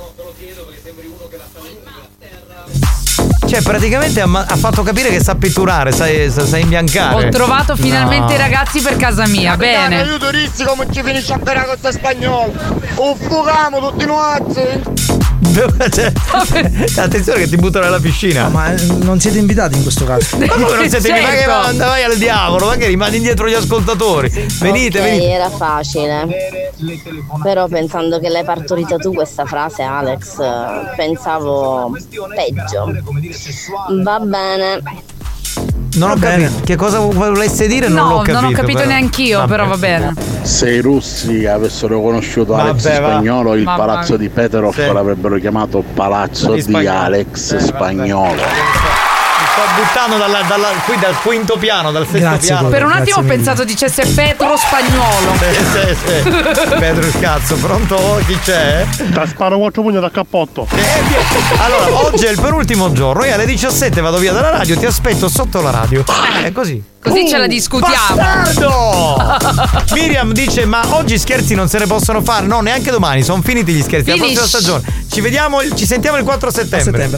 [SPEAKER 5] Cioè, praticamente ha, ma- ha fatto capire che sa pitturare, sa, sa, sa imbiancare.
[SPEAKER 6] Ho trovato finalmente i
[SPEAKER 5] Eh, No.
[SPEAKER 6] ragazzi per casa mia, bene.
[SPEAKER 17] aiuto Rizzi come ci finisce a vera con spagnolo offugamo Oh, tutti noi
[SPEAKER 5] Cioè, Attenzione che ti buttano nella piscina.
[SPEAKER 7] ma eh, non siete invitati in questo caso.
[SPEAKER 5] Ma come non siete ma che
[SPEAKER 7] Certo.
[SPEAKER 5] vai, vai al diavolo, ma che rimani indietro gli ascoltatori. Venite,
[SPEAKER 13] Ok,
[SPEAKER 5] venite.
[SPEAKER 13] era facile. Però pensando che l'hai partorita tu questa frase, Alex, eh, pensavo peggio. Va bene.
[SPEAKER 5] Non ho capito. Che cosa volesse dire? Non
[SPEAKER 6] No,
[SPEAKER 5] l'ho
[SPEAKER 6] non ho
[SPEAKER 5] capito.
[SPEAKER 6] capito
[SPEAKER 5] però.
[SPEAKER 6] neanch'io,
[SPEAKER 5] Vabbè.
[SPEAKER 6] però va bene.
[SPEAKER 9] Se i russi avessero conosciuto Alex
[SPEAKER 5] Vabbè, va.
[SPEAKER 9] Spagnolo, il
[SPEAKER 6] Mamma
[SPEAKER 9] palazzo di Peterov
[SPEAKER 5] Sì.
[SPEAKER 9] l'avrebbero chiamato Palazzo
[SPEAKER 5] Di Eh,
[SPEAKER 9] di,
[SPEAKER 5] Spagnolo.
[SPEAKER 9] Alex Spagnolo.
[SPEAKER 5] Mi sto buttando dalla- dalla- qui dal quinto piano, dal sesto piano.
[SPEAKER 6] Per un attimo ho pensato dicesse Petro Spagnolo.
[SPEAKER 5] Sì, sì. Eh, Pedro il cazzo, pronto? Chi c'è?
[SPEAKER 17] ti sparo quattro pugni da cappotto
[SPEAKER 5] Allora, oggi è il penultimo giorno. Io alle 17 vado via dalla radio, ti aspetto sotto la radio. È così.
[SPEAKER 6] Così
[SPEAKER 5] Uh,
[SPEAKER 6] ce la discutiamo.
[SPEAKER 5] bastardo! Miriam dice: Ma oggi scherzi non se ne possono fare. No, neanche domani, sono finiti gli scherzi. La
[SPEAKER 12] Finish.
[SPEAKER 5] prossima stagione. Ci vediamo, il- ci sentiamo il 4 settembre.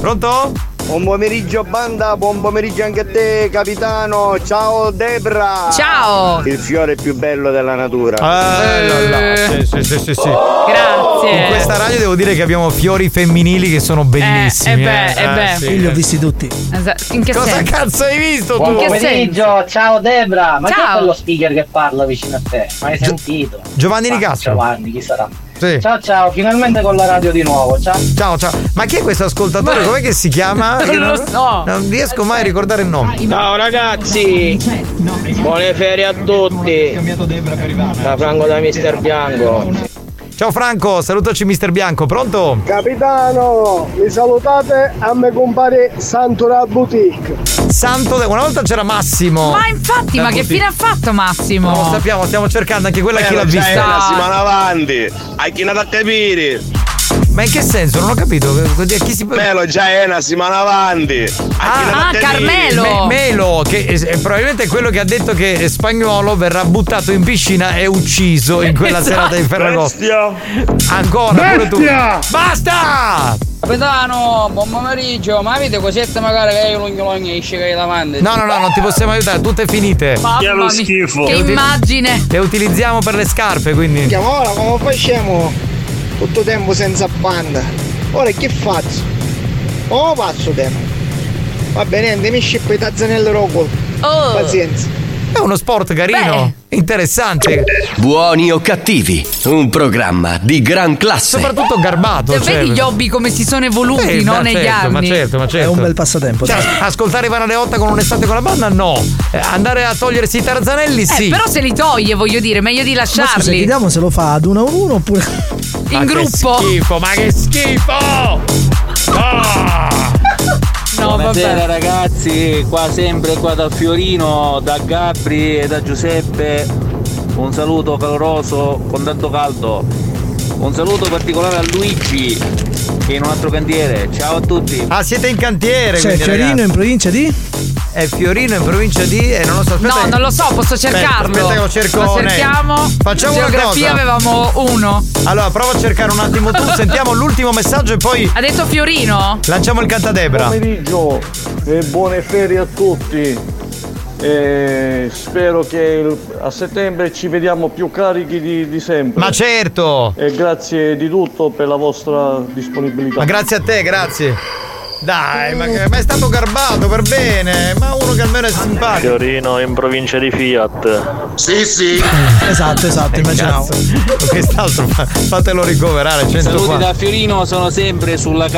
[SPEAKER 5] Pronto?
[SPEAKER 12] Buon pomeriggio banda, buon pomeriggio anche a te capitano, ciao Debra!
[SPEAKER 6] Ciao!
[SPEAKER 12] Il fiore più bello della natura.
[SPEAKER 5] Eh, là, là. Sì, sì, sì, sì, sì. In questa radio devo dire che abbiamo fiori femminili che sono bellissimi.
[SPEAKER 6] eh beh, eh beh.
[SPEAKER 5] sì,
[SPEAKER 7] Io li ho visti tutti.
[SPEAKER 6] Esatto. In che
[SPEAKER 5] Cosa
[SPEAKER 6] senso?
[SPEAKER 5] cazzo hai visto
[SPEAKER 6] In che senso?
[SPEAKER 13] ciao Debra, ma
[SPEAKER 6] Ciao.
[SPEAKER 13] c'è quello speaker che parla vicino a te? Ma hai sentito?
[SPEAKER 5] Giovanni
[SPEAKER 13] Ma
[SPEAKER 5] Nicastro.
[SPEAKER 13] Giovanni, chi sarà?
[SPEAKER 5] Sì.
[SPEAKER 13] Ciao ciao, finalmente con la radio di nuovo, ciao.
[SPEAKER 5] Ciao ciao, ma chi è questo ascoltatore?
[SPEAKER 13] Ma-
[SPEAKER 5] Com'è che si chiama?
[SPEAKER 13] Non
[SPEAKER 5] Che
[SPEAKER 13] lo so.
[SPEAKER 5] Non riesco mai a ricordare il nome.
[SPEAKER 27] Ciao ragazzi, buone ferie a tutti. Da Franco da Mister Bianco.
[SPEAKER 5] Ciao Franco, salutaci Mister Bianco, pronto?
[SPEAKER 17] capitano mi salutate a me compare Santura Boutique
[SPEAKER 5] Santo, De- una volta c'era Massimo.
[SPEAKER 6] Ma infatti, ma che fine ha fatto Massimo?
[SPEAKER 5] Non lo sappiamo, stiamo cercando anche
[SPEAKER 13] Eh,
[SPEAKER 5] quella che l'ha
[SPEAKER 24] c'è una
[SPEAKER 5] vista.
[SPEAKER 24] settimana avanti, hai chinato a capire.
[SPEAKER 5] Ma in che senso? Non ho capito. Chi si Ah,
[SPEAKER 24] Melo già è una settimana avanti. Hai chinato a capire.
[SPEAKER 5] Me- Melo, che è- è probabilmente è quello che ha detto che Spagnolo verrà buttato in piscina e ucciso in quella
[SPEAKER 6] Esatto.
[SPEAKER 5] serata di Ferragosto. Ancora, pure tu.
[SPEAKER 6] Bestia!
[SPEAKER 5] Basta!
[SPEAKER 11] Capitano, buon pomeriggio, ma avete cosette magari che io lunghi lunghi esce che hai davanti?
[SPEAKER 5] No, no, no, non ti possiamo aiutare, tutte finite.
[SPEAKER 11] Mamma
[SPEAKER 6] Che lo mia, schifo. che
[SPEAKER 5] Le uti-
[SPEAKER 6] immagine.
[SPEAKER 5] Le utilizziamo per le scarpe, quindi.
[SPEAKER 17] Andiamo ora come facciamo tutto tempo senza banda ora che faccio oh passo tempo va bene niente, mi scippo i tazzanelli rocco
[SPEAKER 6] Oh.
[SPEAKER 17] pazienza
[SPEAKER 5] È uno sport carino, interessante.
[SPEAKER 2] Buoni o cattivi, un programma di gran classe.
[SPEAKER 5] Soprattutto garbato.
[SPEAKER 6] Cioè, vedi gli hobby come si sono evoluti
[SPEAKER 5] Eh,
[SPEAKER 6] no,
[SPEAKER 5] ma
[SPEAKER 6] negli
[SPEAKER 5] certo,
[SPEAKER 6] anni?
[SPEAKER 5] Ma certo, ma certo.
[SPEAKER 7] È un bel passatempo.
[SPEAKER 5] Cioè, ascoltare Ivana Leotta con un'estate con la banda? No. Eh, andare a togliersi i tarzanelli?
[SPEAKER 6] Eh,
[SPEAKER 5] Sì.
[SPEAKER 6] però se li toglie, voglio dire, meglio di
[SPEAKER 7] Ma scusa,
[SPEAKER 6] lasciarli.
[SPEAKER 7] vediamo se lo fa ad uno a uno oppure.
[SPEAKER 5] Eh,
[SPEAKER 6] in gruppo.
[SPEAKER 5] Che schifo, ma che schifo! Ah!
[SPEAKER 11] No,
[SPEAKER 5] vabbè.
[SPEAKER 11] Buonasera ragazzi, qua sempre qua dal Fiorino, da Gabri e da Giuseppe. Un saluto caloroso con tanto caldo. Un saluto particolare a Luigi che è in un altro cantiere. Ciao a tutti.
[SPEAKER 5] Ah, siete in cantiere,
[SPEAKER 7] C'è
[SPEAKER 5] quindi,
[SPEAKER 7] Fiorino
[SPEAKER 5] ragazzi.
[SPEAKER 7] in provincia di?
[SPEAKER 5] È Fiorino in provincia di. eh, non lo so, aspetta.
[SPEAKER 6] No,
[SPEAKER 5] che-
[SPEAKER 6] non lo so, posso
[SPEAKER 5] Aspetta,
[SPEAKER 6] cercarlo.
[SPEAKER 5] Aspetta, che lo cerco.
[SPEAKER 6] Lo
[SPEAKER 5] nel-
[SPEAKER 6] cerchiamo.
[SPEAKER 5] Facciamo una
[SPEAKER 6] Geografia
[SPEAKER 5] cosa.
[SPEAKER 6] avevamo uno.
[SPEAKER 5] Allora, prova a cercare un attimo tu. sentiamo l'ultimo messaggio e poi.
[SPEAKER 6] Ha detto Fiorino?
[SPEAKER 5] Lanciamo il cantadebra.
[SPEAKER 34] pomeriggio e buone ferie a tutti.
[SPEAKER 4] E spero che il- a settembre ci vediamo più carichi di, di sempre.
[SPEAKER 5] Ma certo!
[SPEAKER 4] E grazie di tutto per la vostra disponibilità.
[SPEAKER 5] Ma grazie a te, grazie. Dai, ma, che- ma è stato garbato per bene. Ma uno che almeno è simpatico.
[SPEAKER 19] Fiorino in provincia di Fiat. Sì, sì.
[SPEAKER 5] Esatto, esatto, immaginavo. Quest'altro fa- fatelo ricoverare. 100
[SPEAKER 11] Saluti da Fiorino, sono sempre sulla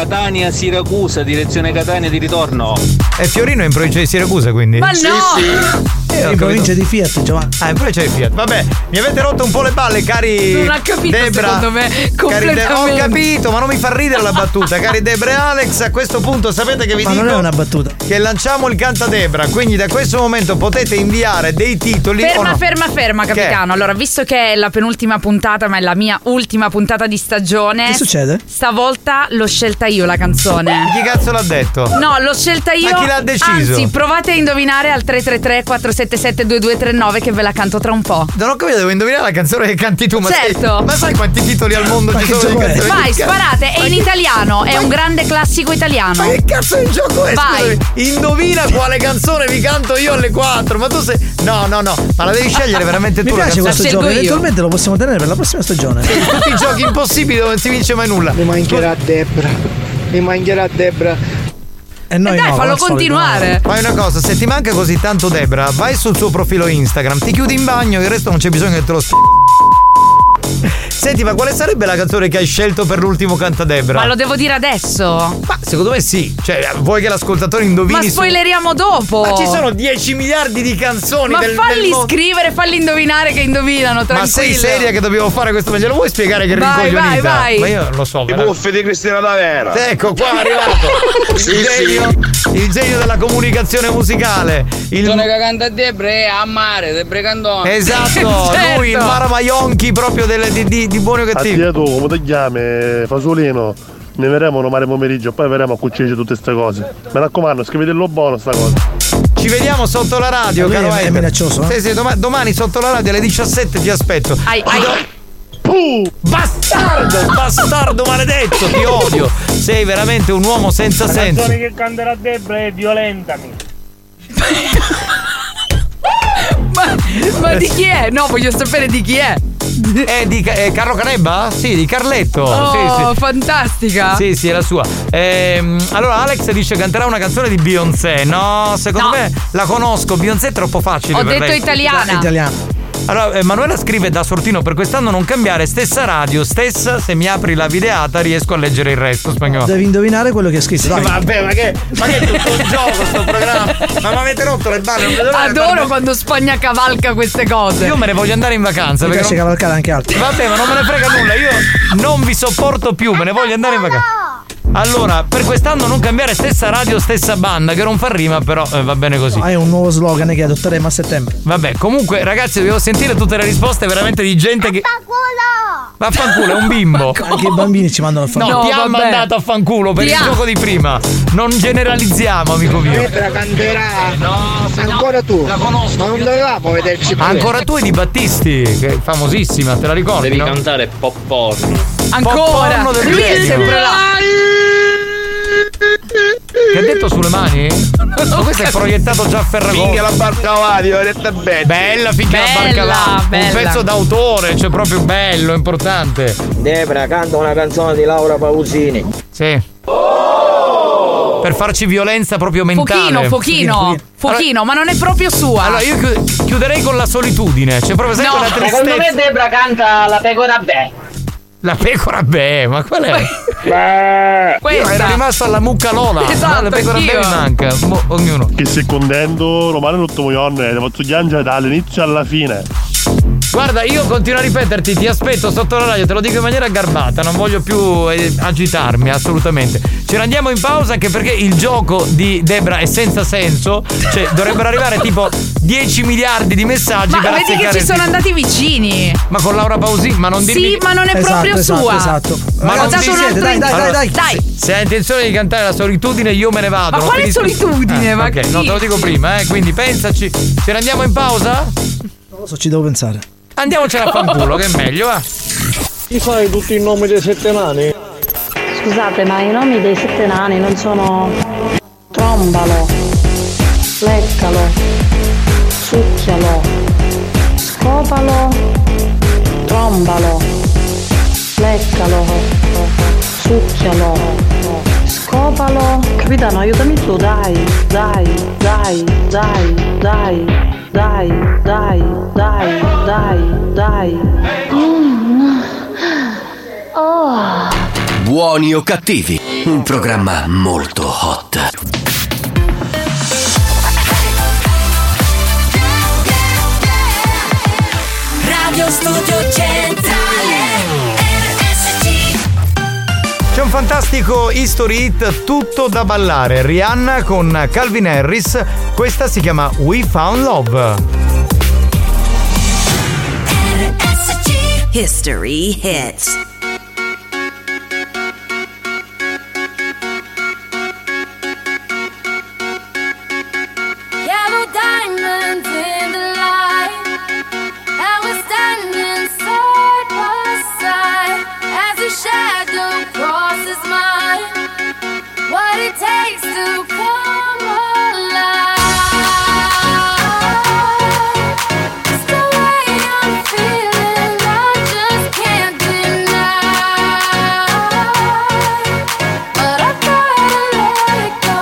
[SPEAKER 11] Catania-Siracusa, direzione Catania di ritorno.
[SPEAKER 5] E Fiorino è in provincia di Siracusa, quindi?
[SPEAKER 11] Ma Sì, no! sì.
[SPEAKER 7] Eh,
[SPEAKER 5] Io
[SPEAKER 7] in
[SPEAKER 5] ho
[SPEAKER 7] provincia di Fiat, Giovanni.
[SPEAKER 5] Ah, in provincia di Fiat. Vabbè, mi avete rotto un po' le balle, cari.
[SPEAKER 7] Non ha capito,
[SPEAKER 5] Debra.
[SPEAKER 7] secondo me,
[SPEAKER 5] Cari De-
[SPEAKER 7] completamente.
[SPEAKER 5] Ho capito, ma non mi fa ridere la battuta, cari Debra e Alex. A questo punto sapete che vi
[SPEAKER 7] Ma
[SPEAKER 5] dico.
[SPEAKER 7] non è una battuta.
[SPEAKER 5] Che lanciamo il cantadebra, quindi da questo momento potete inviare dei titoli. o
[SPEAKER 6] Ferma,
[SPEAKER 5] no.
[SPEAKER 6] ferma, ferma,
[SPEAKER 5] Che?
[SPEAKER 6] capitano. Allora, visto che è la penultima puntata, ma è la mia ultima puntata di stagione.
[SPEAKER 5] Che succede?
[SPEAKER 6] Stavolta l'ho scelta io la canzone.
[SPEAKER 5] Chi cazzo l'ha detto?
[SPEAKER 6] No, l'ho scelta io.
[SPEAKER 5] Ma chi l'ha deciso?
[SPEAKER 6] Anzi, provate a indovinare al 333 477 2239 che ve la canto tra un po'.
[SPEAKER 5] Non ho capito, devo indovinare la canzone che canti tu, ma sai-
[SPEAKER 6] Certo.
[SPEAKER 5] ma sai quanti titoli al mondo ci sono di canzoni?
[SPEAKER 6] Vai,
[SPEAKER 5] di cazzo?
[SPEAKER 6] sparate, è
[SPEAKER 5] Ma
[SPEAKER 6] in
[SPEAKER 5] che-
[SPEAKER 6] italiano, è
[SPEAKER 5] ma
[SPEAKER 6] un
[SPEAKER 5] che-
[SPEAKER 6] grande classico italiano.
[SPEAKER 5] Ma che cazzo di gioco è?
[SPEAKER 6] Vai.
[SPEAKER 5] Scusami, indovina quale canzone vi canto io alle 4. Ma tu sei. No, no, no. Ma la devi scegliere veramente
[SPEAKER 7] Mi
[SPEAKER 5] tu. la
[SPEAKER 7] piace
[SPEAKER 5] canzone.
[SPEAKER 7] questo gioco, eventualmente lo possiamo tenere per la prossima stagione.
[SPEAKER 5] Tutti i giochi impossibili dove non si vince mai nulla.
[SPEAKER 17] Mi mancherà Debra. Mi mancherà Debra.
[SPEAKER 7] E Eh,
[SPEAKER 6] Eh,
[SPEAKER 7] noi
[SPEAKER 17] no, come al solito, no.
[SPEAKER 5] Fai una cosa, se ti manca così tanto Debra, vai sul suo profilo Instagram, ti chiudi in bagno, il resto non c'è bisogno che te lo sp... Senti, ma quale sarebbe la canzone che hai scelto per l'ultimo canta Debra?
[SPEAKER 6] Ma lo devo dire adesso?
[SPEAKER 5] Ma secondo me sì. Cioè, vuoi che l'ascoltatore indovini?
[SPEAKER 6] Ma
[SPEAKER 5] su-
[SPEAKER 6] spoileriamo dopo.
[SPEAKER 5] Ma ci sono 10 miliardi di canzoni
[SPEAKER 6] Ma
[SPEAKER 5] del,
[SPEAKER 6] falli
[SPEAKER 5] del mondo.
[SPEAKER 6] scrivere, falli indovinare che indovinano, tranquillo.
[SPEAKER 5] Ma sei seria che dobbiamo fare questo? Ma glielo vuoi spiegare che
[SPEAKER 6] Vai,
[SPEAKER 5] rincoglionita?
[SPEAKER 6] vai, vai.
[SPEAKER 5] Ma io lo so.
[SPEAKER 24] I
[SPEAKER 5] veramente.
[SPEAKER 24] buffi di Cristina D'Avera.
[SPEAKER 5] Ecco qua è arrivato.
[SPEAKER 24] Sì,
[SPEAKER 5] il, genio, il genio della comunicazione musicale. Il
[SPEAKER 19] canta
[SPEAKER 11] eh,
[SPEAKER 19] Debre a mare, Debre Candone.
[SPEAKER 5] Esatto,
[SPEAKER 6] Certo.
[SPEAKER 5] lui il Maramaionchi proprio del- di, di, di buoni o cattivi.
[SPEAKER 23] tu come ti chiami Fasolino? Ne verremo un mare pomeriggio, poi verremo a cucire tutte queste cose. Mi raccomando, scrivetelo buono sta cosa.
[SPEAKER 5] Ci vediamo sotto la radio,
[SPEAKER 23] Lui
[SPEAKER 5] caro
[SPEAKER 23] è- è
[SPEAKER 5] Eiter.
[SPEAKER 23] minaccioso, eh?
[SPEAKER 5] Sì, sì, doma- domani sotto la radio alle 17 ti aspetto.
[SPEAKER 6] Ai,
[SPEAKER 5] ai. Bastardo, bastardo maledetto, ti odio. Sei veramente un uomo senza senso.
[SPEAKER 23] che canterà Debra è Violentami.
[SPEAKER 6] Ma, ma di chi è? No, voglio sapere di chi è.
[SPEAKER 5] È di Ca- eh, Carlo Canebba? Sì, di Carletto. sì,
[SPEAKER 6] Oh,
[SPEAKER 5] sì.
[SPEAKER 6] fantastica.
[SPEAKER 5] Sì, sì, è la sua. Ehm, allora, Alex dice canterà una canzone di Beyoncé. No, secondo
[SPEAKER 6] No.
[SPEAKER 5] me la conosco. Beyoncé è troppo facile.
[SPEAKER 6] Ho
[SPEAKER 5] per
[SPEAKER 6] detto
[SPEAKER 5] lei.
[SPEAKER 6] italiana. Italiana.
[SPEAKER 5] Allora, eh, Manuela scrive da Sortino per quest'anno non cambiare, stessa radio, stessa, se mi apri la videata riesco a leggere il resto spagnolo.
[SPEAKER 7] Devi indovinare quello che è scritto. Dai.
[SPEAKER 5] Ah. Vabbè, ma che, ma che è tutto un gioco sto programma? Ma mi avete rotto le balle, non vedo l'ora di
[SPEAKER 6] Adoro quando Spagna cavalca queste cose.
[SPEAKER 5] Io me ne voglio andare in vacanza.
[SPEAKER 7] Mi
[SPEAKER 5] perché
[SPEAKER 7] piace
[SPEAKER 5] non-
[SPEAKER 7] cavalcare anche altri.
[SPEAKER 5] Vabbè, ma non me ne frega nulla, io non vi sopporto più, me ne voglio andare in vacanza. Allora, per quest'anno non cambiare stessa radio, stessa banda, che non fa rima, però eh, va bene così.
[SPEAKER 7] Ah, è un nuovo slogan che adotteremo a settembre.
[SPEAKER 5] Vabbè, comunque, ragazzi, dobbiamo sentire tutte le risposte veramente di gente che. Vaffanculo, è un bimbo.
[SPEAKER 7] Anche i bambini ci mandano a fare.
[SPEAKER 5] No, ti ha mandato a fanculo per
[SPEAKER 7] Ti
[SPEAKER 5] il
[SPEAKER 7] ha.
[SPEAKER 5] gioco di prima. Non generalizziamo, amico mio.
[SPEAKER 17] Debra canterà. Ancora tu. Ma non dovevamo vederci più.
[SPEAKER 5] Ancora tu e di Battisti, che è famosissima, te la ricordi? Devi cantare pop porno.
[SPEAKER 6] Ancora.
[SPEAKER 5] Popcorn del
[SPEAKER 6] Lui è
[SPEAKER 5] genio.
[SPEAKER 6] sempre là.
[SPEAKER 5] Che ha detto sulle mani? Ma questo è proiettato già a Ferragosto.
[SPEAKER 24] Minchia la barca vadio, ho detto bella.
[SPEAKER 5] Bella finché la barca là. Un pezzo d'autore, cioè proprio bello, importante.
[SPEAKER 27] Debra canta una canzone di Laura Pausini.
[SPEAKER 5] Sì. Per farci violenza proprio mentale.
[SPEAKER 6] Pochino, pochino, pochino, ma non è proprio sua.
[SPEAKER 5] Allora io chiu- chiuderei con la solitudine, cioè proprio sai quella
[SPEAKER 19] Secondo me
[SPEAKER 5] tristezza.
[SPEAKER 19] Debra canta la pecora beh.
[SPEAKER 5] La pecora beh, ma qual è? Io
[SPEAKER 19] Questa.
[SPEAKER 5] era rimasto alla mucca Lola.
[SPEAKER 19] Esatto,
[SPEAKER 5] ma la pecora beh mi
[SPEAKER 19] anch'io.
[SPEAKER 5] manca. Mo- ognuno.
[SPEAKER 23] Che se contento Romano tutto moionne, ne faccio piangere dall'inizio alla fine.
[SPEAKER 5] Guarda, io continuo a ripeterti, ti aspetto sotto la radio, te lo dico in maniera garbata, non voglio più eh, agitarmi assolutamente. Ce ne andiamo in pausa anche perché il gioco di Debra è senza senso, cioè dovrebbero arrivare tipo 10 miliardi di messaggi
[SPEAKER 6] ma
[SPEAKER 5] per
[SPEAKER 6] vedi che
[SPEAKER 5] azzeccare
[SPEAKER 6] ci
[SPEAKER 5] il
[SPEAKER 6] sono
[SPEAKER 5] titolo.
[SPEAKER 6] andati vicini.
[SPEAKER 5] Ma con Laura Pausini, ma non
[SPEAKER 6] Sì,
[SPEAKER 5] dirmi
[SPEAKER 6] ma non è Esatto, proprio esatto, sua. esatto. Ho
[SPEAKER 5] non
[SPEAKER 6] dato
[SPEAKER 5] dirmi-
[SPEAKER 6] un altro Dai, dai,
[SPEAKER 5] Allora,
[SPEAKER 6] dai, dai.
[SPEAKER 5] se- Se hai intenzione di cantare la solitudine, io me ne vado.
[SPEAKER 6] Ma
[SPEAKER 5] non
[SPEAKER 6] quale
[SPEAKER 5] finisco-
[SPEAKER 6] solitudine?
[SPEAKER 5] Ah,
[SPEAKER 6] Ma
[SPEAKER 5] ok,
[SPEAKER 6] chi-
[SPEAKER 5] no, te lo dico prima, eh, quindi pensaci. Ce ne andiamo in pausa?
[SPEAKER 7] Non lo so, ci devo pensare.
[SPEAKER 5] Andiamocela a fanculo, che è meglio, va.
[SPEAKER 23] Ti fai tutti i nomi dei sette nani?
[SPEAKER 10] Scusate, ma i nomi dei sette nani non sono. Trombalo, leccalo, Schiaccialo. Scopalo. Trombalo. Leccalo. Succhialo. Scopalo. Capitano, aiutami tu, dai. Dai, dai, dai, dai. Dai, dai, dai, dai, dai. Mm. Oh.
[SPEAKER 2] Buoni o cattivi, un programma molto hot.
[SPEAKER 3] Radio Studio Centrale RSC
[SPEAKER 5] C'è un fantastico history hit tutto da ballare. Rihanna con Calvin Harris. Questa si chiama We Found Love.
[SPEAKER 1] History hits.
[SPEAKER 3] Yeah, we're diamonds in the light And we're standing side by side As your shadow crosses mine What it takes to come alive It's the way I'm feeling I just can't deny But I've gotta let it go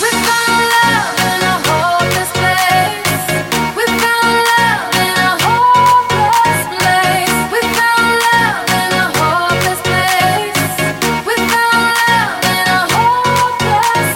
[SPEAKER 3] we found love in a hopeless place. We found love in a hopeless place. We found love in a hopeless place. We found love in a hopeless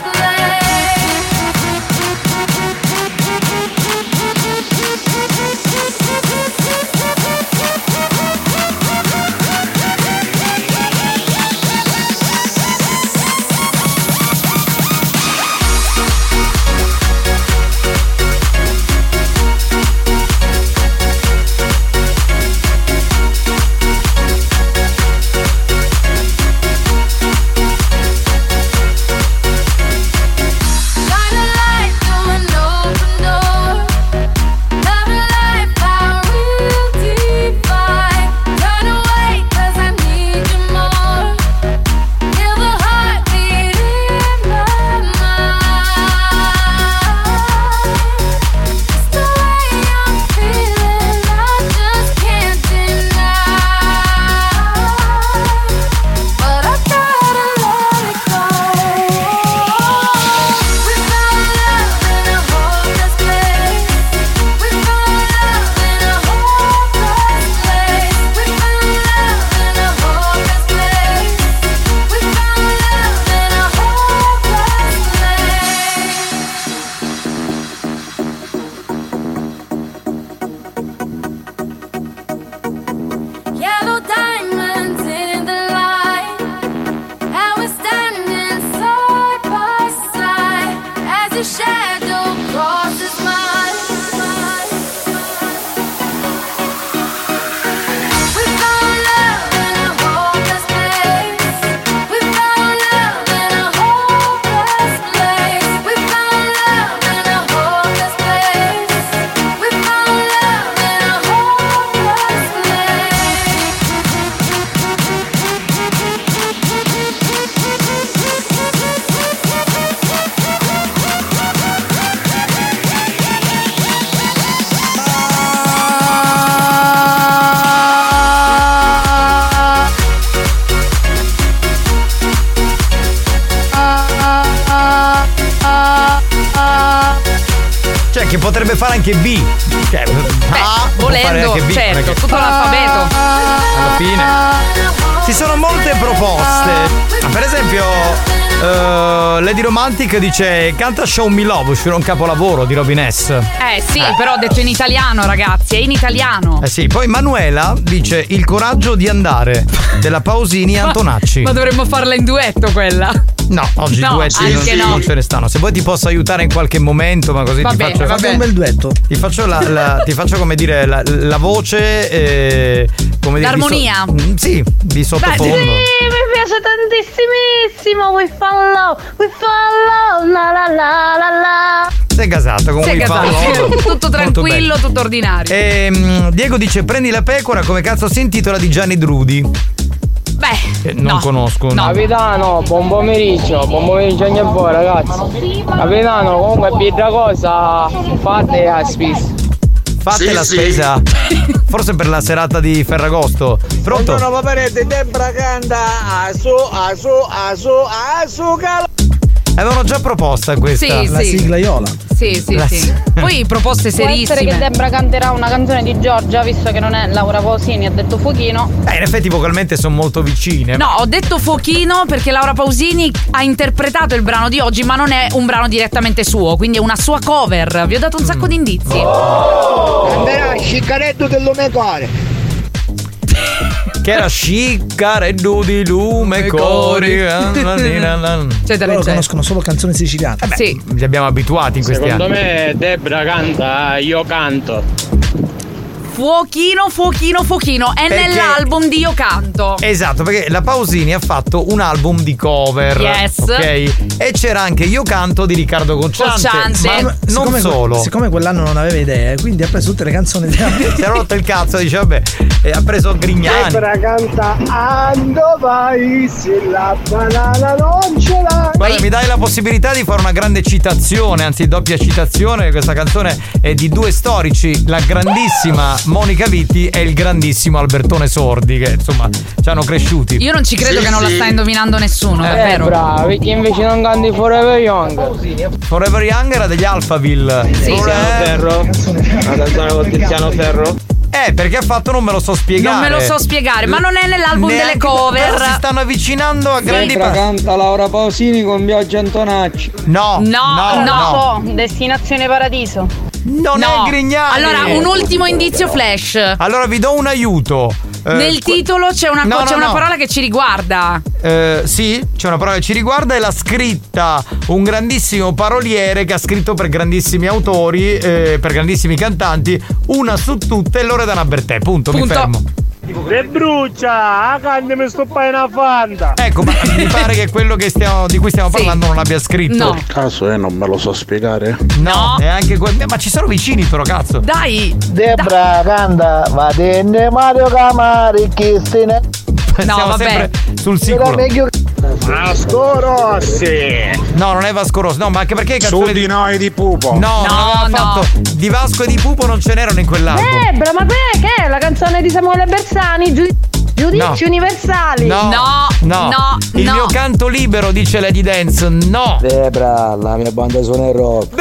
[SPEAKER 3] Yellow diamonds in the light, and we're standing side by side as your shadow crosses mine. We found love in a hopeless place. We found love in a hopeless place. We found love in a hopeless place. We found love in a hopeless place.
[SPEAKER 5] Cioè, che potrebbe fare anche B. Cioè, A può fare
[SPEAKER 6] volendo,
[SPEAKER 5] anche B, non è
[SPEAKER 6] certo,
[SPEAKER 5] che-
[SPEAKER 6] tutto l'alfabeto.
[SPEAKER 5] Alla fine. Ci sono molte proposte. Ah, per esempio, eh, Lady Romantic dice: Canta Show Me Love, uscirà un capolavoro di Robin S.
[SPEAKER 6] Eh sì, però ho detto in italiano, ragazzi, è in italiano.
[SPEAKER 5] Eh sì, poi Manuela dice il coraggio di andare della Pausini e Antonacci.
[SPEAKER 6] Ma dovremmo farla in duetto quella.
[SPEAKER 5] No, Oggi i duetti non,
[SPEAKER 6] anche no.
[SPEAKER 5] non ce ne stanno. Se poi ti posso aiutare in qualche momento, ma così
[SPEAKER 6] Va
[SPEAKER 5] ti
[SPEAKER 6] bene,
[SPEAKER 5] faccio.
[SPEAKER 6] va Fate un bene.
[SPEAKER 7] bel duetto.
[SPEAKER 5] Ti faccio, la, la- ti faccio come dire la, la voce. eh, come dire, di so-
[SPEAKER 20] L'armonia.
[SPEAKER 5] Mm, sì, di
[SPEAKER 20] Sì,
[SPEAKER 5] sottofondo.
[SPEAKER 20] mi piace tantissimissimo. We fall love, we fall love, la la la la la.
[SPEAKER 5] Sei gasata comunque.
[SPEAKER 6] Sei
[SPEAKER 5] mi fa
[SPEAKER 6] casato.
[SPEAKER 5] loro.
[SPEAKER 6] tutto
[SPEAKER 5] Molto Eh, bello.
[SPEAKER 6] tranquillo, tutto ordinario.
[SPEAKER 5] Ehm, Diego dice prendi la pecora come cazzo si intitola di Gianni Drudi.
[SPEAKER 6] Beh,
[SPEAKER 5] Che non conosco. no.
[SPEAKER 11] Capitano, buon pomeriggio, buon pomeriggio anche a voi ragazzi. Capitano, comunque birra cosa fate a spis.
[SPEAKER 5] Fate la spesa. Forse per la serata di Ferragosto. Pronto?
[SPEAKER 11] Buongiorno paperete, Debra canta a su, a su, a su, a su calo.
[SPEAKER 5] Avevano già proposta questa.
[SPEAKER 6] Sì, La sì. sigla
[SPEAKER 5] Iola.
[SPEAKER 6] sì, sì,
[SPEAKER 5] La-
[SPEAKER 6] sì. Poi proposte
[SPEAKER 10] Può essere che
[SPEAKER 6] serissime.
[SPEAKER 10] Debra canterà una canzone di Giorgia, visto che non è Laura Pausini, ha detto Fuochino.
[SPEAKER 5] Eh, in effetti vocalmente sono molto vicine.
[SPEAKER 6] No, ho detto Fochino perché Laura Pausini ha interpretato il brano di oggi, ma non è un brano direttamente suo, quindi è una sua cover. Vi ho dato un sacco di indizi.
[SPEAKER 5] Mm.
[SPEAKER 35] Canterà Ciccaretto dell'Omecore.
[SPEAKER 5] Che era sciccareddu di lume cori. eh, Cioè,
[SPEAKER 7] Loro conoscono solo canzoni siciliane.
[SPEAKER 5] Eh
[SPEAKER 6] sì.
[SPEAKER 5] Li abbiamo abituati in questi
[SPEAKER 7] Secondo
[SPEAKER 5] anni.
[SPEAKER 7] me
[SPEAKER 11] Debra canta, io canto.
[SPEAKER 6] Fuochino, fuochino, fuochino. È
[SPEAKER 5] Perché-
[SPEAKER 6] nell'album di Io Canto.
[SPEAKER 5] Esatto, perché la Pausini ha fatto un album di cover.
[SPEAKER 6] Yes.
[SPEAKER 5] Ok. E c'era anche Io canto di Riccardo Cocciante. Ma non
[SPEAKER 7] siccome,
[SPEAKER 5] solo.
[SPEAKER 7] Siccome quell'anno non aveva idee, quindi ha preso tutte le canzoni della
[SPEAKER 5] Si era rotto il cazzo, dice vabbè, e ha preso Grignani.
[SPEAKER 21] Debra canta Ando vai se la banana non ce l'hai
[SPEAKER 5] Guarda, mi dai la possibilità di fare una grande citazione, anzi doppia citazione, questa canzone è di due storici, la grandissima Monica Vitti e il grandissimo Albertone Sordi, che insomma ci hanno cresciuti.
[SPEAKER 6] Io non ci credo che non la sta indovinando nessuno,
[SPEAKER 5] Eh,
[SPEAKER 6] davvero.
[SPEAKER 11] Debra, perché invece non canti Forever Young?
[SPEAKER 5] Forever Young era degli Alphaville.
[SPEAKER 11] Sì.
[SPEAKER 5] Forever. La canzone con Tiziano Ferro. Eh, perché ha fatto non me lo so spiegare.
[SPEAKER 6] Non me lo so spiegare, ma non è nell'album delle cover.
[SPEAKER 5] Però si stanno avvicinando a grandi
[SPEAKER 11] Debra
[SPEAKER 5] passi.
[SPEAKER 11] canta Laura Pausini con Biagio Antonacci.
[SPEAKER 5] No,
[SPEAKER 10] No,
[SPEAKER 5] no, no.
[SPEAKER 10] Destinazione Paradiso.
[SPEAKER 5] Non
[SPEAKER 6] No.
[SPEAKER 5] è Grignani.
[SPEAKER 6] Allora, un ultimo indizio flash.
[SPEAKER 5] Allora vi do un aiuto. Eh,
[SPEAKER 6] Nel
[SPEAKER 5] que-
[SPEAKER 6] titolo c'è una,
[SPEAKER 5] No,
[SPEAKER 6] c'è
[SPEAKER 5] no,
[SPEAKER 6] una
[SPEAKER 5] no.
[SPEAKER 6] parola che ci riguarda.
[SPEAKER 5] Eh, sì, c'è una parola che ci riguarda e l'ha scritta un grandissimo paroliere che ha scritto per grandissimi autori, eh, per grandissimi cantanti, una su tutte, Loredana Bertè. Punto, mi fermo.
[SPEAKER 21] De brucia, a canne mi sto pa' in una fanta
[SPEAKER 5] Ecco, ma mi pare che quello che stiamo- di cui stiamo parlando non l'abbia scritto.
[SPEAKER 6] No.
[SPEAKER 9] Caso eh, non me lo so spiegare.
[SPEAKER 5] No, neanche que- Ma ci sono vicini, però, cazzo.
[SPEAKER 6] Dai!
[SPEAKER 11] Debra canta, va bene Mario Camari, chi se ne...
[SPEAKER 5] Siamo sempre sul sicuro.
[SPEAKER 11] Vasco Rossi!
[SPEAKER 5] No, non è Vasco Rossi, no, ma anche perché
[SPEAKER 9] Su
[SPEAKER 5] canzoni
[SPEAKER 9] di noi di Pupo.
[SPEAKER 5] No, Eh, non aveva fatto. Di Vasco e di Pupo non ce n'erano in quell'album.
[SPEAKER 10] Debra, ma que- che è la canzone di Samuele Bersani? Giu- giudizi
[SPEAKER 5] No.
[SPEAKER 10] universali.
[SPEAKER 5] No, no, Il mio canto libero, dice Lady Dance. No.
[SPEAKER 11] Debra, la mia banda suona il rock.
[SPEAKER 5] Oh,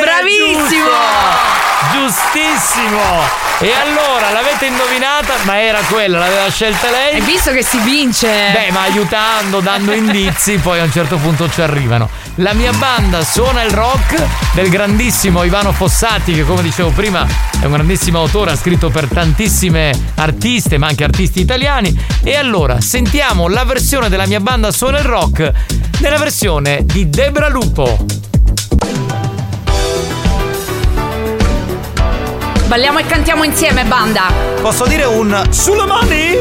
[SPEAKER 6] Bravissimo!
[SPEAKER 5] Eh, Giustissimo! E allora l'avete indovinata, ma era quella, l'aveva scelta lei.
[SPEAKER 6] Hai visto che si vince?
[SPEAKER 5] Beh, ma aiutando, dando indizi, poi a un certo punto ci arrivano. La mia banda suona il rock del grandissimo Ivano Fossati, che come dicevo prima è un grandissimo autore, ha scritto per tantissime artiste, ma anche artisti italiani. E allora sentiamo la versione della mia banda suona il rock nella versione di Debra Lupo.
[SPEAKER 6] Balliamo e cantiamo insieme, banda.
[SPEAKER 5] Posso dire un sulle mani?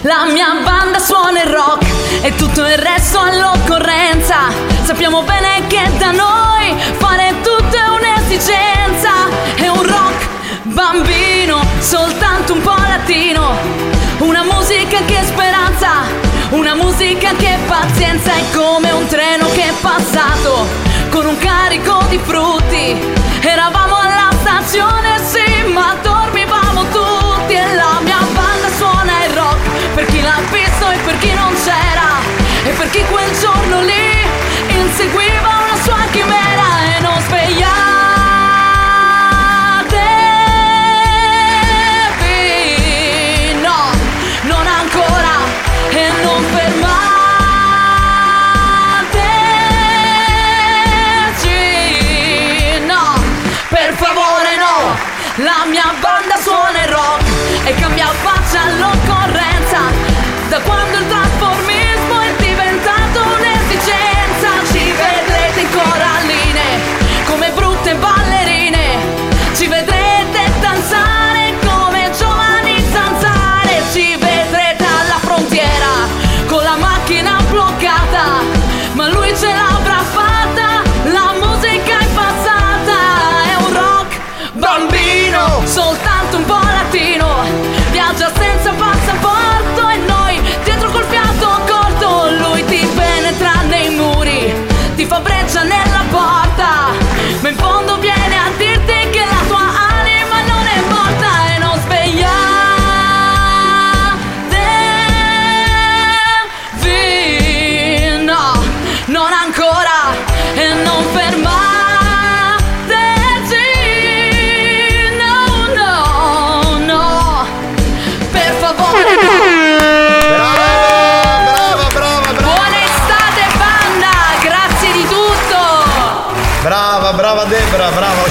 [SPEAKER 21] La mia banda suona il rock e tutto il resto all'occorrenza. Sappiamo bene che da noi fare tutto è un'esigenza. È un rock bambino, soltanto un po' latino. Una musica che è speranza, una musica che è pazienza. È come un treno che è passato con un carico di frutti. Eravamo alla stazione, sì, ma dormivamo tutti e la mia banda suona il rock per chi l'ha visto e per chi non c'era e per chi quel giorno lì inseguiva una sua chimera e non svegliatevi no non ancora e non fermatevi no per favore no la mia banda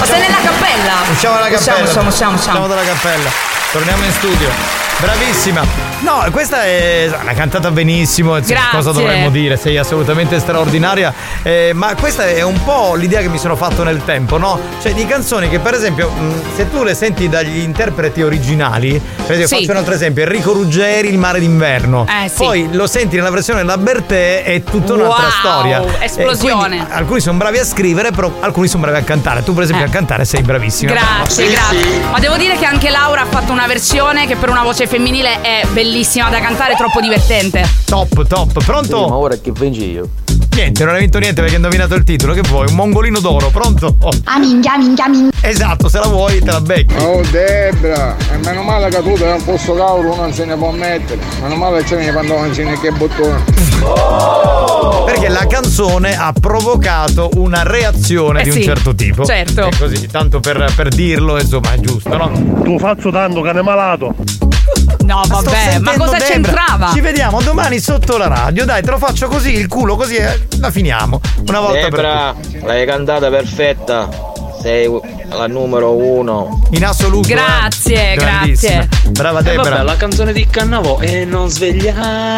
[SPEAKER 5] Usciamo dalla
[SPEAKER 6] Usciamo,
[SPEAKER 5] cappella.
[SPEAKER 6] usciamo, usciamo, usciamo.
[SPEAKER 5] dalla cappella. Torniamo in studio. Bravissima. No, questa è l'ha cantata benissimo, insomma,
[SPEAKER 6] Grazie.
[SPEAKER 5] cosa dovremmo dire? Sei assolutamente straordinaria. Eh, ma questa è un po' l'idea che mi sono fatto nel tempo, no? Cioè di canzoni che per esempio mh, se tu le senti dagli interpreti originali, per esempio,
[SPEAKER 6] Sì.
[SPEAKER 5] faccio un altro esempio, Enrico Ruggeri, Il mare d'inverno.
[SPEAKER 6] Eh, sì.
[SPEAKER 5] Poi lo senti nella versione della Bertè è tutta un'altra
[SPEAKER 6] Wow,
[SPEAKER 5] storia. Eh,
[SPEAKER 6] esplosione.
[SPEAKER 5] quindi alcuni sono bravi a scrivere, però alcuni sono bravi a cantare. Tu per esempio
[SPEAKER 22] Eh.
[SPEAKER 5] a cantare sei bravissima.
[SPEAKER 6] Grazie, grazie. Ma devo dire che anche Laura ha fatto una versione che per una voce femminile è bellissima da cantare, è troppo divertente.
[SPEAKER 5] Top, top, pronto? ma ora che vinci io? Niente, non hai vinto niente perché hai indovinato il titolo. Che vuoi? Un mongolino d'oro, pronto? Ah, minchia, minchia, minchia. Esatto, se la vuoi te la becchi.
[SPEAKER 22] Oh Debra, e meno male che tu da un posto cavolo non se ne può mettere. Meno male che c'è nei pantaloncini che bottone. Oh!
[SPEAKER 5] Perché la canzone ha provocato una reazione
[SPEAKER 22] Eh
[SPEAKER 5] di un
[SPEAKER 22] sì,
[SPEAKER 5] certo tipo.
[SPEAKER 22] certo.
[SPEAKER 5] È così, tanto per, per dirlo, insomma, è giusto, no?
[SPEAKER 23] Tu faccio tanto cane malato.
[SPEAKER 6] No,
[SPEAKER 23] Ma sto
[SPEAKER 6] vabbè, ma
[SPEAKER 23] sentendo
[SPEAKER 6] cosa
[SPEAKER 23] Debra.
[SPEAKER 6] c'entrava?
[SPEAKER 5] Ci vediamo domani sotto la radio, dai, te lo faccio così, il culo così, eh, la finiamo. Una volta
[SPEAKER 30] Debra,
[SPEAKER 5] per
[SPEAKER 30] l'hai cantata perfetta. Sei la numero uno.
[SPEAKER 5] tutte. In assoluto. eh.
[SPEAKER 6] Grazie,
[SPEAKER 5] Grandissima.
[SPEAKER 6] grazie.
[SPEAKER 11] Eh,
[SPEAKER 5] Brava Debra.
[SPEAKER 30] la canzone di Cannavò e non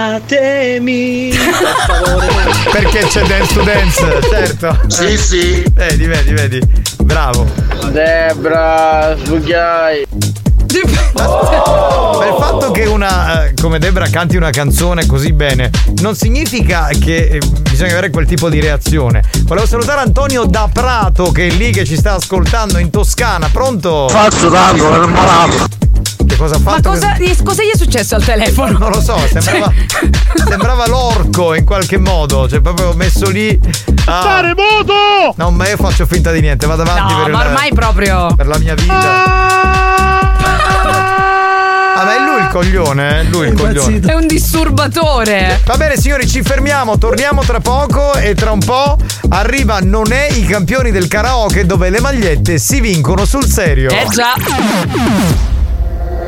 [SPEAKER 30] svegliatemi. Per favore.
[SPEAKER 5] Perché c'è Dance to Dance, certo. Sì, sì. Vedi, vedi, vedi. Bravo.
[SPEAKER 30] Debra, sughiai.
[SPEAKER 9] Oh.
[SPEAKER 5] Ma il fatto che una eh, come Debra canti una canzone così bene non significa che eh, bisogna avere quel tipo di reazione. Volevo salutare Antonio da Prato che è lì che ci sta ascoltando in Toscana. Pronto?
[SPEAKER 3] Faccio tanto, per malato.
[SPEAKER 5] Che cosa ha
[SPEAKER 6] Ma
[SPEAKER 5] fatto?
[SPEAKER 6] cosa, gli- cosa gli è successo al telefono?
[SPEAKER 5] Non lo so, sembrava,
[SPEAKER 6] Cioè.
[SPEAKER 5] sembrava l'orco in qualche modo, cioè proprio messo lì. a-
[SPEAKER 6] Terremoto!
[SPEAKER 5] No, ma io faccio finta di niente, vado avanti
[SPEAKER 6] No,
[SPEAKER 5] per
[SPEAKER 6] ma
[SPEAKER 5] una-
[SPEAKER 6] ormai proprio.
[SPEAKER 5] per la mia vita. Ah, ma è lui il coglione, eh? Lui il coglione.
[SPEAKER 6] È un disturbatore.
[SPEAKER 5] Va bene signori, ci fermiamo, torniamo tra poco e tra un po' arriva Non è i campioni del karaoke dove le magliette si vincono sul serio.
[SPEAKER 6] Eh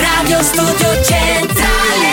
[SPEAKER 3] Radio Studio Centrale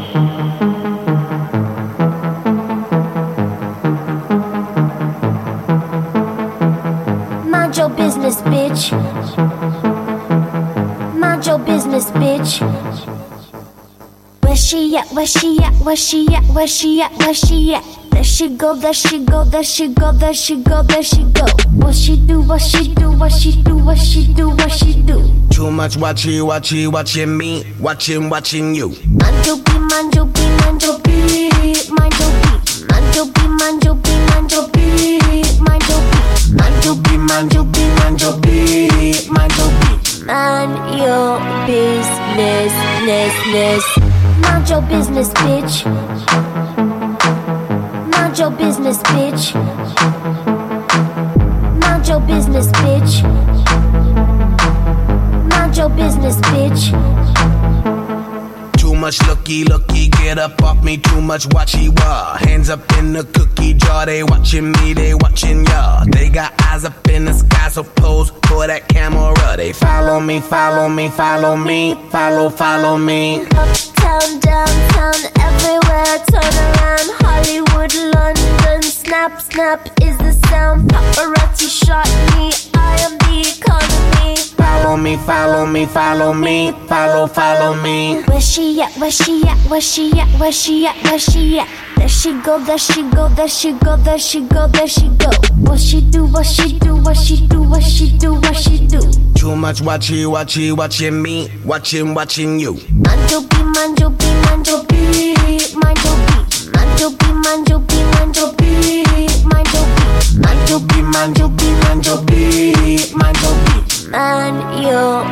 [SPEAKER 28] Mind your business, bitch. Mind your business, bitch. Where she at? Where she at? Where she at? Where she at? Where she at? There she go, there she go, there she go, there she go, there she go. What she do, what she do, what she do, what she do, what she do.
[SPEAKER 29] Too much watching, watching, watching me, watching, watching you.
[SPEAKER 28] Mind your be, mind your be, mind your be, mind your be. Mind your be, mind your be, mind your be, mind your be. Mind your be, mind your be, mind your be, mind your be. Mind your business, ness, ness. Mind your business, bitch. Mind your business, bitch. Mind your business, bitch. Mind your business, bitch.
[SPEAKER 29] Too much looky, looky, get up off me. Too much watchy, wah. Hands up in the cookie jar, they watching me, they watching ya. They got eyes up in the sky, so pose for that camera. They follow me, follow me, follow me, follow, follow me.
[SPEAKER 28] Uptown, downtown, everywhere, turn around. Hollywood, London, snap, snap is the sound. Paparazzi shot me, I am the economy.
[SPEAKER 29] Follow me, follow me, follow me, follow, follow me.
[SPEAKER 28] Where she at? Where she at? Where she at? Where she at? Where she at? There she go, there she go, there she go, there she go, there she go. What she do? What she do? What she do? What she do? What she do?
[SPEAKER 29] Too much watchy, watchy, watching me, watching, watching you.
[SPEAKER 28] Mind your be, mind your be, mind your be, mind your be, mind your be, mind manjo pi, manjo pi, manjo pi, manjo pi, manjo pi, manjo pi, manjo pi. Man your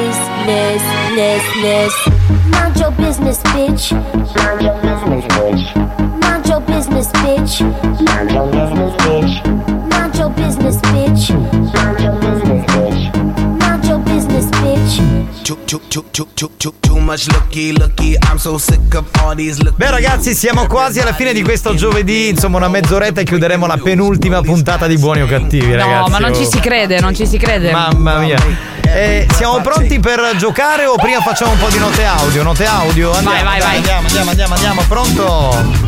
[SPEAKER 28] business, business, business. Mind your business, bitch. Mind your business, bitch. Mind your business, bitch. Mind your business, bitch. Mind your business, bitch. Mind your business, bitch. Mind your business, bitch.
[SPEAKER 29] Too, too, too, too, too, too, too much looky, looky. I'm so sick of all these look-
[SPEAKER 5] Beh ragazzi siamo quasi alla fine di questo giovedì, insomma una mezz'oretta e chiuderemo la penultima puntata di Buoni o Cattivi ragazzi.
[SPEAKER 6] No, ma non ci
[SPEAKER 5] Oh.
[SPEAKER 6] si crede, non ci si crede.
[SPEAKER 5] Mamma mia. Eh, siamo pronti per giocare o prima facciamo un po' di note audio? Note audio?
[SPEAKER 6] Vai,
[SPEAKER 5] Andiamo,
[SPEAKER 6] vai,
[SPEAKER 5] dai,
[SPEAKER 6] vai.
[SPEAKER 5] Andiamo, andiamo, andiamo, andiamo. Pronto?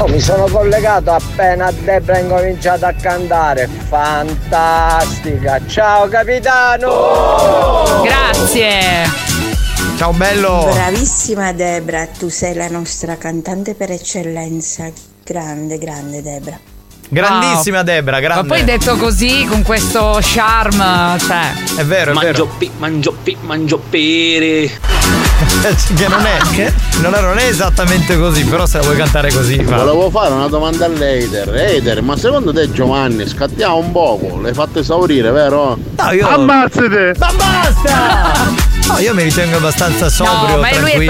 [SPEAKER 25] Oh, mi sono collegato appena Debra ha incominciato a cantare. Fantastica! Ciao capitano!
[SPEAKER 6] Grazie!
[SPEAKER 5] Ciao bello!
[SPEAKER 31] Bravissima Debra, tu sei la nostra cantante per eccellenza. Grande, grande Debra.
[SPEAKER 5] Grandissima Debra,
[SPEAKER 6] Ma
[SPEAKER 5] grande.
[SPEAKER 6] poi detto così, con questo charme, cioè.
[SPEAKER 5] È vero, è
[SPEAKER 11] mangio
[SPEAKER 5] vero.
[SPEAKER 11] pi- mangio pi- mangio pere.
[SPEAKER 5] che non è, non è, non è esattamente così, però se la vuoi cantare così va.
[SPEAKER 9] Volevo fare una domanda all'Eider. Eider, ma secondo te Giovanni, scattiamo un poco, l'hai fatto esaurire, vero?
[SPEAKER 5] No, io-
[SPEAKER 9] Ammazzate!
[SPEAKER 5] Ma basta! No, io mi ritengo abbastanza sobrio,
[SPEAKER 6] ma lui è
[SPEAKER 5] tranquillo.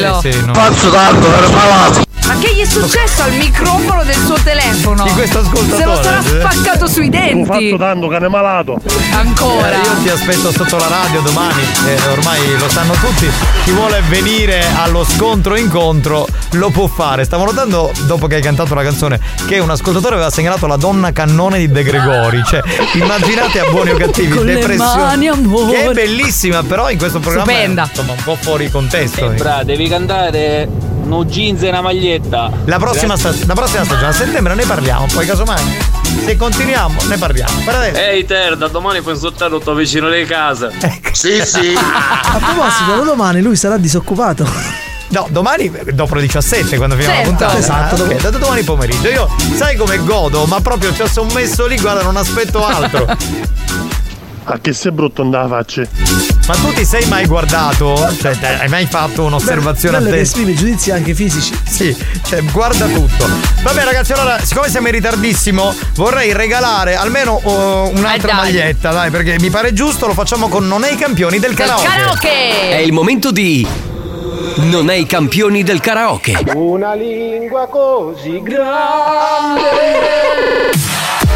[SPEAKER 6] tranquillo.
[SPEAKER 5] Eh, sì, no.
[SPEAKER 9] Pazzo tanto, per malato!
[SPEAKER 6] Ma che gli è successo al microfono del suo telefono?
[SPEAKER 9] Di questo ascoltatore,
[SPEAKER 6] Se lo sarà
[SPEAKER 5] eh.
[SPEAKER 6] spaccato sui
[SPEAKER 23] Un
[SPEAKER 6] denti.
[SPEAKER 23] fatto tanto cane malato.
[SPEAKER 6] Ancora.
[SPEAKER 5] Eh, io ti aspetto sotto la radio domani, eh, ormai lo sanno tutti. Chi vuole venire allo scontro incontro lo può fare. Stavo notando, dopo che hai cantato la canzone, che un ascoltatore aveva segnalato la donna cannone di De Gregori. Cioè, immaginate a buoni o cattivi,
[SPEAKER 6] Con le
[SPEAKER 5] depressione.
[SPEAKER 6] mani, amore.
[SPEAKER 5] Che è bellissima, però in questo programma è,
[SPEAKER 11] Stupenda.
[SPEAKER 5] insomma, un po' fuori contesto.
[SPEAKER 11] Bra, devi cantare no jeans e una maglietta.
[SPEAKER 5] La prossima,
[SPEAKER 11] Grazie.
[SPEAKER 5] stag- la prossima stagione, a settembre ne parliamo, poi casomai. Se continuiamo, ne parliamo. Per adesso.
[SPEAKER 11] Ehi Ter, da domani puoi insultare tutto vicino alle case.
[SPEAKER 5] Ecco.
[SPEAKER 9] sì, sì.
[SPEAKER 7] A proposito, da domani lui sarà disoccupato.
[SPEAKER 5] No, domani eh, dopo le 17 quando finiamo
[SPEAKER 7] Certo.
[SPEAKER 5] la puntata.
[SPEAKER 7] Esatto,
[SPEAKER 5] Ah, ok, da domani pomeriggio. Io sai come godo, ma proprio ci sono messo lì, guarda, non aspetto altro.
[SPEAKER 23] Ah, che sei brutto andava la faccia.
[SPEAKER 5] ma tu ti sei mai guardato? Cioè, te- hai mai fatto un'osservazione
[SPEAKER 7] Bello
[SPEAKER 5] attenta?
[SPEAKER 7] che esprime giudizi anche fisici.
[SPEAKER 5] Sì, cioè, guarda tutto. Vabbè ragazzi, allora, siccome siamo in ritardissimo, vorrei regalare almeno oh, un'altra
[SPEAKER 2] Eh, dai.
[SPEAKER 5] maglietta, dai, perché mi pare giusto, lo facciamo con Non è i campioni del karaoke.
[SPEAKER 2] È il momento di Non è i campioni del karaoke.
[SPEAKER 3] Una lingua così grande.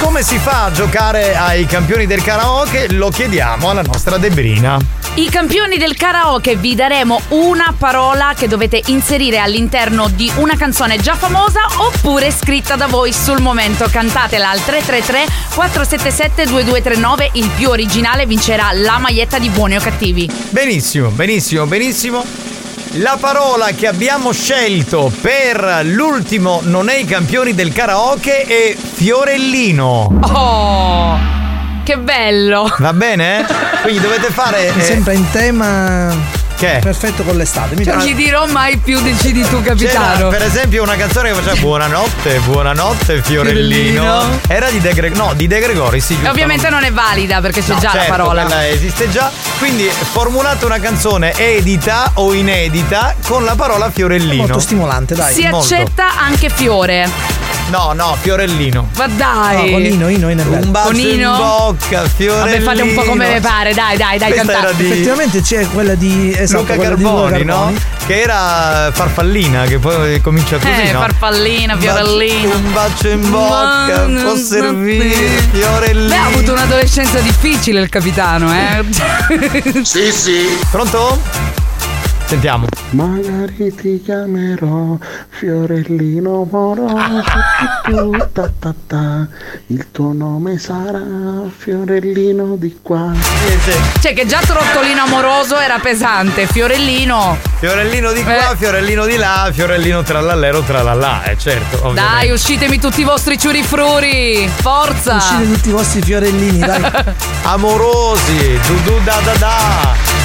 [SPEAKER 5] Come si fa a giocare ai campioni del karaoke? Lo chiediamo alla nostra Debrina.
[SPEAKER 6] I campioni del karaoke vi daremo una parola che dovete inserire all'interno di una canzone già famosa oppure scritta da voi sul momento. Cantatela al 333 477 2239. Il più originale vincerà la maglietta di buoni o cattivi.
[SPEAKER 5] Benissimo, benissimo, benissimo. La parola che abbiamo scelto per l'ultimo non è i campioni del karaoke è fiorellino.
[SPEAKER 6] Oh, che bello!
[SPEAKER 5] Va bene? Quindi dovete fare.
[SPEAKER 7] Mi
[SPEAKER 5] eh,
[SPEAKER 7] sembra in tema
[SPEAKER 5] Che? Cioè,
[SPEAKER 7] perfetto con l'estate. Mi
[SPEAKER 6] Non
[SPEAKER 7] piace.
[SPEAKER 6] gli dirò mai più decidi tu, capitano.
[SPEAKER 5] c'era, per esempio una canzone che faceva Buonanotte, buonanotte fiorellino.
[SPEAKER 6] Fiorellino.
[SPEAKER 5] Era di De Gre- no, di De Gregori, sì.
[SPEAKER 6] E
[SPEAKER 5] giusto.
[SPEAKER 6] ovviamente non è valida perché c'è
[SPEAKER 5] No,
[SPEAKER 6] già
[SPEAKER 5] certo,
[SPEAKER 6] la parola.
[SPEAKER 5] quella esiste già. Quindi formulate una canzone edita o inedita con la parola fiorellino.
[SPEAKER 7] Molto stimolante, dai.
[SPEAKER 6] si
[SPEAKER 5] Molto.
[SPEAKER 6] accetta anche fiore.
[SPEAKER 5] No, no, fiorellino.
[SPEAKER 6] Ma dai!
[SPEAKER 7] Ino è
[SPEAKER 5] Un bacio
[SPEAKER 6] Conino.
[SPEAKER 5] in bocca,
[SPEAKER 6] Vabbè,
[SPEAKER 5] fiorellino.
[SPEAKER 6] fate un po' come vi pare, dai, dai, dai,
[SPEAKER 5] Questa
[SPEAKER 6] cantate.
[SPEAKER 5] era di-
[SPEAKER 7] Effettivamente c'è quella di esatto,
[SPEAKER 5] Luca
[SPEAKER 7] quella di Luca
[SPEAKER 5] Carboni, no?
[SPEAKER 7] Carboni.
[SPEAKER 5] Che era farfallina, che poi comincia così,
[SPEAKER 6] eh,
[SPEAKER 5] no?
[SPEAKER 6] farfallina,
[SPEAKER 5] Un
[SPEAKER 6] fiorellino.
[SPEAKER 5] bacio- Un bacio in bocca,
[SPEAKER 6] Ma-
[SPEAKER 5] può servire, fiorellino.
[SPEAKER 6] Beh, ha avuto un'adolescenza difficile il capitano, eh.
[SPEAKER 9] sì, sì.
[SPEAKER 5] Pronto? Sentiamo.
[SPEAKER 9] Magari ti chiamerò Fiorellino Moroso tu, ta, ta, ta. Il tuo nome sarà Fiorellino di qua
[SPEAKER 6] Cioè che già trottolino amoroso era pesante, fiorellino.
[SPEAKER 5] Fiorellino di
[SPEAKER 6] Eh.
[SPEAKER 5] qua, fiorellino di là, fiorellino trallallero tralallà, eh certo, ovviamente.
[SPEAKER 6] Dai, uscitemi tutti i vostri ciurifruri. Forza!
[SPEAKER 7] Uscite tutti i vostri fiorellini, dai.
[SPEAKER 5] Amorosi, du du da da da.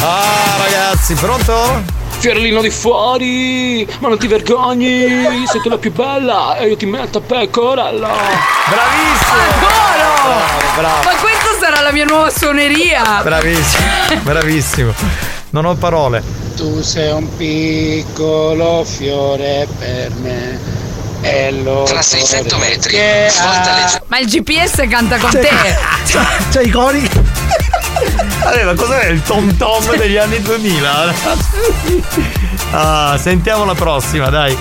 [SPEAKER 5] Ah ragazzi, pronto?
[SPEAKER 22] Fiorellino di fuori, ma non ti vergogni, sei tu la più bella e io ti metto a pecorella.
[SPEAKER 6] Buono!
[SPEAKER 5] Bravo.
[SPEAKER 6] Ma questa sarà la mia nuova suoneria.
[SPEAKER 5] Bravissimo, bravissimo. Non ho parole.
[SPEAKER 11] Tu sei un piccolo fiore per me. E lo
[SPEAKER 6] Tra
[SPEAKER 11] 600 metri.
[SPEAKER 6] Ma il GPS canta con te.
[SPEAKER 5] C'è i cori? Allora, cos'era il tom tom degli anni 2000? Ah, sentiamo la prossima, dai.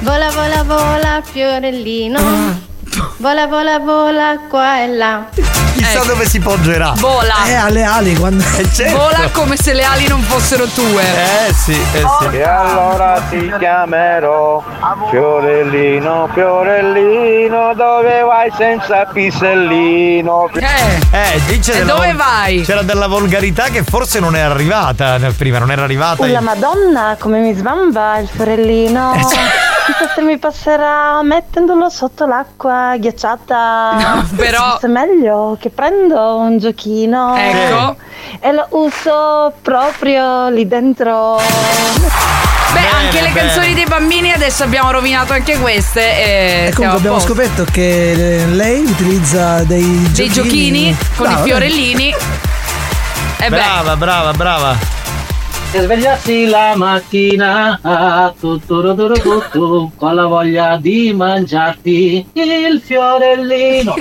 [SPEAKER 19] Vola, vola, vola, fiorellino.
[SPEAKER 20] Ah.
[SPEAKER 19] Vola, vola, vola, qua e là.
[SPEAKER 5] Chissà dove si poggerà.
[SPEAKER 6] Eh,
[SPEAKER 5] certo.
[SPEAKER 6] Vola.
[SPEAKER 7] Eh, alle ali quando.
[SPEAKER 6] Vola come se le ali non fossero tue.
[SPEAKER 5] Eh sì, eh
[SPEAKER 6] sì.
[SPEAKER 11] E allora ti chiamerò Fiorellino, Fiorellino, dove vai senza pisellino?
[SPEAKER 5] Eh, lì c'era della vol- C'era della volgarità che forse non è arrivata nel- prima, non era
[SPEAKER 6] Ah,
[SPEAKER 5] arrivata.
[SPEAKER 19] Ulla
[SPEAKER 5] in-
[SPEAKER 19] madonna, come mi sbamba il fiorellino.
[SPEAKER 6] Eh,
[SPEAKER 19] Chissà se mi passerà mettendolo sotto l'acqua ghiacciata.
[SPEAKER 6] però-
[SPEAKER 19] Forse è meglio che prendo un giochino.
[SPEAKER 6] Ecco.
[SPEAKER 19] E lo uso proprio lì dentro.
[SPEAKER 6] Beh, anche le
[SPEAKER 19] bene.
[SPEAKER 6] canzoni dei bambini adesso abbiamo rovinato anche queste. eh, E
[SPEAKER 7] E comunque abbiamo scoperto che eh, lei utilizza dei
[SPEAKER 6] dei giochini, con i fiorellini. E beh,
[SPEAKER 5] Brava, brava, brava.
[SPEAKER 11] E svegliarsi la mattina, tutto, tutto, tutto, con la voglia di mangiarti il fiorellino.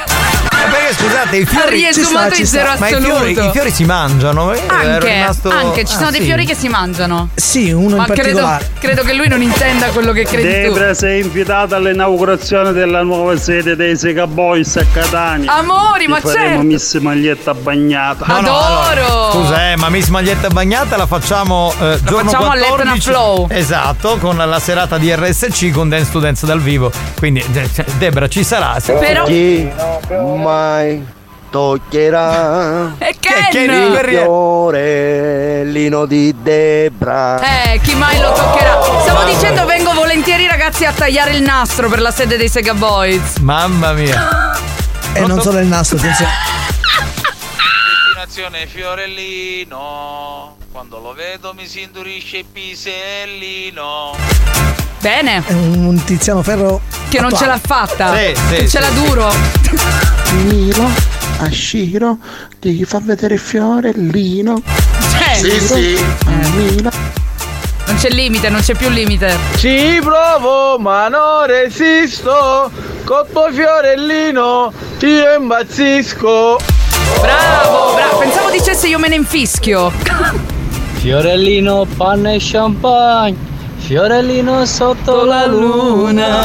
[SPEAKER 5] Ma Eh, perché scusate, i fiori
[SPEAKER 6] Ha riesumato
[SPEAKER 5] Ci sta, ci
[SPEAKER 6] in zero
[SPEAKER 5] sta. Ma i
[SPEAKER 6] assoluto.
[SPEAKER 5] fiori, i fiori si mangiano. eh, ero
[SPEAKER 6] anche,
[SPEAKER 5] rimasto-
[SPEAKER 6] anche, ci
[SPEAKER 5] Ah,
[SPEAKER 6] sono dei
[SPEAKER 5] sì.
[SPEAKER 6] fiori che si mangiano.
[SPEAKER 7] Sì, uno
[SPEAKER 6] Ma
[SPEAKER 23] in
[SPEAKER 6] credo,
[SPEAKER 23] particolare.
[SPEAKER 6] credo che lui non intenda quello che credi
[SPEAKER 23] Debra sei invitata all'inaugurazione della nuova sede dei Sega Boys a Catania.
[SPEAKER 6] Amori,
[SPEAKER 23] Ti
[SPEAKER 6] ma
[SPEAKER 23] faremo
[SPEAKER 6] certo.
[SPEAKER 23] Miss Maglietta bagnata.
[SPEAKER 5] Ah, No, no, allora, scusa, eh, ma Miss Maglietta Bagnata la facciamo eh, giorno
[SPEAKER 6] facciamo
[SPEAKER 5] 14
[SPEAKER 6] all'Etna Flow.
[SPEAKER 5] Esatto, con la serata di RSC con Dance to Dance dal vivo. Quindi De- Debra ci sarà.
[SPEAKER 6] Però-
[SPEAKER 36] Chi mai toccherà
[SPEAKER 6] E
[SPEAKER 5] Ken!
[SPEAKER 36] il fiorellino di Debra?
[SPEAKER 6] Eh, chi mai lo toccherà? Stavo dicendo vengo volentieri ragazzi a tagliare il nastro per la sede dei Sega Boys.
[SPEAKER 5] Mamma mia.
[SPEAKER 7] E non solo il nastro, attenzione.
[SPEAKER 22] Nazione Fiorellino, quando lo vedo mi si indurisce il pisellino.
[SPEAKER 6] Bene.
[SPEAKER 7] È un un Tiziano Ferro.
[SPEAKER 6] Che non ce l'ha fatta.
[SPEAKER 7] Sì, sì,
[SPEAKER 6] Che ce
[SPEAKER 7] sì,
[SPEAKER 6] l'ha
[SPEAKER 7] sì.
[SPEAKER 6] duro.
[SPEAKER 9] Miro a Shiro ti fa vedere Fiorellino.
[SPEAKER 6] Eh.
[SPEAKER 9] Sì, sì.
[SPEAKER 6] Eh. Non c'è limite, non c'è più limite.
[SPEAKER 22] Ci provo Oh, ma non resisto, col tuo fiorellino ti imbazzisco.
[SPEAKER 6] Bravo, bravo. Pensavo dicesse io me ne infischio.
[SPEAKER 22] Fiorellino, panna e champagne, fiorellino sotto la luna.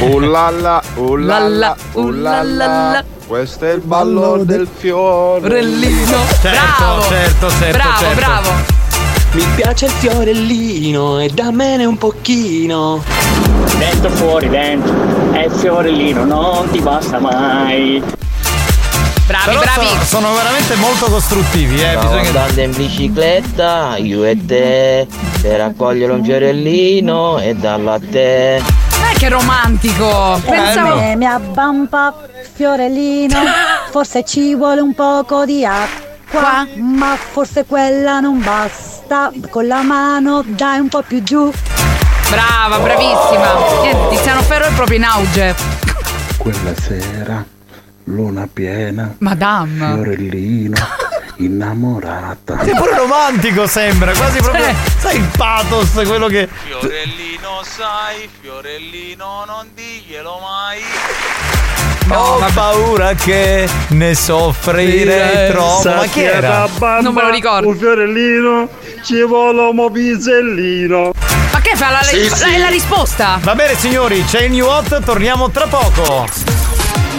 [SPEAKER 37] Ullalla, ullalla,
[SPEAKER 6] ullalla.
[SPEAKER 37] Questo è il ballo del fiorellino.
[SPEAKER 22] Bravo,
[SPEAKER 5] certo, certo,
[SPEAKER 22] bravo,
[SPEAKER 37] certo.
[SPEAKER 22] bravo. Mi piace il fiorellino e dammene un pochino. Dentro fuori, dentro, è il fiorellino, non ti basta mai.
[SPEAKER 6] Bravi,
[SPEAKER 5] Però Sono, sono veramente molto costruttivi, eh.
[SPEAKER 11] Stavo
[SPEAKER 5] bisogna-
[SPEAKER 11] andando in bicicletta, io e te, per accogliere un fiorellino e darlo a te.
[SPEAKER 6] Dai che romantico. Pensavo.
[SPEAKER 10] Eh, mi abbampa Fiorellino, forse ci vuole un poco di acqua, ma forse quella non basta. Con la mano dai un po' più giù.
[SPEAKER 6] Brava, bravissima. Niente, Tiziano Ferro è proprio in auge.
[SPEAKER 9] Quella sera, luna piena,
[SPEAKER 6] Madame.
[SPEAKER 9] Fiorellino, innamorata.
[SPEAKER 5] Sei pure romantico sembra, quasi proprio. Sai il pathos, quello che.
[SPEAKER 22] Fiorellino sai, fiorellino non diglielo mai.
[SPEAKER 5] Ho paura che ne
[SPEAKER 6] eh,
[SPEAKER 5] soffrire troppo. Ma chi era?
[SPEAKER 6] Non me lo ricordo.
[SPEAKER 23] Un fiorellino, ci vuole un pisellino.
[SPEAKER 6] Ma che fa la,
[SPEAKER 5] Sì,
[SPEAKER 6] la-
[SPEAKER 5] sì.
[SPEAKER 6] è la risposta?
[SPEAKER 5] Va bene signori, c'è il new hot, torniamo tra poco.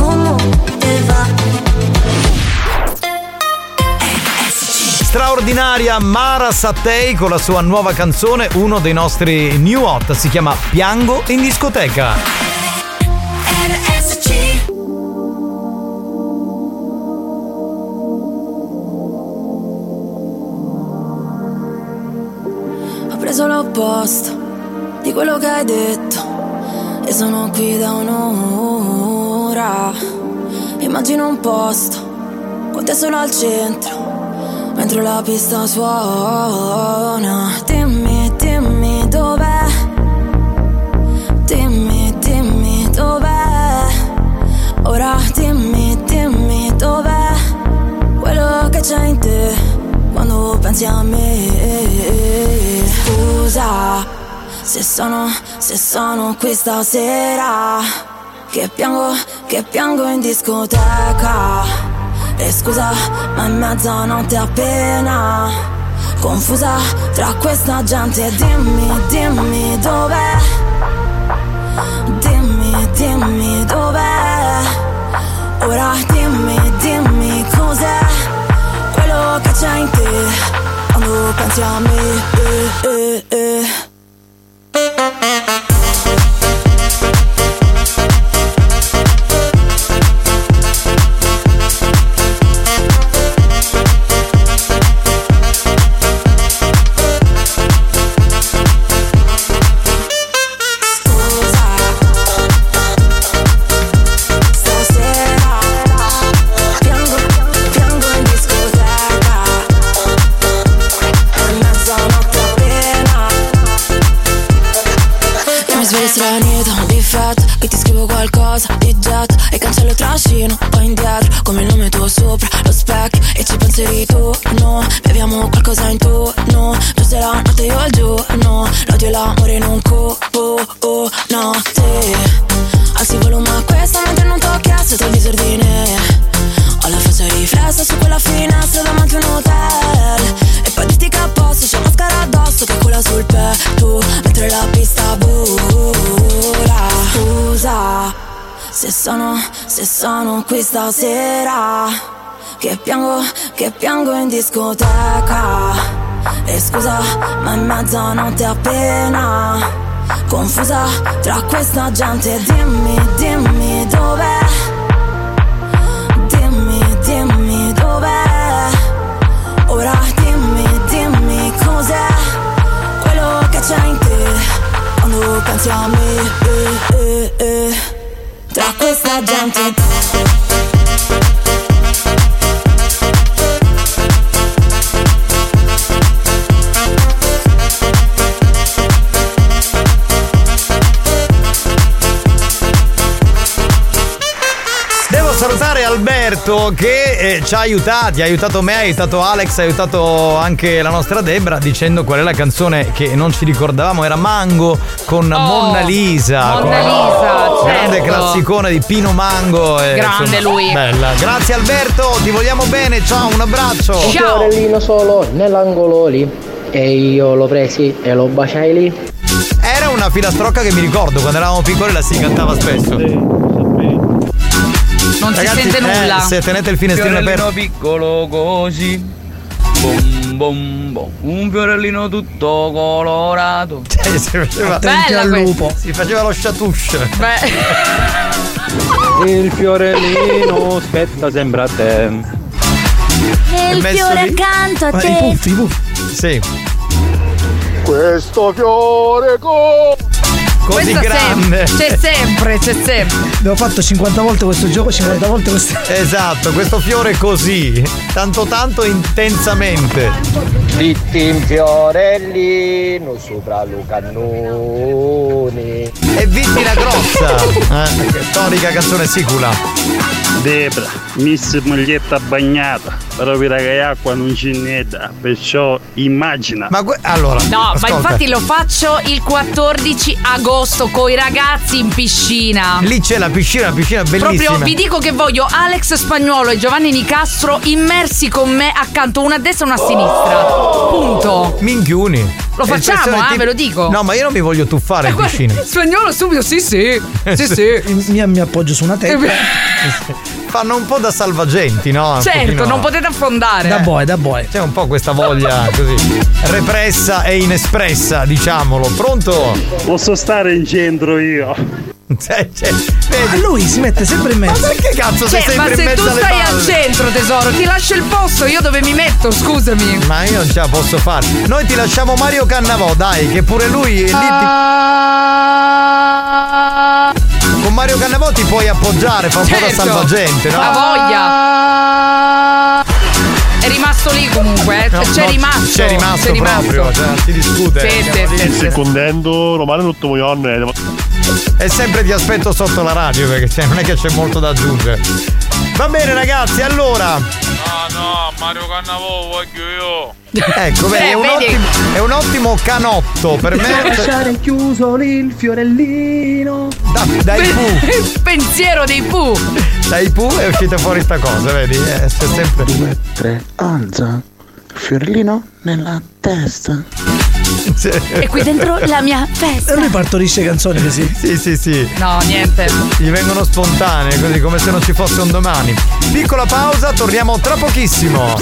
[SPEAKER 3] ¿Cómo te va?
[SPEAKER 5] Straordinaria Mara Sattei con la sua nuova canzone, uno dei nostri new hot, si chiama Piango in discoteca.
[SPEAKER 3] RSC.
[SPEAKER 19] preso l'opposto di quello che hai detto e sono qui da un'ora. Immagino un posto con te solo al centro, mentre la pista suona. Dimmi, dimmi dov'è. Dimmi, dimmi dov'è. Ora dimmi, dimmi dov'è. Quello che c'è in te quando pensi a me. Scusa. Se sono, se sono qui stasera Che piango, che piango in discoteca E scusa, ma è mezzanotte appena Confusa tra questa gente Dimmi, dimmi dov'è Dimmi, dimmi dov'è Ora dimmi, dimmi cos'è Quello che c'è in te Quando pensi a me eh, eh, eh. Stasera piango, piango in discoteca È mezzanotte appena Io mi sveglio stranita, un difetto Che ti scrivo qualcosa di jet E cancello il trascino, poi indietro Come il nome tuo sopra lo specchio E ci pensi tu, no Beviamo qualcosa in tu, no Giusto la notte io al giorno L'odio e l'amore in un cubo, oh, notte Alzi il volume a questa mentre non tocchi a sotto il disordine Ho la faccia riflessa su quella finestra davanti a un hotel E poi disti che a posto c'è mascara addosso che cola sul petto Mentre la pista vola Scusa se sono, se sono qui stasera Che piango, che piango in discoteca E scusa ma è mezzanotte appena Confusa tra questa gente Dimmi, dimmi dov'è Dimmi, dimmi dov'è Ora dimmi, dimmi cos'è Quello che c'è in te Quando pensi a me eh, eh, eh. Tra questa gente
[SPEAKER 5] Devo salutare Alberto che eh, ci ha aiutati, ha aiutato me, ha aiutato Alex, ha aiutato anche la nostra Debra dicendo qual è la canzone che non ci ricordavamo, era Mango con Monna Lisa.
[SPEAKER 6] Monna Oh, Lisa,
[SPEAKER 5] Grande
[SPEAKER 6] certo.
[SPEAKER 5] classicone di Pino Mango. eh,
[SPEAKER 6] Grande lui.
[SPEAKER 5] Bella. Grazie Alberto, Certo, ti vogliamo bene, ciao, un abbraccio.
[SPEAKER 20] Un fiorellino solo nell'angolo lì e io lo presi e lo baciai lì.
[SPEAKER 5] Era una filastrocca che mi ricordo, quando eravamo piccoli la si cantava spesso.
[SPEAKER 6] Non si
[SPEAKER 5] Ragazzi,
[SPEAKER 6] sente
[SPEAKER 5] eh,
[SPEAKER 6] nulla.
[SPEAKER 5] se tenete il finestrino
[SPEAKER 11] Fiorellino
[SPEAKER 5] aperto.
[SPEAKER 11] piccolo così. Bom, bom, bom. Un fiorellino tutto colorato.
[SPEAKER 5] Cioè,
[SPEAKER 6] Bella al questa. lupo.
[SPEAKER 5] Si faceva lo chatouche.
[SPEAKER 11] Il fiorellino aspetta sempre a te.
[SPEAKER 28] Il fiore accanto a te.
[SPEAKER 5] i puffi. Sì.
[SPEAKER 28] Questo fiore con.
[SPEAKER 5] Così
[SPEAKER 6] Questa
[SPEAKER 5] grande.
[SPEAKER 6] sempre-
[SPEAKER 28] Cioè,
[SPEAKER 6] c'è sempre, c'è sempre.
[SPEAKER 7] Abbiamo fatto 50 volte questo gioco, 50 volte questo.
[SPEAKER 5] Esatto, questo fiore così, tanto tanto intensamente.
[SPEAKER 25] Ditti in fiorellino sopra Lucannoni.
[SPEAKER 5] E vitti la grossa. Eh, storica canzone sicula.
[SPEAKER 13] Debra, miss maglietta bagnata, però vi che acqua non c'è niente, perciò immagina.
[SPEAKER 5] Ma allora,
[SPEAKER 6] No, ma infatti lo faccio il 14 agosto coi ragazzi in piscina.
[SPEAKER 5] Lì c'è la piscina, una piscina bellissima.
[SPEAKER 6] Proprio vi dico che voglio Alex Spagnuolo e Giovanni Nicastro immersi con me accanto, una a destra e una a
[SPEAKER 5] Oh,
[SPEAKER 6] sinistra. Punto.
[SPEAKER 5] Minchiuni.
[SPEAKER 6] Lo facciamo,
[SPEAKER 5] Espressione
[SPEAKER 6] ah,
[SPEAKER 5] tip-
[SPEAKER 6] ve lo dico. Eh,
[SPEAKER 5] No, ma io non mi voglio tuffare in piscina.
[SPEAKER 6] Spagnolo subito, sì, sì. Sì,
[SPEAKER 7] Mi, mi appoggio su una tecla.
[SPEAKER 5] Fanno un po' da salvagenti, no? Un
[SPEAKER 6] Certo,
[SPEAKER 5] pochino-
[SPEAKER 6] non potete affondare.
[SPEAKER 7] da boy.
[SPEAKER 5] C'è un po' questa voglia così repressa e inespressa, diciamolo. Pronto?
[SPEAKER 13] Posso stare in centro io.
[SPEAKER 5] Cioè, cioè,
[SPEAKER 7] Ma lui si mette sempre in mezzo.
[SPEAKER 5] Ma perché cazzo sei
[SPEAKER 6] Cioè, ma
[SPEAKER 5] sempre in
[SPEAKER 6] se
[SPEAKER 5] mezzo
[SPEAKER 6] tu
[SPEAKER 5] alle
[SPEAKER 6] stai
[SPEAKER 5] palle?
[SPEAKER 6] al centro, tesoro, ti lascio il posto, io dove mi metto, scusami.
[SPEAKER 5] Ma io non ce la posso fare. Noi ti lasciamo Mario Cannavò, dai, che pure lui è lì.
[SPEAKER 6] Ah.
[SPEAKER 1] Ah,
[SPEAKER 5] ti- Con Mario Cannavò ti puoi appoggiare, fa un po' da
[SPEAKER 6] Certo.
[SPEAKER 5] salvagente, no?
[SPEAKER 6] Ha voglia. È rimasto lì comunque, eh.
[SPEAKER 5] No,
[SPEAKER 6] c'è
[SPEAKER 5] no,
[SPEAKER 6] rimasto.
[SPEAKER 5] c'è rimasto
[SPEAKER 6] c'è rimasto.
[SPEAKER 5] proprio, cioè, non si discute.
[SPEAKER 6] Sì, sì, sì,
[SPEAKER 23] E
[SPEAKER 6] sì.
[SPEAKER 23] secondendo Romano tutto Moion. eh,
[SPEAKER 5] E sempre ti aspetto sotto la radio perché cioè, non è che c'è molto da aggiungere. Va bene ragazzi, allora.
[SPEAKER 1] Ah no, Mario Cannavò voglio io.
[SPEAKER 5] Ecco, beh,
[SPEAKER 1] Eh,
[SPEAKER 5] è, un
[SPEAKER 1] vedi.
[SPEAKER 5] ottimo, è un ottimo canotto per me.
[SPEAKER 9] Lasciare chiuso lì il fiorellino.
[SPEAKER 5] dai
[SPEAKER 6] Il pensiero dei Pooh.
[SPEAKER 5] Dai Pooh è uscita fuori sta cosa, vedi? Eh, c'è sempre.
[SPEAKER 9] Tre, alza. Fiorellino nella testa.
[SPEAKER 6] E qui dentro la mia
[SPEAKER 7] E
[SPEAKER 6] festa.
[SPEAKER 7] lui partorisce canzoni così.
[SPEAKER 5] Sì, sì, sì.
[SPEAKER 6] No, niente.
[SPEAKER 5] Gli vengono spontanee, così come se non ci fosse un domani. Piccola pausa, torniamo tra pochissimo.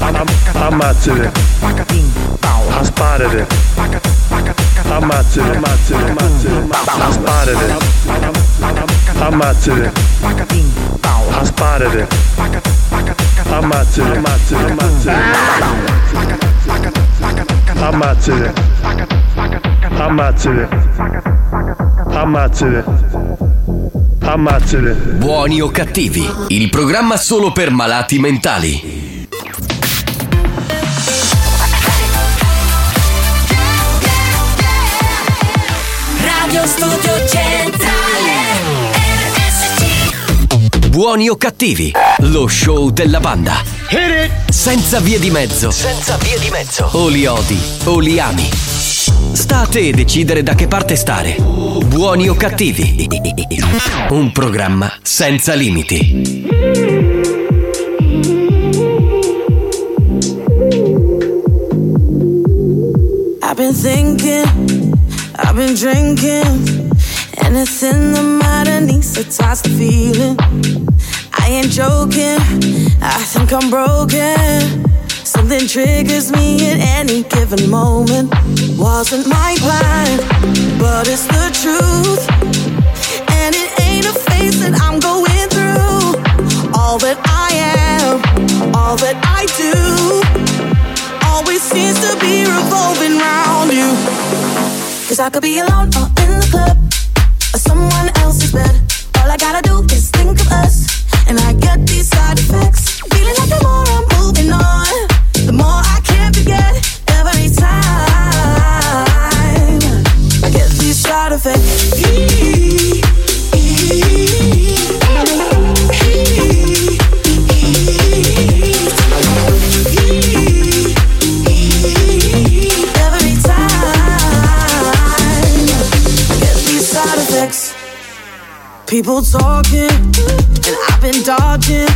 [SPEAKER 23] Ammazzate. Asparete. Ammazzate, ammazzate, ammazzate. Asparete. Ammazzate. Asparete. Ammazzate, ammazzate, ammazzate. Ammazzate. Ammazzate. Ammazzate. Ammazzate.
[SPEAKER 2] Buoni o cattivi, il programma solo per malati mentali.
[SPEAKER 3] Radio Studio Centrale RSC
[SPEAKER 2] Buoni o cattivi, lo show della banda. Senza vie di mezzo.
[SPEAKER 3] Senza vie di mezzo
[SPEAKER 2] O li odi o li ami. Sta a te decidere da che parte stare. Buoni o cattivi. Un programma senza limiti.
[SPEAKER 27] I've been thinking, I've been drinking, and it's in the mind anesthetized feeling. I ain't joking, I think I'm broken. Something triggers me at any given moment. Wasn't my plan, but it's the truth. And it ain't a phase that I'm going through. All that I am, all that I do always seems to be revolving round you. Cause I could be alone or in the club or someone else's bed. All I gotta do is think of us, and I get these side effects. Feeling like the more I'm moving on, the more I can't forget every time. I get these side effects. Every time I get these side effects. People talking, and I've been dodging.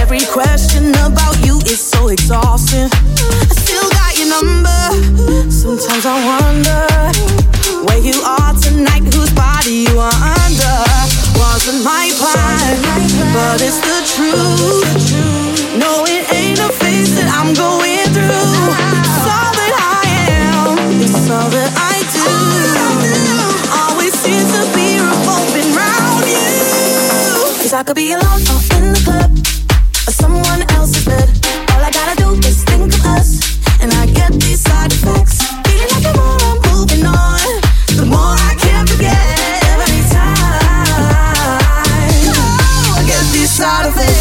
[SPEAKER 27] Every question about you is so exhausting. I still got your number. Sometimes I wonder where you are tonight, whose body you are under. Wasn't my plan, but it's the truth. No, it ain't a phase that I'm going through. It's all that I am. It's all that I do. Always seems to be revolving round you. Cause I could be alone or in the club or someone else's bed. All I gotta do is think of us, and I get these side effects. Feeling like the more I'm moving on, the more I can't forget every time. Oh, I get these side effects.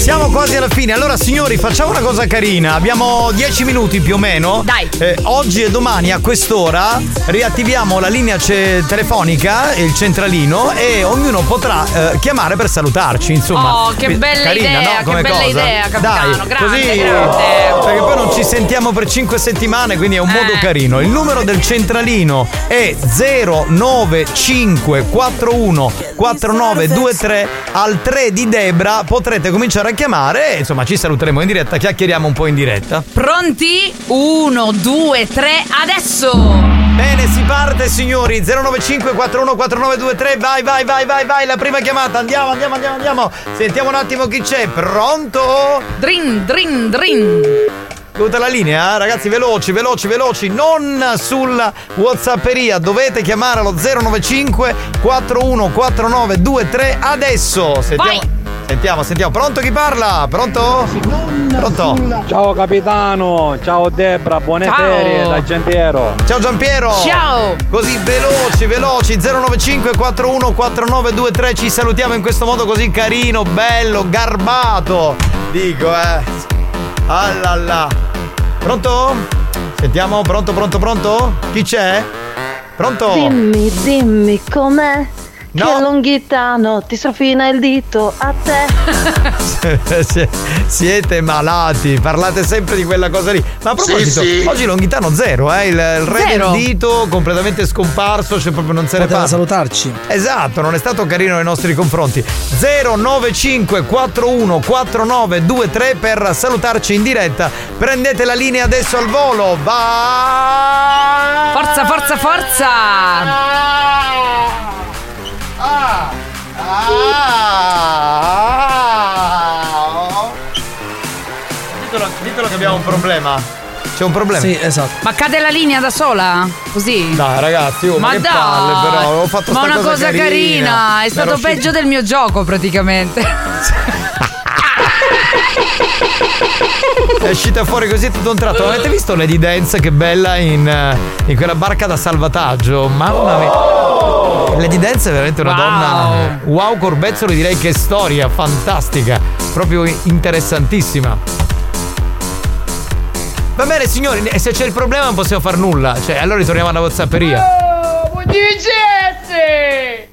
[SPEAKER 5] Siamo quasi alla fine, allora signori facciamo una cosa carina, abbiamo 10 minuti più o meno. Dai. oggi e domani a quest'ora riattiviamo la linea ce- telefonica, il centralino e ognuno potrà eh, chiamare per salutarci, insomma.
[SPEAKER 6] Oh, che
[SPEAKER 5] Pi-
[SPEAKER 6] bella
[SPEAKER 5] carina,
[SPEAKER 6] idea,
[SPEAKER 5] no?
[SPEAKER 6] che
[SPEAKER 5] Come
[SPEAKER 6] bella
[SPEAKER 5] cosa?
[SPEAKER 6] idea, capitano,
[SPEAKER 5] Dai,
[SPEAKER 6] grande,
[SPEAKER 5] così,
[SPEAKER 6] grande.
[SPEAKER 5] Perché poi non ci sentiamo per 5 settimane, quindi è un modo carino. Il numero del centralino è 095414923 al 3 di Debra potrete cominciare a chiamare e insomma ci saluteremo in diretta, chiacchieriamo un po' in diretta.
[SPEAKER 6] Pronti? Uno, due, tre, adesso!
[SPEAKER 5] Bene, si parte signori. 095414923. Vai, vai, vai, vai, vai. La prima chiamata. Andiamo, andiamo, andiamo, andiamo. Sentiamo un attimo chi c'è. Pronto?
[SPEAKER 6] Drin, drin, drin.
[SPEAKER 5] Tutta la linea, eh? ragazzi, veloci, veloci, veloci, non sulla Whatsapperia, dovete chiamare allo 095 414923 adesso. Sentiamo, sentiamo, sentiamo. Pronto chi parla? Pronto? Pronto?
[SPEAKER 29] Ciao capitano, ciao Debra, buone
[SPEAKER 5] Ciao.
[SPEAKER 29] ferie da Gentiero.
[SPEAKER 5] Ciao Giampiero! Così veloci, veloci, 095 414923 ci salutiamo in questo modo così carino, bello, garbato. Dico, eh. Allala. Pronto? Sentiamo, pronto, pronto, pronto? Chi c'è? Pronto?
[SPEAKER 24] Dimmi, dimmi com'è.
[SPEAKER 5] No.
[SPEAKER 24] Che longhittano ti strofina il dito a te.
[SPEAKER 5] Sie- Siete malati, parlate sempre di quella cosa lì. Ma a proposito,
[SPEAKER 21] Sì, sì.
[SPEAKER 5] oggi Longhitano zero, eh? il, il re
[SPEAKER 21] Zero.
[SPEAKER 5] del dito completamente scomparso, cioè proprio non se ne
[SPEAKER 7] Poteva
[SPEAKER 5] parla.
[SPEAKER 7] salutarci.
[SPEAKER 5] Esatto, non è stato carino nei nostri confronti. 095 41 4923 per salutarci in diretta. Prendete la linea adesso al volo. Va!
[SPEAKER 6] Forza, forza, forza! Ah!
[SPEAKER 5] Ditelo, ditelo che abbiamo un problema. C'è un problema.
[SPEAKER 7] Sì, esatto.
[SPEAKER 6] Ma cade la linea da sola? Così?
[SPEAKER 5] Dai, ragazzi, oh, ma,
[SPEAKER 6] Ma
[SPEAKER 5] che
[SPEAKER 6] dai!
[SPEAKER 5] palle, però. Avevo fatto
[SPEAKER 6] Ma
[SPEAKER 5] sta
[SPEAKER 6] una cosa, carina, è
[SPEAKER 5] Mi
[SPEAKER 6] stato
[SPEAKER 5] ero uscito-
[SPEAKER 6] peggio del mio gioco praticamente.
[SPEAKER 5] È uscita fuori così tutto un tratto. Avete visto Lady Dance che bella in, eh, in quella barca da salvataggio? Mamma mia. Lady Dance è veramente una donna. eh, Wow, Corbezzolo, direi che storia fantastica, proprio interessantissima. Va bene, signori, e se c'è il problema non possiamo far nulla. Cioè, allora ritorniamo alla Whatsapperia.
[SPEAKER 3] Dicesse!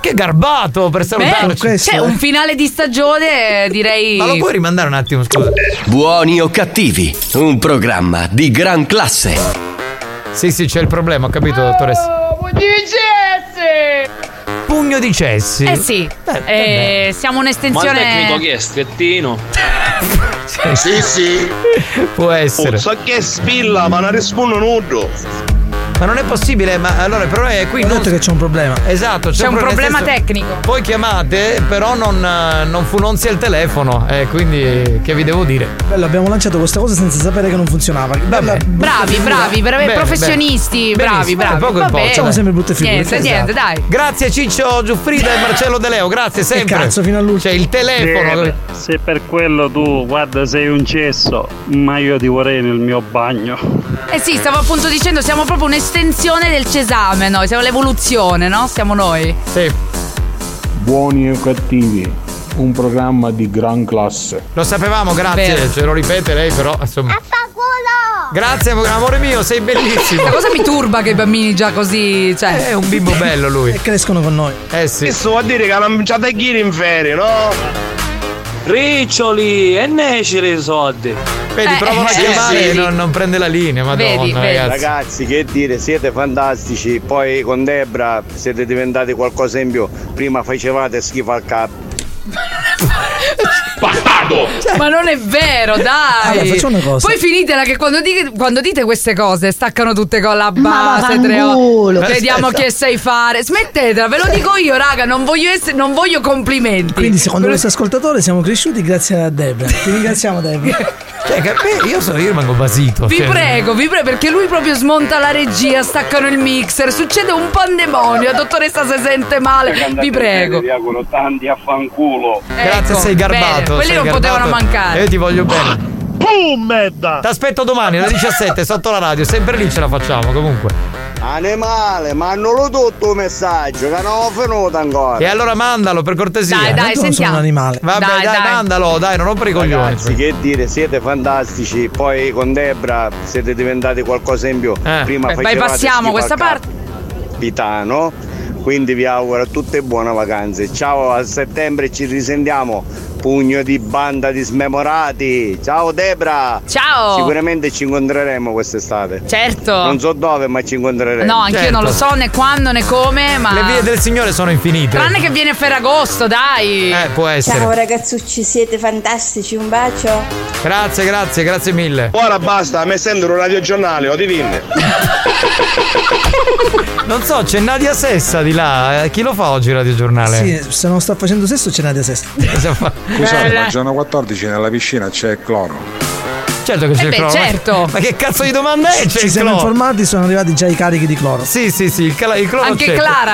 [SPEAKER 5] Che garbato per
[SPEAKER 6] Beh,
[SPEAKER 5] salutarci.
[SPEAKER 6] c'è un finale di stagione, eh, direi.
[SPEAKER 5] Ma lo puoi rimandare un attimo, scusa?
[SPEAKER 2] Buoni o cattivi, un programma di gran classe.
[SPEAKER 5] Sì, sì, c'è il problema, ho capito, dottoressa.
[SPEAKER 6] Dicesse!
[SPEAKER 5] Pugno di cessi.
[SPEAKER 6] Eh sì, eh, siamo
[SPEAKER 11] Ma il tecnico
[SPEAKER 6] un'estensione.
[SPEAKER 11] chi è? Schettino?
[SPEAKER 5] Sì, sì. Può essere.
[SPEAKER 11] Oh, so che spilla, ma non rispondo nudo.
[SPEAKER 5] Ma non è possibile, ma allora il problema è qui.
[SPEAKER 7] Ho detto che c'è un problema.
[SPEAKER 5] Esatto,
[SPEAKER 7] C'è un
[SPEAKER 5] pro- nel
[SPEAKER 7] problema
[SPEAKER 6] tecnico.
[SPEAKER 5] Voi chiamate, però non, eh, non funonzia il telefono, eh, quindi eh, che vi devo dire?
[SPEAKER 7] Bello, abbiamo lanciato questa cosa senza sapere che non funzionava. Bella-
[SPEAKER 6] Bravi, bravi, bravi,
[SPEAKER 5] Bene,
[SPEAKER 6] professionisti,
[SPEAKER 5] bene.
[SPEAKER 6] bravi,
[SPEAKER 5] Benissimo,
[SPEAKER 6] bravi.
[SPEAKER 5] poco
[SPEAKER 6] Va
[SPEAKER 5] importa.
[SPEAKER 6] bene.
[SPEAKER 5] Facciamo sempre
[SPEAKER 7] brutte figure,
[SPEAKER 6] Niente,
[SPEAKER 7] esatto.
[SPEAKER 6] niente, dai.
[SPEAKER 5] Grazie Ciccio Giuffrida e Marcello De Leo, grazie sempre.
[SPEAKER 7] cazzo, fino all'ultimo.
[SPEAKER 5] C'è il telefono.
[SPEAKER 29] Se, se per quello tu, guarda, sei un cesso, ma io ti vorrei nel mio bagno.
[SPEAKER 6] Eh sì, stavo appunto dicendo, siamo proprio un'estensione del Cesame noi, siamo l'evoluzione, no? Siamo noi.
[SPEAKER 5] Sì.
[SPEAKER 10] Buoni o cattivi, un programma di gran classe.
[SPEAKER 5] Lo sapevamo, grazie.
[SPEAKER 10] Bene.
[SPEAKER 5] Ce lo ripete lei, però insomma. Grazie, amore mio, sei bellissimo.
[SPEAKER 6] Questa cosa mi turba che i bambini già così, cioè...
[SPEAKER 5] È un bimbo bello lui.
[SPEAKER 7] E crescono con noi.
[SPEAKER 5] Eh sì.
[SPEAKER 11] Questo vuol dire che non c'è da chi in ferie, no? Riccioli, e necere i soldi.
[SPEAKER 6] Eh,
[SPEAKER 5] Vedi, provano a chiamare e non, non prende la linea, madonna, ragazzi.
[SPEAKER 30] Ragazzi, che dire, siete fantastici. Poi con Debra siete diventati qualcosa in più. Prima facevate schifo al capo.
[SPEAKER 6] Cioè. Ma non è vero, dai!
[SPEAKER 30] Allora, facciamo una cosa.
[SPEAKER 6] Poi finitela che quando dite, quando dite queste cose staccano tutte con la
[SPEAKER 3] Ma
[SPEAKER 6] base, tre
[SPEAKER 3] vaffanculo.
[SPEAKER 6] ore. Vediamo
[SPEAKER 3] Aspetta.
[SPEAKER 6] che sai fare. Smettetela, ve lo dico io, raga, non voglio, essere- non voglio complimenti.
[SPEAKER 7] Quindi, secondo questo ascoltatore, siamo cresciuti grazie a Debra. Ti ringraziamo, Debra.
[SPEAKER 5] Cioè, cap- io, sono, io rimango basito.
[SPEAKER 6] Vi
[SPEAKER 5] cioè.
[SPEAKER 6] prego, vi prego, perché lui proprio smonta la regia, staccano il mixer, succede un pandemonio, la dottoressa si sente male, vi prego.
[SPEAKER 29] Vi auguro tanti affanculo.
[SPEAKER 5] Grazie, sei
[SPEAKER 17] Eh,
[SPEAKER 5] garbato.
[SPEAKER 6] Ecco, quelli
[SPEAKER 5] sei
[SPEAKER 6] non
[SPEAKER 5] garbato.
[SPEAKER 6] potevano mancare.
[SPEAKER 5] Io ti voglio bene.
[SPEAKER 29] Boom, merda!
[SPEAKER 5] Ti aspetto domani alle 17 sotto la radio, sempre lì ce la facciamo comunque.
[SPEAKER 30] Animale, ma hanno lo tutto un messaggio, che non ho venuto ancora.
[SPEAKER 5] E allora mandalo per cortesia.
[SPEAKER 30] Dai, dai,
[SPEAKER 5] Tanto non
[SPEAKER 30] sentiamo.
[SPEAKER 5] sono un animale. Vabbè,
[SPEAKER 30] Dai,
[SPEAKER 5] dai,
[SPEAKER 30] dai.
[SPEAKER 5] mandalo, dai, non rompere i coglioni.
[SPEAKER 30] Ragazzi, che dire, siete fantastici. Poi con Debra siete diventati qualcosa in più.
[SPEAKER 5] Eh.
[SPEAKER 30] Prima
[SPEAKER 6] Beh,
[SPEAKER 30] facevate
[SPEAKER 6] bypassiamo
[SPEAKER 30] schifo
[SPEAKER 6] questa
[SPEAKER 30] al
[SPEAKER 6] parte.
[SPEAKER 30] capitano. Quindi vi auguro a tutte buone vacanze. Ciao, a settembre ci risentiamo.
[SPEAKER 12] Pugno di banda di smemorati. Ciao Debra.
[SPEAKER 6] Ciao.
[SPEAKER 12] Sicuramente ci incontreremo quest'estate.
[SPEAKER 6] Certo.
[SPEAKER 12] Non so dove, ma ci incontreremo.
[SPEAKER 6] No, anch'io non lo so né quando né come, ma.
[SPEAKER 5] Certo. Le vie del Signore sono infinite.
[SPEAKER 6] Tranne che viene Ferragosto, dai!
[SPEAKER 5] Eh, può essere.
[SPEAKER 21] Ciao ragazzucci, siete fantastici, un bacio.
[SPEAKER 5] Grazie, grazie, grazie mille.
[SPEAKER 12] Ora basta, mi sembra un radiogiornale, o divin.
[SPEAKER 5] Non so, c'è Nadia Sessa di là. Eh, Chi lo fa oggi il radiogiornale?
[SPEAKER 7] Sì, se non sta facendo sesso c'è Nadia Sesta.
[SPEAKER 5] Esatto.
[SPEAKER 4] Scusate,
[SPEAKER 7] Bella.
[SPEAKER 4] ma il giorno 14 nella piscina c'è il cloro.
[SPEAKER 5] Certo che
[SPEAKER 7] Eh
[SPEAKER 5] c'è il
[SPEAKER 7] beh,
[SPEAKER 5] cloro. ma-
[SPEAKER 7] certo.
[SPEAKER 5] Ma che cazzo di domanda è? C'è
[SPEAKER 7] Ci
[SPEAKER 5] il
[SPEAKER 7] siamo
[SPEAKER 5] cloro.
[SPEAKER 7] informati, sono arrivati già i carichi di cloro.
[SPEAKER 5] Sì, sì, sì, il, cala- il cloro c'è. Eh,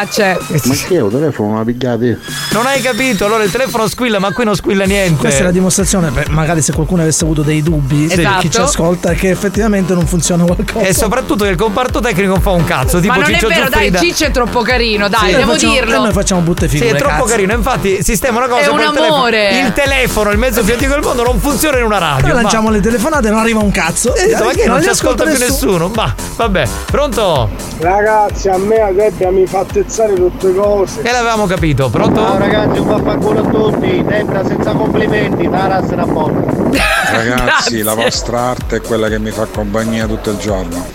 [SPEAKER 6] c'è.
[SPEAKER 4] Ma che è un telefono, la pigliate?
[SPEAKER 5] Non hai capito, allora il telefono squilla, ma qui non squilla niente.
[SPEAKER 7] Questa è la dimostrazione, per- magari se qualcuno avesse avuto dei dubbi,
[SPEAKER 5] Sì.
[SPEAKER 7] chi ci
[SPEAKER 5] Esatto.
[SPEAKER 7] ascolta, che effettivamente non funziona qualcosa.
[SPEAKER 5] E soprattutto che il comparto tecnico non fa un cazzo, tipo
[SPEAKER 6] ma non
[SPEAKER 5] Ciccio
[SPEAKER 6] è vero,
[SPEAKER 5] Giuffrida.
[SPEAKER 6] dai, Ciccio è troppo carino, dai,
[SPEAKER 7] Sì, noi
[SPEAKER 6] devo
[SPEAKER 7] facciamo-
[SPEAKER 6] dirlo.
[SPEAKER 7] e noi facciamo butte
[SPEAKER 5] Sì,
[SPEAKER 7] figure.
[SPEAKER 5] è troppo
[SPEAKER 7] cazzo.
[SPEAKER 5] carino, infatti sistema una cosa
[SPEAKER 6] È
[SPEAKER 5] col
[SPEAKER 6] un
[SPEAKER 5] telefono.
[SPEAKER 6] amore.
[SPEAKER 5] Il telefono, il mezzo più antico del mondo non funziona in una radio.
[SPEAKER 7] Noi
[SPEAKER 5] ma-
[SPEAKER 7] lanciamo le telefonate, non arriva un cazzo.
[SPEAKER 5] Eh, ma che non ci ascolta più nessuno? Ma vabbè, pronto?
[SPEAKER 11] Ragazzi, a me a Debbia mi fa tezzare tutte cose.
[SPEAKER 5] E l'avevamo capito, pronto?
[SPEAKER 11] Ciao ragazzi, un vaffanculo a tutti. Debra senza complimenti, Taras Ramon.
[SPEAKER 4] Ragazzi,
[SPEAKER 11] Grazie.
[SPEAKER 4] la vostra arte è quella che mi fa compagnia tutto il giorno.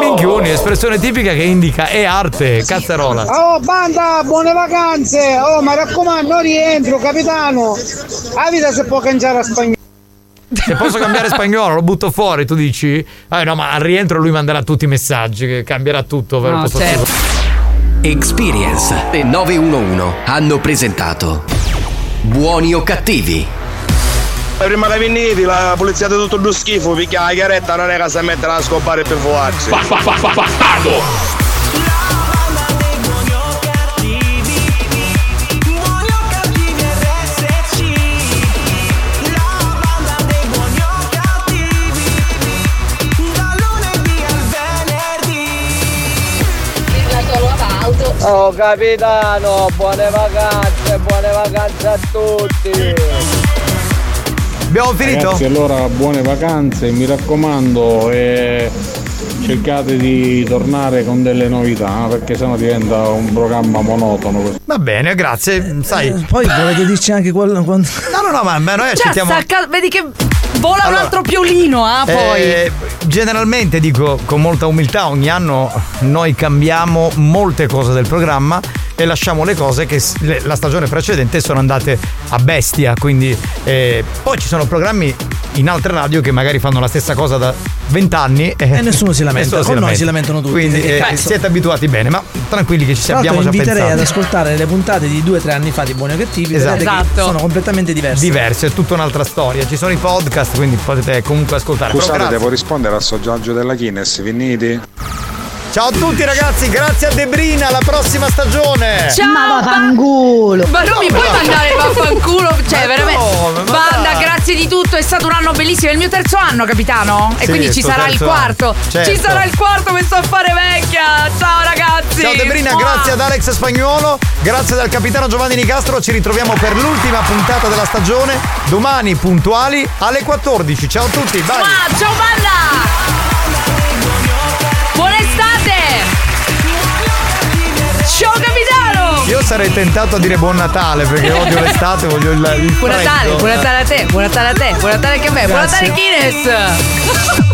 [SPEAKER 5] Minchioni, espressione tipica che indica è arte, cazzarola.
[SPEAKER 11] Oh banda, buone vacanze! Oh, ma raccomando, non rientro, capitano! La vita si può cangiare a spagnolo.
[SPEAKER 5] Se posso cambiare spagnolo, lo butto fuori, tu dici? Ah no, ma al rientro lui manderà tutti i messaggi, che cambierà tutto per
[SPEAKER 38] No,
[SPEAKER 5] questo
[SPEAKER 38] certo.
[SPEAKER 5] tipo.
[SPEAKER 38] Experience e 911 hanno presentato Buoni o cattivi?
[SPEAKER 12] Prima che venite, la polizia di tutto lo schifo, perché la chiaretta non è che si mette a scopare per fuarsi.
[SPEAKER 23] Fa- fa- fa- fa- bastardo!
[SPEAKER 2] Oh capitano, buone vacanze, buone vacanze a tutti!
[SPEAKER 5] Abbiamo finito?
[SPEAKER 9] Ragazzi, allora buone vacanze, mi raccomando e cercate di tornare con delle novità perché sennò diventa un programma monotono. questo.
[SPEAKER 5] Va bene, grazie, sai.
[SPEAKER 7] Poi volete dirci anche quello quando...
[SPEAKER 5] No, no, no, ma ma noi
[SPEAKER 6] Cioè,
[SPEAKER 5] accettiamo.
[SPEAKER 6] stacca- vedi che vola
[SPEAKER 5] Allora.
[SPEAKER 6] un altro piolino, ah, poi.
[SPEAKER 5] Eh, generalmente dico con molta umiltà, ogni anno noi cambiamo molte cose del programma e lasciamo le cose che s- le- la stagione precedente sono andate a bestia, quindi eh, poi ci sono programmi in altre radio che magari fanno la stessa cosa da vent'anni e,
[SPEAKER 7] nessuno si lamenta,
[SPEAKER 5] nessuno
[SPEAKER 7] con noi si lamentano tutti.
[SPEAKER 5] Quindi eh,
[SPEAKER 7] Cazzo.
[SPEAKER 5] siete abituati bene, ma tranquilli che ci
[SPEAKER 7] Tra
[SPEAKER 5] abbiamo
[SPEAKER 7] l'altro
[SPEAKER 5] già
[SPEAKER 7] inviterei
[SPEAKER 5] pensato.
[SPEAKER 7] ad ascoltare le puntate di 2-3 anni fa di Buoni o Cattivi,
[SPEAKER 5] Esatto.
[SPEAKER 7] vedete che
[SPEAKER 5] Esatto.
[SPEAKER 7] sono completamente diverse.
[SPEAKER 5] Diverso, è tutta un'altra storia. Ci sono i podcast, quindi potete comunque ascoltare. Però
[SPEAKER 4] Scusate,
[SPEAKER 5] grazie.
[SPEAKER 4] devo rispondere al soggiorno della Guinness, venite?
[SPEAKER 5] Ciao a tutti ragazzi, grazie a Debrina, alla prossima stagione.
[SPEAKER 21] Ma vaffanculo!
[SPEAKER 6] Ma non mi puoi mandare vaffanculo, cioè
[SPEAKER 21] Ma
[SPEAKER 6] veramente.
[SPEAKER 21] come, ma
[SPEAKER 6] Banda,
[SPEAKER 21] dai.
[SPEAKER 6] grazie di tutto, è stato un anno bellissimo, è il mio terzo anno, capitano. E
[SPEAKER 5] Sì,
[SPEAKER 6] quindi ci
[SPEAKER 5] tuo
[SPEAKER 6] sarà il
[SPEAKER 5] terzo
[SPEAKER 6] quarto.
[SPEAKER 5] anno. Certo.
[SPEAKER 6] Ci sarà il quarto, mi sto a fare vecchia. Ciao ragazzi.
[SPEAKER 5] Ciao Debrina,
[SPEAKER 6] Mua.
[SPEAKER 5] grazie ad Alex Spagnuolo, grazie dal capitano Giovanni Nicastro, ci ritroviamo per l'ultima puntata della stagione, domani puntuali alle 14. Ciao a tutti, bye!
[SPEAKER 6] Mua, ciao banda! Buona estate! Ciao capitano!
[SPEAKER 5] Io sarei tentato a dire buon Natale perché odio l'estate, voglio il, il
[SPEAKER 6] Buon Natale,
[SPEAKER 5] freddo.
[SPEAKER 6] buon Natale a te, buon Natale a te, buon Natale anche a me, buon
[SPEAKER 5] Grazie.
[SPEAKER 6] Natale Guinness!